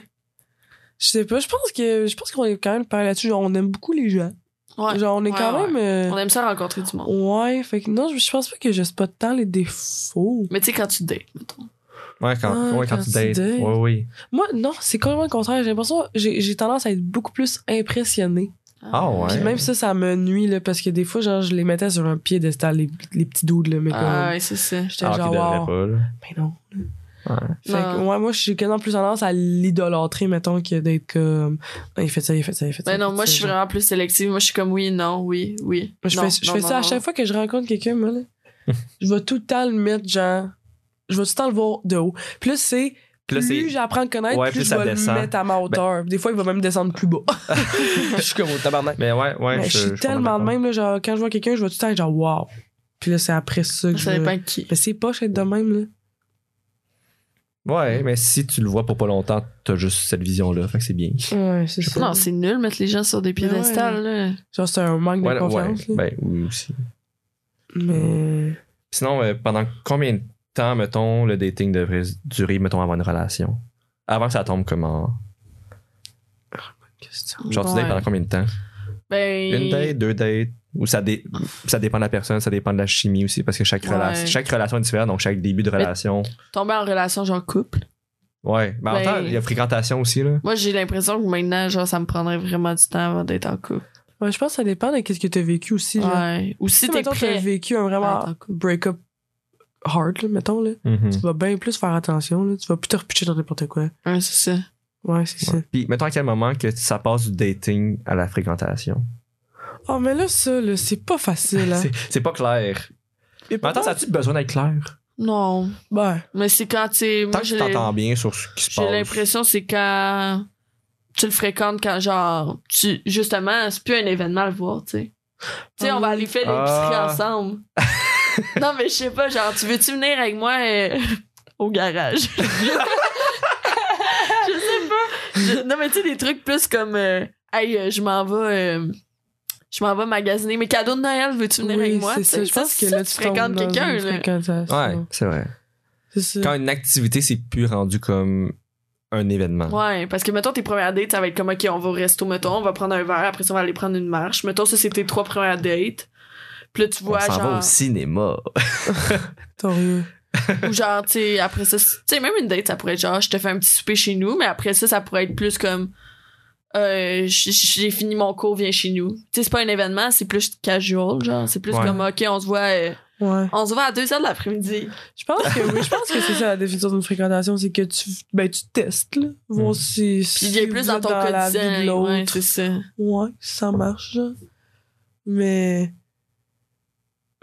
Speaker 5: je sais pas je pense que je pense qu'on est quand même par là-dessus genre on aime beaucoup les gens
Speaker 6: Ouais.
Speaker 5: Genre, on est
Speaker 6: Ouais,
Speaker 5: quand
Speaker 6: ouais.
Speaker 5: même. euh,
Speaker 6: On aime ça rencontrer du monde.
Speaker 5: Ouais, fait que non, je, je pense pas que je spot tant les défauts.
Speaker 6: Mais tu sais, quand tu dates, mettons.
Speaker 4: Ouais, quand,
Speaker 5: Ah,
Speaker 4: ouais, quand, tu dates. Ouais, oui.
Speaker 5: Moi, non, c'est complètement le contraire. J'ai l'impression, j'ai j'ai tendance à être beaucoup plus impressionnée.
Speaker 4: Ah ouais.
Speaker 5: Puis même ça, ça me nuit, là, parce que des fois, genre, je les mettais sur un piédestal, les, les petits doudes, là, mais comme.
Speaker 6: Ah ouais, c'est ça.
Speaker 5: J'étais
Speaker 4: Alors
Speaker 5: genre,
Speaker 4: qu'il devrait
Speaker 5: wow.
Speaker 4: ben, pas, là.
Speaker 5: Mais non. Fait que,
Speaker 6: Non.
Speaker 5: ouais, moi, j'ai quasiment plus tendance à l'idolâtrer, mettons, que d'être comme. Ah, Il fait ça, il fait ça, il fait ça.
Speaker 6: Ben
Speaker 5: il
Speaker 6: non,
Speaker 5: fait
Speaker 6: moi, je
Speaker 5: ça,
Speaker 6: suis
Speaker 5: genre.
Speaker 6: vraiment plus sélective. Moi, je suis comme oui, non, oui, oui.
Speaker 5: Moi, Je
Speaker 6: Non,
Speaker 5: fais, je
Speaker 6: non,
Speaker 5: fais
Speaker 6: non,
Speaker 5: ça à
Speaker 6: non.
Speaker 5: chaque fois que je rencontre quelqu'un, moi, là. je vais tout le temps le mettre, genre. Je vais tout le temps le voir de haut. Plus c'est.
Speaker 4: Puis là,
Speaker 5: Plus
Speaker 4: c'est.
Speaker 5: j'apprends à le connaître,
Speaker 4: Ouais,
Speaker 5: plus,
Speaker 4: plus
Speaker 5: je
Speaker 4: ça
Speaker 5: vais
Speaker 4: descend. Ben
Speaker 5: le mettre à ma hauteur. Des fois, il va même descendre plus bas. je suis comme au tabarnak.
Speaker 4: Mais ouais, ouais.
Speaker 5: Mais je suis tellement de même, là, genre, quand je vois quelqu'un, je vais tout le temps être genre, wow. Puis là, c'est après ça que
Speaker 6: Ça
Speaker 5: je.
Speaker 6: dépend de qui.
Speaker 5: Mais c'est poche être de même, là.
Speaker 4: Ouais, mais si tu le vois pour pas longtemps, t'as juste cette vision-là. Fait que c'est bien.
Speaker 5: Ouais, c'est ça.
Speaker 6: Non, c'est nul mettre les gens sur
Speaker 5: Ben
Speaker 6: des piédestals, là.
Speaker 5: Genre, c'est un manque
Speaker 4: Ouais,
Speaker 5: de
Speaker 4: là,
Speaker 5: confiance,
Speaker 4: ouais.
Speaker 5: là.
Speaker 4: Ben oui aussi.
Speaker 5: Mais.
Speaker 4: Sinon, euh, pendant combien de temps, mettons, le dating devrait durer, mettons, avant une relation? Avant que ça tombe comment?
Speaker 5: Question.
Speaker 4: Genre, tu
Speaker 6: Ouais.
Speaker 4: dates pendant combien de temps?
Speaker 6: Ben.
Speaker 4: Une date, deux dates? Ou ça, dé- ça dépend de la personne, ça dépend de la chimie aussi, parce que chaque,
Speaker 6: Ouais.
Speaker 4: relation chaque relation est différente, donc chaque début de relation.
Speaker 6: Tomber en relation, genre couple.
Speaker 4: Ouais. Ben, en
Speaker 6: Ben-
Speaker 4: même temps, il y a fréquentation aussi, là.
Speaker 6: Moi, j'ai l'impression que maintenant, genre, ça me prendrait vraiment du temps avant d'être en couple.
Speaker 5: Ouais, je pense que ça dépend de qu'est-ce que t'as vécu aussi, là.
Speaker 6: Ouais. Ou si
Speaker 5: Si,
Speaker 6: t'es
Speaker 5: mettons, t'as
Speaker 6: prêt.
Speaker 5: vécu un
Speaker 6: Ah,
Speaker 5: vraiment
Speaker 6: t'en coupe.
Speaker 5: break-up hard, là, mettons, là.
Speaker 4: Mhm.
Speaker 5: Tu vas bien plus faire attention, là. Tu vas plus te repitcher dans n'importe quoi.
Speaker 6: Ouais, c'est ça.
Speaker 5: Ouais, c'est ça.
Speaker 4: Ouais. Puis, mettons à quel moment que ça passe du dating à la fréquentation.
Speaker 5: Oh, mais là, ça, là, c'est pas facile, hein.
Speaker 4: C'est c'est pas clair.
Speaker 5: Mais
Speaker 4: Mais attends, ça a-tu besoin d'être clair?
Speaker 6: Non.
Speaker 5: Ben,
Speaker 6: Mais c'est quand, tu sais.
Speaker 4: Tant
Speaker 6: Moi,
Speaker 4: que
Speaker 6: j'ai
Speaker 4: tu t'entends bien sur ce qui se passe.
Speaker 6: j'ai l'impression que c'est quand. Tu le fréquentes quand, genre. Tu, justement, c'est plus un événement à le voir, tu sais. Tu sais, on va aller faire l'épicerie
Speaker 4: Ah.
Speaker 6: ensemble. non, mais je sais pas, genre, tu veux-tu venir avec moi euh, au garage? je sais pas. Je- non, mais tu sais, des trucs plus comme. euh, hey, euh, je m'en vais. euh, je m'en vais magasiner mes cadeaux de Noël, veux-tu venir
Speaker 5: oui,
Speaker 6: avec moi?
Speaker 5: c'est
Speaker 6: Tu sais,
Speaker 5: ça. Je pense que là, tu tombes
Speaker 6: fréquentes
Speaker 5: dans une
Speaker 6: quelqu'un, là.
Speaker 5: fréquentation.
Speaker 4: Ouais, c'est vrai.
Speaker 5: C'est ça.
Speaker 4: Quand une activité, c'est plus rendu comme un événement.
Speaker 6: Ouais, parce que mettons tes premières dates, ça va être comme OK, on va au resto, mettons, on va prendre un verre, après ça on va aller prendre une marche. Mettons ça c'est tes trois premières dates. Puis là tu
Speaker 4: On
Speaker 6: vois
Speaker 4: s'en va
Speaker 6: genre
Speaker 4: au cinéma.
Speaker 5: T'as rien.
Speaker 6: ou genre tu sais après ça c'est- tu sais même une date ça pourrait être genre je te fais un petit souper chez nous, mais après ça ça pourrait être plus comme euh, j- j'ai fini mon cours, viens chez nous. Tu sais c'est pas un événement, c'est plus casual genre, c'est plus
Speaker 4: Ouais.
Speaker 6: comme OK, on se voit euh,
Speaker 5: Ouais.
Speaker 6: on se voit à 2h de l'après-midi.
Speaker 5: Je pense que oui, je pense que c'est ça la définition d'une fréquentation, c'est que tu, ben, tu testes, là, voir
Speaker 4: Mm.
Speaker 5: si, si
Speaker 6: Puis il y a plus
Speaker 5: vous
Speaker 6: dans
Speaker 5: êtes
Speaker 6: ton
Speaker 5: la vie de
Speaker 6: quotidien. Ouais,
Speaker 5: l'autre.
Speaker 6: c'est ça.
Speaker 5: Ouais, ça marche, là. Mais.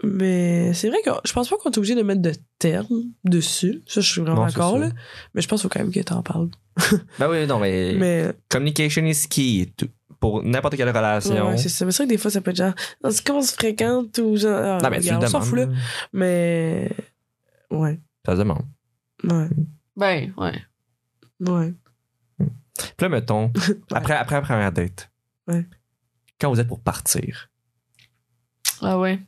Speaker 5: Mais c'est vrai que je pense pas qu'on est obligé de mettre de terme dessus. Ça, je suis vraiment
Speaker 4: Non, c'est
Speaker 5: d'accord,
Speaker 4: ça.
Speaker 5: là. Mais je pense qu'il faut quand même que t'en parles.
Speaker 4: Ben oui, non, mais,
Speaker 5: Mais.
Speaker 4: communication is key tout- pour n'importe quelle relation.
Speaker 5: ouais, c'est ça. Mais c'est vrai que des fois, ça peut être genre. On se on se fréquente ou genre. ah,
Speaker 4: non, mais tu le
Speaker 5: regarde, on s'en
Speaker 4: demandes,
Speaker 5: fout, là.
Speaker 4: là.
Speaker 5: Mais. Ouais.
Speaker 4: Ça se demande.
Speaker 5: Ouais.
Speaker 6: Ben ouais.
Speaker 5: Ouais.
Speaker 4: Puis là, mettons, après, après la première date,
Speaker 5: Ouais.
Speaker 4: quand vous êtes pour partir,
Speaker 6: Ah ouais.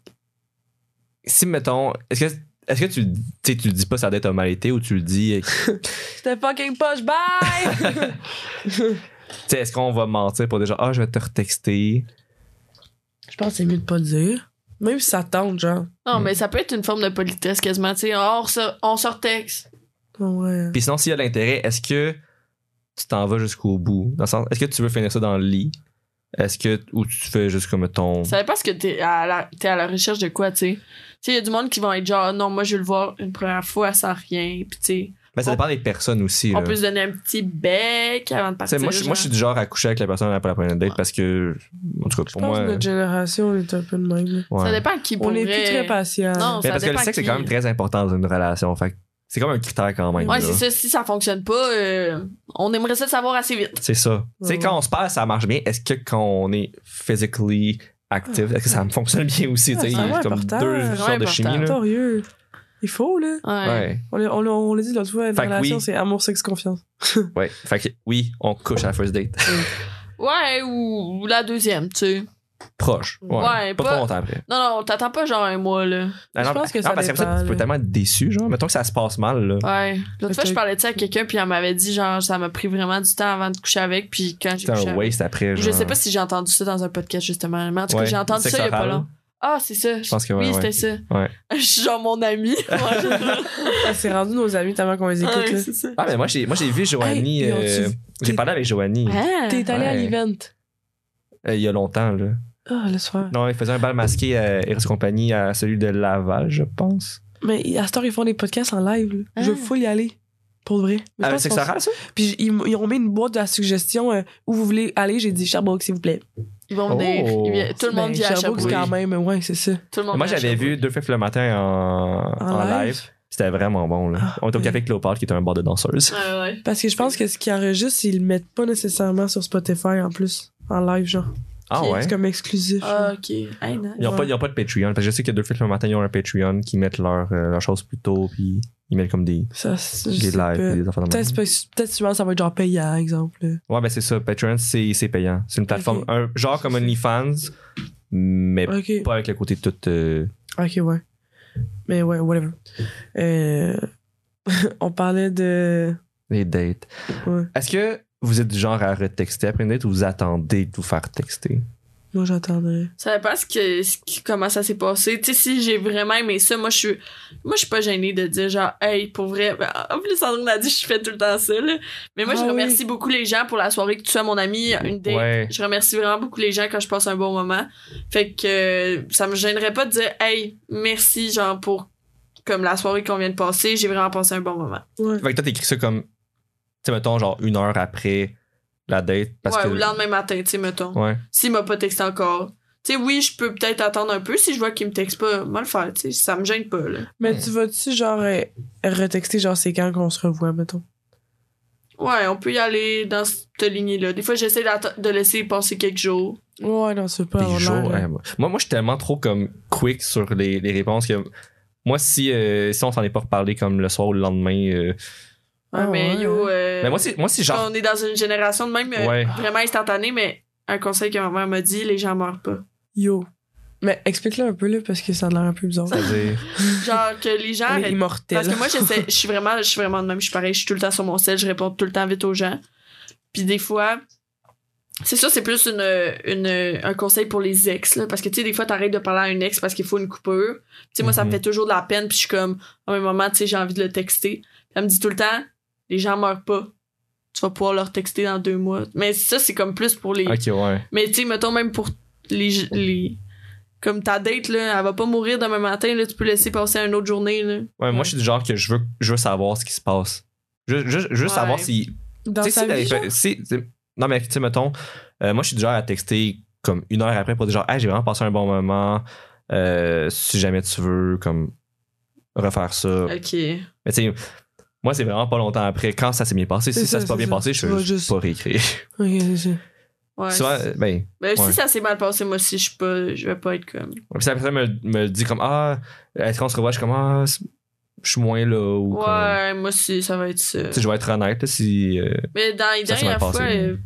Speaker 4: si, mettons, est-ce que, est-ce que tu, le dis- tu sais, tu le dis pas sa date a mal été ou tu le dis, euh,
Speaker 5: C'était fucking poche, bye!
Speaker 4: tu sais, est-ce qu'on va mentir pour déjà, ah, je vais te retexter.
Speaker 5: Je pense que c'est mieux de pas le dire. Même si ça tente, genre.
Speaker 6: Non,
Speaker 4: Mm.
Speaker 6: mais ça peut être une forme de politesse quasiment, tu sais, on sort, on sort texte.
Speaker 5: Ouais.
Speaker 4: Puis sinon, s'il y a de l'intérêt, est-ce que tu t'en vas jusqu'au bout? Dans le sens, est-ce que tu veux finir ça dans le lit? Est-ce que, ou tu fais juste comme ton.
Speaker 6: Ça dépend ce que t'es à, la, t'es à la recherche de quoi, tu sais. Tu sais, il y a du monde qui vont être genre, non, moi, je vais le voir une première fois sans rien. Puis, tu sais,
Speaker 4: Mais ça
Speaker 6: on-
Speaker 4: dépend des personnes aussi.
Speaker 6: on
Speaker 4: là.
Speaker 6: peut se donner un petit bec
Speaker 4: Tu
Speaker 6: avant de
Speaker 4: sais,
Speaker 6: partir.
Speaker 4: moi, je, moi, je suis
Speaker 6: genre.
Speaker 4: du genre à coucher avec la personne après la première date
Speaker 6: Ouais.
Speaker 4: parce que, en tout cas,
Speaker 5: Je
Speaker 4: pour
Speaker 5: pense
Speaker 4: moi. euh,
Speaker 5: que notre génération, on est un peu de même. là.
Speaker 4: ouais.
Speaker 6: Ça dépend qui
Speaker 5: On
Speaker 6: pourrait...
Speaker 5: est plus très patient.
Speaker 6: Non,
Speaker 4: Mais
Speaker 6: ça
Speaker 4: parce que le
Speaker 6: dépend
Speaker 4: sexe est
Speaker 6: qui.
Speaker 4: quand même très important dans une relation. Fait que c'est comme un critère quand même.
Speaker 6: Ouais,
Speaker 4: là.
Speaker 6: c'est ça. Si ça fonctionne pas, euh, on aimerait ça le savoir assez vite.
Speaker 4: C'est ça. Tu sais,
Speaker 5: Ouais.
Speaker 4: quand on se parle, ça marche bien. Est-ce que quand on est physically
Speaker 6: Ah.
Speaker 4: active, est-ce que ça me fonctionne bien aussi? Tu
Speaker 5: Ouais,
Speaker 4: sais,
Speaker 5: c'est
Speaker 4: il y a
Speaker 5: vraiment
Speaker 4: comme
Speaker 5: important.
Speaker 4: deux
Speaker 5: Vraiment
Speaker 4: sortes de
Speaker 6: important.
Speaker 4: chimie.
Speaker 5: C'est
Speaker 4: Là.
Speaker 5: sérieux. Il faut, là.
Speaker 6: Ouais.
Speaker 4: Ouais.
Speaker 5: On l'a on, l'a- on l'a dit l'autre fois, une
Speaker 4: Fait que
Speaker 5: relation,
Speaker 4: oui.
Speaker 5: c'est amour, sexe, confiance.
Speaker 4: ouais. Fait que oui, on couche à la first date.
Speaker 6: Ouais, ou, ou la deuxième, tu sais.
Speaker 4: proche. Ouais,
Speaker 6: Ouais,
Speaker 4: pas,
Speaker 6: pas-
Speaker 4: trop longtemps après.
Speaker 6: Non, non, t'attends pas genre un mois, là.
Speaker 4: Ah,
Speaker 5: Je
Speaker 4: non,
Speaker 5: pense que
Speaker 4: non,
Speaker 5: ça
Speaker 4: parce qu'après
Speaker 5: dépend,
Speaker 4: ça, tu peux
Speaker 5: là.
Speaker 4: tellement être déçu, genre. Mettons que ça se passe mal, là.
Speaker 6: Ouais. L'autre fois,
Speaker 5: Peut-être.
Speaker 6: je parlais de ça à quelqu'un, puis elle m'avait dit, genre, ça m'a pris vraiment du temps avant de coucher avec, puis quand j'ai
Speaker 4: c'est
Speaker 6: couché
Speaker 4: un
Speaker 6: avec-
Speaker 4: waste après.
Speaker 6: Je
Speaker 4: genre.
Speaker 6: sais pas si j'ai entendu ça dans un podcast, justement. Mais en tout cas,
Speaker 4: Ouais,
Speaker 6: j'ai entendu
Speaker 4: sexe
Speaker 6: ça il y a pas
Speaker 4: oral.
Speaker 6: long. Ah, c'est ça.
Speaker 4: Je pense que ouais,
Speaker 6: oui,
Speaker 4: ouais.
Speaker 6: c'était ça.
Speaker 4: Ouais.
Speaker 6: Je suis genre mon ami.
Speaker 5: Ça s'est rendu nos amis tellement qu'on les écoute.
Speaker 6: Ouais,
Speaker 5: là.
Speaker 6: c'est ça.
Speaker 4: Ah, mais moi, j'ai, moi, j'ai vu Joanie.
Speaker 5: puis on-
Speaker 4: euh, j'ai parlé avec Joanie
Speaker 6: Ah.
Speaker 5: T'es allé à
Speaker 4: Ouais.
Speaker 5: l'event.
Speaker 4: euh, il y a longtemps, là.
Speaker 5: Ah, le soir.
Speaker 4: Non, il faisait un bal masqué à Eros Compagnie à celui de Laval, je pense.
Speaker 5: Mais à cette heure, ils font des podcasts en live. là. Je
Speaker 6: Ah.
Speaker 5: veux full y aller. Pour de vrai. Mais je
Speaker 4: Ah, mais
Speaker 5: pense
Speaker 4: c'est
Speaker 5: qu'on-
Speaker 4: que ça rase, ça?
Speaker 5: Puis j- ils, m- ils ont mis une boîte de la suggestion euh, où vous voulez aller. J'ai dit Sherbrooke, s'il vous plaît.
Speaker 6: Ils vont venir.
Speaker 4: Oh.
Speaker 6: Ils viennent- Tout le monde
Speaker 5: Ben,
Speaker 6: vient à
Speaker 5: Sherbrooke, c'est
Speaker 6: Sherbrooke.
Speaker 5: quand même, ouais, c'est ça.
Speaker 6: Tout le monde
Speaker 4: Moi,
Speaker 6: vient à
Speaker 4: j'avais vu
Speaker 6: Sherbrooke.
Speaker 4: deux feux le matin en,
Speaker 5: En
Speaker 4: en live.
Speaker 5: live.
Speaker 4: C'était vraiment bon, là.
Speaker 5: Ah,
Speaker 4: On était au
Speaker 5: oui.
Speaker 4: Café Cléopâtre, qui est un bar de danseuses.
Speaker 6: Ouais, ouais.
Speaker 5: Parce que je pense que ce qu'ils enregistrent, ils le mettent pas nécessairement sur Spotify en plus. En live, genre.
Speaker 4: Ah
Speaker 6: Qui-
Speaker 4: ouais?
Speaker 5: C'est comme exclusif.
Speaker 6: Ah, ok. Hey, nice.
Speaker 4: Ils n'ont pas, ils ont pas de Patreon. Parce que je sais que deux feux le matin, ils ont un Patreon qui mettent leurs euh, leurs choses plus tôt, puis ils mettent comme des,
Speaker 5: Ça, c'est- je
Speaker 4: des lives,
Speaker 5: sais pas.
Speaker 4: puis des affaires de même.
Speaker 5: Peut-être peut souvent, ça va être genre payant, exemple.
Speaker 4: Ouais, ben c'est ça. Patreon, c'est c'est payant. C'est une plateforme,
Speaker 5: Ok.
Speaker 4: un, genre comme OnlyFans, mais
Speaker 5: Ok.
Speaker 4: pas avec le côté tout. euh,
Speaker 5: Ok, ouais. Mais ouais, whatever. Euh, on parlait de.
Speaker 4: les dates.
Speaker 5: Ouais.
Speaker 4: Est-ce que vous êtes du genre à retexter après une date ou vous attendez de vous faire texter?
Speaker 5: Moi, j'attendrais.
Speaker 6: Ça dépend ce que, ce qui- comment ça s'est passé. Tu sais, si j'ai vraiment aimé ça, moi, je suis, moi, je suis pas gênée de dire, genre, hey, pour vrai. ah, En plus, Sandrine a dit, je fais tout le temps ça, là. Mais moi,
Speaker 5: Ah
Speaker 6: je
Speaker 5: oui.
Speaker 6: remercie beaucoup les gens pour la soirée que tu sois mon ami, une date.
Speaker 4: Ouais.
Speaker 6: Je remercie vraiment beaucoup les gens quand je passe un bon moment. Fait que, euh, ça me gênerait pas de dire, hey, merci, genre, pour, comme la soirée qu'on vient de passer, j'ai vraiment passé un bon moment.
Speaker 5: Ouais.
Speaker 4: Fait que toi, t'écris ça comme, tu sais, mettons, genre une heure après la date. Parce
Speaker 6: ouais,
Speaker 4: que,
Speaker 6: ou le lendemain matin, tu sais, mettons.
Speaker 4: Ouais.
Speaker 6: S'il m'a pas texté encore. Tu sais, oui, je peux peut-être attendre un peu. Si je vois qu'il me texte pas, moi le faire, tu sais, ça me gêne pas, là.
Speaker 5: Mais tu vas-tu, genre, euh, retexter, genre, c'est quand qu'on se revoit, mettons?
Speaker 6: Ouais, on peut y aller dans cette lignée-là. Des fois, j'essaie d'atte- de laisser passer quelques jours.
Speaker 5: Ouais, non, c'est pas
Speaker 4: Des
Speaker 5: avoir
Speaker 4: jours,
Speaker 5: l'air,
Speaker 4: hein, moi. moi, moi, je suis tellement trop comme quick sur les, les réponses que moi, si, euh, si on s'en est pas reparlé comme le soir ou le lendemain. euh,
Speaker 5: Ah
Speaker 6: mais
Speaker 5: ouais.
Speaker 6: yo, euh,
Speaker 4: mais moi, c'est moi, c'est genre.
Speaker 6: on est dans une génération de même euh,
Speaker 4: Ouais.
Speaker 6: vraiment instantanée, mais un conseil que ma mère m'a dit, les gens meurent pas.
Speaker 5: Yo. Mais explique-le un peu, là, parce que ça a l'air un peu bizarre.
Speaker 4: c'est-à-dire-
Speaker 6: Genre que les gens...
Speaker 5: On est
Speaker 6: arrêtent-
Speaker 5: immortel.
Speaker 6: Ah, Parce que moi, j'essaie, je suis vraiment, je suis vraiment de même, je suis pareil, je suis tout le temps sur mon sel, je réponds tout le temps vite aux gens. Puis des fois, c'est sûr, c'est plus une, une, un conseil pour les ex, là, parce que tu sais, des fois, t'arrêtes de parler à un ex parce qu'il faut une coupure. Tu sais, moi, ça me
Speaker 4: Mhm.
Speaker 6: fait toujours de la peine, puis je suis comme, à un moment, tu sais, j'ai envie de le texter. Elle me dit tout le temps, les gens meurent pas. Tu vas pouvoir leur texter dans deux mois. Mais ça, c'est comme plus pour les.
Speaker 4: Ok, ouais.
Speaker 6: Mais tu sais, mettons même pour les, les. Comme ta date, là, elle va pas mourir demain matin, là, tu peux laisser passer une autre journée, là.
Speaker 4: Ouais, moi, je suis du genre que je veux, je veux savoir ce qui se passe. Je veux juste
Speaker 6: Ouais.
Speaker 4: savoir si
Speaker 5: Dans
Speaker 4: Tu sais,
Speaker 5: sa
Speaker 4: si
Speaker 5: vie,
Speaker 4: t'avais fait- si- si- non, mais tu sais, mettons, euh, moi, je suis du genre à texter comme une heure après pour dire genre, hey, j'ai vraiment passé un bon moment. Euh, si jamais tu veux, comme, refaire ça.
Speaker 6: Ok.
Speaker 4: Mais tu sais, moi, c'est vraiment pas longtemps après. Quand ça s'est bien passé,
Speaker 5: C'est
Speaker 4: si ça,
Speaker 5: ça,
Speaker 4: s'est pas
Speaker 5: c'est
Speaker 4: bien
Speaker 5: ça.
Speaker 4: passé, je
Speaker 5: Tu
Speaker 4: veux
Speaker 5: vas
Speaker 4: juste,
Speaker 5: juste-
Speaker 4: pas réécrire.
Speaker 5: Ok, c'est ça.
Speaker 6: Ouais.
Speaker 4: Souvent,
Speaker 6: si-
Speaker 4: ben,
Speaker 6: ben,
Speaker 4: ouais.
Speaker 6: si ça s'est mal passé, moi aussi, je suis pas, je vais pas être comme.
Speaker 4: puis la personne me, me dit comme, ah, est-ce qu'on se revoit? Je suis comme, ah, c'est- je suis moins là. Ou comme-
Speaker 6: Ouais, moi aussi, ça va être ça.
Speaker 4: Tu sais, je vais être honnête, là, si. euh,
Speaker 6: Mais dans les
Speaker 4: Ça s'est
Speaker 6: dernières
Speaker 4: mal
Speaker 6: fois,
Speaker 4: passé.
Speaker 6: euh,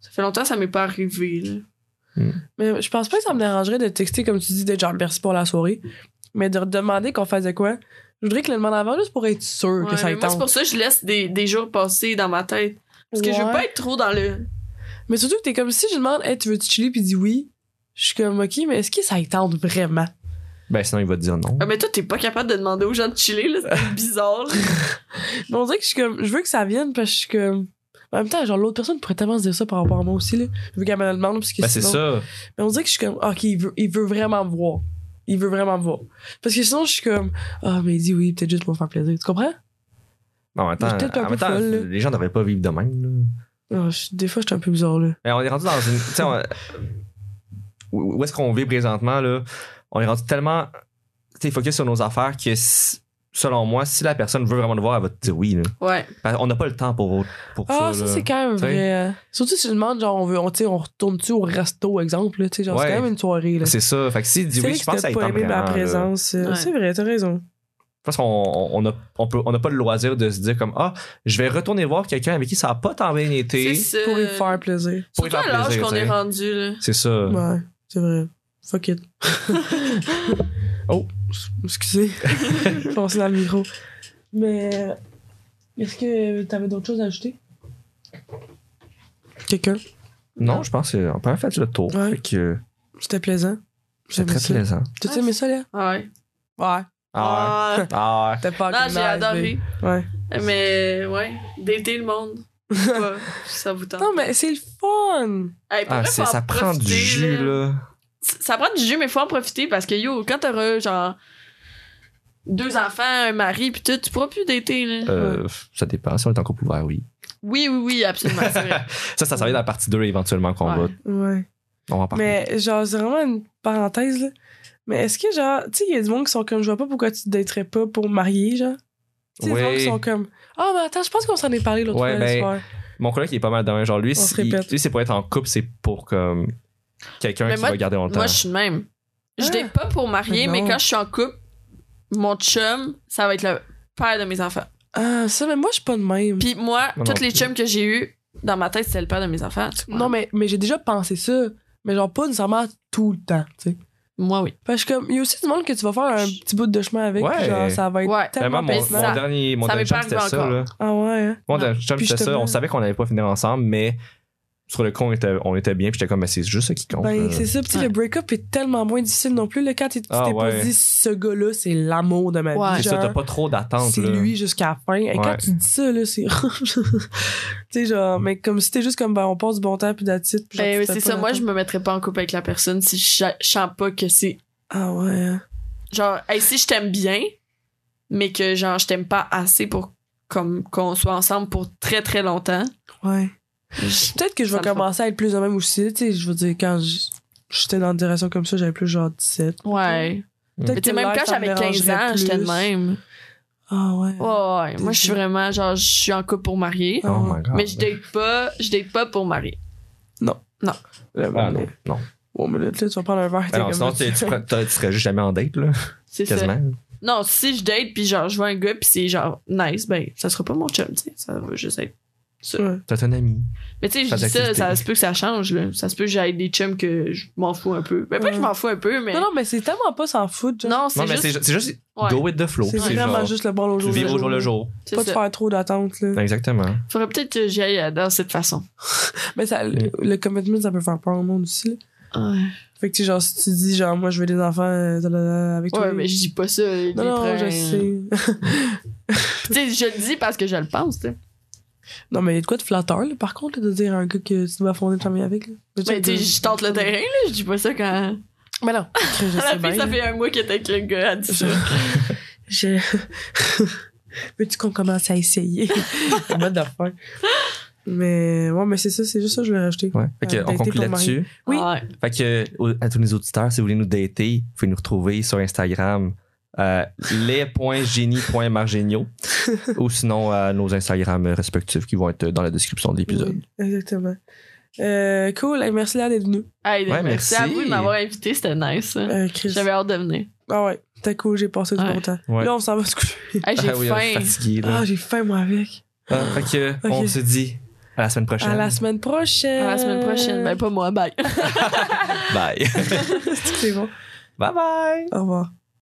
Speaker 6: ça fait longtemps que ça m'est pas arrivé, là.
Speaker 5: Mais je pense pas que ça me dérangerait de texter, comme tu dis, de genre merci pour la soirée, mais de demander qu'on faisait quoi. Je voudrais qu'il le demande avant juste pour être sûr
Speaker 6: Ouais,
Speaker 5: que ça
Speaker 6: mais
Speaker 5: y
Speaker 6: moi, c'est
Speaker 5: tente.
Speaker 6: pour ça que je laisse des, des jours passer dans ma tête. Parce que je veux
Speaker 5: Ouais.
Speaker 6: pas être trop dans le.
Speaker 5: Mais surtout que t'es comme si je demande, hey, tu veux-tu chiller, puis il dit oui. Je suis comme, ok, mais est-ce que ça y tente vraiment?
Speaker 4: ben, sinon, il va te dire non.
Speaker 6: Ah, mais toi, t'es pas capable de demander aux gens de chiller, là. C'est bizarre, là.
Speaker 5: Mais on dirait que je suis comme, je veux que ça vienne, parce que je suis comme. En même temps, genre, l'autre personne pourrait tellement se dire ça par rapport à moi aussi, là. Je veux qu'elle me le demande, parce que
Speaker 4: Ben, c'est
Speaker 5: sinon-
Speaker 4: ça.
Speaker 5: Mais on dirait que je suis comme, ok, il veut, il veut vraiment me voir. Il veut vraiment me voir. Parce que sinon, je suis comme, ah, mais il dit oui, peut-être juste pour me faire plaisir. Tu comprends?
Speaker 4: Non, attends,
Speaker 5: Je suis peut-être un
Speaker 4: en
Speaker 5: peu
Speaker 4: même temps,
Speaker 5: folle, là.
Speaker 4: les gens devraient pas vivre de même. là.
Speaker 5: Ah, je- des fois, je suis un peu bizarre, là.
Speaker 4: Mais Ben, on est rendu dans une. tu sais, on- où où est-ce qu'on vit présentement, là? On est rendu tellement tu sais, focus sur nos affaires que, si- selon moi, si la personne veut vraiment nous voir, elle va te dire oui. là.
Speaker 6: Ouais.
Speaker 4: Parce- On n'a pas le temps pour, pour
Speaker 5: Ah,
Speaker 4: ça.
Speaker 5: ça,
Speaker 4: là.
Speaker 5: c'est quand même
Speaker 4: T'sais.
Speaker 5: vrai. euh. Surtout si je demande, genre, on, veut, on, t'sais, on retourne-tu au resto, exemple, là, t'sais, genre,
Speaker 4: Ouais.
Speaker 5: c'est quand même une soirée, là.
Speaker 4: C'est ça. Fait que s'il dit
Speaker 5: C'est vrai
Speaker 4: oui,
Speaker 5: que
Speaker 4: je pense que
Speaker 5: t'as
Speaker 4: ça y
Speaker 5: pas
Speaker 4: tente
Speaker 5: aimé ma
Speaker 4: vraiment, là.
Speaker 5: présence. euh,
Speaker 6: Ouais.
Speaker 5: C'est vrai, t'as raison.
Speaker 4: Parce qu'on on n'a on peut- on n'a pas le loisir de se dire comme Ah, je vais retourner voir quelqu'un avec qui ça n'a pas tant bien été.
Speaker 6: C'est ça.
Speaker 5: Pour y faire plaisir.
Speaker 4: pour y
Speaker 6: Surtout
Speaker 4: faire
Speaker 6: à l'âge
Speaker 4: plaisir,
Speaker 6: qu'on
Speaker 4: tu sais.
Speaker 6: est rendu, là.
Speaker 4: C'est ça.
Speaker 5: Ouais, c'est vrai. Fuck it. oh, excusez. Foncé dans le micro. Mais est-ce que t'avais d'autres choses à ajouter? Quelqu'un?
Speaker 4: Non, je pense qu'on peut en faire le tour.
Speaker 5: Ouais.
Speaker 4: Fait que
Speaker 5: C'était plaisant.
Speaker 4: C'est
Speaker 5: J'aimais
Speaker 4: très
Speaker 5: ça.
Speaker 4: plaisant.
Speaker 5: T'as aimé ça, là?
Speaker 6: Ouais.
Speaker 5: Ouais.
Speaker 4: Ah, ouais. Ah, ouais.
Speaker 5: T'as pas
Speaker 6: non, j'ai adoré.
Speaker 5: Ouais.
Speaker 6: Mais ouais, d'été le monde. Ouais, ça vous tente.
Speaker 5: Non, mais c'est le fun!
Speaker 6: Hey, pour
Speaker 4: Ah,
Speaker 6: vrai,
Speaker 4: c'est-
Speaker 6: faut en
Speaker 4: ça prend du
Speaker 6: profiter,
Speaker 4: jus, là.
Speaker 6: C- Ça prend du jus, mais faut en profiter parce que yo, quand t'auras genre deux enfants, un mari, pis tout, tu pourras plus d'été, là.
Speaker 4: Euh, ça dépend. Si on est en couple ouvert, oui.
Speaker 6: Oui, oui, oui, absolument, c'est vrai.
Speaker 4: Ça, ça s'arrive dans la partie 2 éventuellement qu'on
Speaker 6: Ouais.
Speaker 4: va.
Speaker 5: Ouais.
Speaker 4: On va en parler.
Speaker 5: Mais genre, c'est vraiment une parenthèse, là. Mais est-ce que, genre, tu sais, il y a du monde qui sont comme, je vois pas pourquoi tu te daterais pas pour marier, genre. Tu sais, des gens
Speaker 4: Ouais.
Speaker 5: qui sont comme, ah, mais attends, je pense qu'on s'en est parlé l'autre
Speaker 4: Ouais,
Speaker 5: fois,
Speaker 4: ben,
Speaker 5: l'histoire.
Speaker 4: Mon collègue, il est pas mal demain. Genre, lui,
Speaker 5: se
Speaker 4: si-
Speaker 5: répète.
Speaker 4: lui, c'est pour être en couple, c'est pour comme quelqu'un
Speaker 6: Mais
Speaker 4: qui
Speaker 6: moi-
Speaker 4: va garder longtemps.
Speaker 6: Moi, je suis de même. Je
Speaker 5: Ah.
Speaker 6: date pas pour marier,
Speaker 5: Mais
Speaker 6: mais
Speaker 5: non.
Speaker 6: quand je suis en couple, mon chum, ça va être le père de mes enfants.
Speaker 5: Ah, ça, mais moi, je suis pas de même.
Speaker 6: Puis moi,
Speaker 4: Moi non
Speaker 6: toutes les
Speaker 4: plus.
Speaker 6: chums que j'ai eu dans ma tête, c'était le père de mes enfants. Tu comprends?
Speaker 5: Non, mais, mais j'ai déjà pensé ça, mais genre, pas nécessairement tout le temps, tu sais.
Speaker 6: Moi, oui.
Speaker 5: Parce que, comme, il y a aussi du monde que tu vas faire un petit bout de chemin avec,
Speaker 4: Ouais.
Speaker 5: puis genre, ça va être
Speaker 6: Ouais.
Speaker 4: Ben, moi, mon,
Speaker 5: tellement
Speaker 4: mon
Speaker 5: pertinent.
Speaker 6: ça-
Speaker 4: dernier, mon
Speaker 6: ça
Speaker 4: dernier
Speaker 6: m'est
Speaker 4: chum,
Speaker 6: pas
Speaker 4: c'était
Speaker 6: arrivé
Speaker 4: ça.
Speaker 6: encore.
Speaker 4: Là.
Speaker 5: Ah ouais, hein?
Speaker 4: Mon
Speaker 6: Non.
Speaker 4: dernier chum,
Speaker 5: Puis
Speaker 4: c'était ça.
Speaker 5: justement-
Speaker 4: On savait qu'on allait pas finir ensemble, mais sur le coup, on était, on était bien. Puis j'étais comme, mais c'est juste ça qui compte. là.
Speaker 5: Ben, c'est ça, petit,
Speaker 6: Ouais.
Speaker 5: le break-up est tellement moins difficile non plus. Là, quand t'es- tu t'es
Speaker 4: euh, Ah,
Speaker 5: pas
Speaker 4: ouais.
Speaker 5: dit, ce gars-là, c'est l'amour de ma vie.
Speaker 6: Ouais.
Speaker 4: C'est ça,
Speaker 5: genre.
Speaker 4: t'as pas trop d'attente.
Speaker 5: C'est
Speaker 4: là.
Speaker 5: lui jusqu'à la fin. Et quand
Speaker 4: Ouais. Mm.
Speaker 5: tu dis ça, là, c'est. tu sais, genre, mais comme si t'es juste comme, ben, on passe du bon temps, puis d'attitude. puis genre,
Speaker 6: Ben,
Speaker 5: tu te
Speaker 6: c'est
Speaker 5: fais
Speaker 6: ça.
Speaker 5: pas
Speaker 6: Moi, je
Speaker 5: d'attente.
Speaker 6: me mettrais pas en couple avec la personne si je cha- je sens pas que c'est.
Speaker 5: Ah ouais. hein.
Speaker 6: Genre, hey, si je t'aime bien, mais que genre, je t'aime pas assez pour comme qu'on soit ensemble pour très très longtemps.
Speaker 5: Ouais.
Speaker 6: Je-
Speaker 5: Peut-être que je
Speaker 6: Ça
Speaker 5: vais
Speaker 6: le
Speaker 5: commencer à être plus de même aussi. Tu sais, je veux dire, quand j- j'étais dans une direction comme ça, j'avais plus genre 17.
Speaker 6: Ouais.
Speaker 4: Mm.
Speaker 6: Mais
Speaker 5: Peut-être
Speaker 6: tu sais, même
Speaker 5: l'air,
Speaker 6: quand
Speaker 5: ça me
Speaker 6: j'avais 15
Speaker 5: dérangerait
Speaker 6: ans, j'étais de
Speaker 5: plus.
Speaker 6: même.
Speaker 5: Ah ouais.
Speaker 6: Ouais, ouais. Moi, je suis
Speaker 5: Déjà.
Speaker 6: vraiment genre, je suis en couple pour marier.
Speaker 5: Ah,
Speaker 4: Oh my god.
Speaker 6: Mais je date pas, je date pas pour marier.
Speaker 4: Ah, non, non.
Speaker 5: Oh, mais là, tu sais, tu vas prendre un verre. t'es
Speaker 4: Ben non,
Speaker 5: comme-
Speaker 4: sinon, tu, tu prends- t'as- tu serais juste jamais en date, là,
Speaker 6: C'est ça.
Speaker 4: quasiment.
Speaker 6: Non, si je date puis genre, je vois un gars puis c'est genre nice, ben, ça sera pas mon chum, tu sais. Ça va juste être.
Speaker 4: T'as ton ami.
Speaker 6: Mais tu sais, je
Speaker 4: Pas
Speaker 6: dis ça,
Speaker 4: d'activité.
Speaker 6: ça se peut que ça change, là. Ça se peut que j'aille des chums que je m'en fous un peu. Ben, pas que je m'en fous un peu, mais.
Speaker 5: Non, non, mais c'est tellement pas s'en foutre. genre.
Speaker 6: Non,
Speaker 4: Non,
Speaker 6: c'est
Speaker 4: mais c'est
Speaker 6: juste.
Speaker 4: ju- c'est juste
Speaker 6: Ouais.
Speaker 4: go with the flow.
Speaker 5: C'est vraiment
Speaker 4: genre,
Speaker 5: juste le bon au
Speaker 4: Tu
Speaker 5: jour
Speaker 4: vis
Speaker 5: le
Speaker 4: au jour le jour.
Speaker 6: c'est
Speaker 5: Pas
Speaker 6: ça.
Speaker 5: de faire trop d'attente, là.
Speaker 4: Mm. Exactement.
Speaker 6: Faudrait peut-être que j'y aille dans cette façon.
Speaker 5: Mais ça, le, le commitment, ça peut faire peur au monde aussi, là.
Speaker 6: Ouais,
Speaker 5: Fait que, tu sais, genre, si tu dis, genre, moi, je veux des enfants euh, da, da, da, avec toi.
Speaker 6: mais je dis pas ça. il
Speaker 5: Non,
Speaker 6: les
Speaker 5: non,
Speaker 6: prend,
Speaker 5: je
Speaker 6: euh,
Speaker 5: sais.
Speaker 6: Tu sais, je le dis parce que je le pense, tu sais.
Speaker 5: Non, mais il y a de quoi de flatteur, là, par contre, là, de dire à un gars que tu dois fonder une famille avec. Là.
Speaker 6: Mais tu sais, je tente le terrain, là. Je dis pas ça quand.
Speaker 5: Mais non, je
Speaker 6: La
Speaker 5: sais
Speaker 6: fille,
Speaker 5: bien.
Speaker 6: ça
Speaker 5: là.
Speaker 6: fait un mois qu'elle était avec le gars, elle dit ça.
Speaker 5: Je... Veux-tu qu'on commence à essayer? En mode d'affaire. Mais, ouais, mais c'est ça, c'est juste ça que je voulais rajouter.
Speaker 4: Ouais. Fait
Speaker 5: Euh,
Speaker 4: que, on
Speaker 5: dater
Speaker 4: conclut
Speaker 5: pour
Speaker 4: là-dessus.
Speaker 5: Oui.
Speaker 6: Ouais.
Speaker 4: Fait que, au- à tous nos auditeurs, si vous voulez nous dater, vous pouvez nous retrouver sur Instagram, euh, les.génie.margéniaux, ou sinon à nos Instagrams respectifs qui vont être dans la description de l'épisode.
Speaker 5: Oui, exactement. Euh, cool, hey, merci là d'être venu.
Speaker 6: Hey,
Speaker 4: Ouais,
Speaker 6: merci à
Speaker 4: merci.
Speaker 6: vous de m'avoir invité, c'était nice. hein.
Speaker 5: Euh, Chris.
Speaker 6: J'avais hâte de venir.
Speaker 5: Ah ouais, t'as cool, j'ai passé du
Speaker 6: Ouais.
Speaker 5: bon temps.
Speaker 4: Ouais.
Speaker 5: Là, on s'en va se coucher.
Speaker 6: Hey, j'ai
Speaker 4: Ah oui, on est
Speaker 6: faim.
Speaker 4: fatigué, là.
Speaker 5: Ah, j'ai faim, moi, avec.
Speaker 4: Ah, fait que, on
Speaker 5: Ok.
Speaker 4: se dit à la semaine prochaine.
Speaker 5: À la semaine prochaine.
Speaker 6: À la semaine prochaine. Ben, pas moi, bye.
Speaker 4: Bye.
Speaker 5: C'est bon.
Speaker 4: bye bye.
Speaker 5: Au revoir.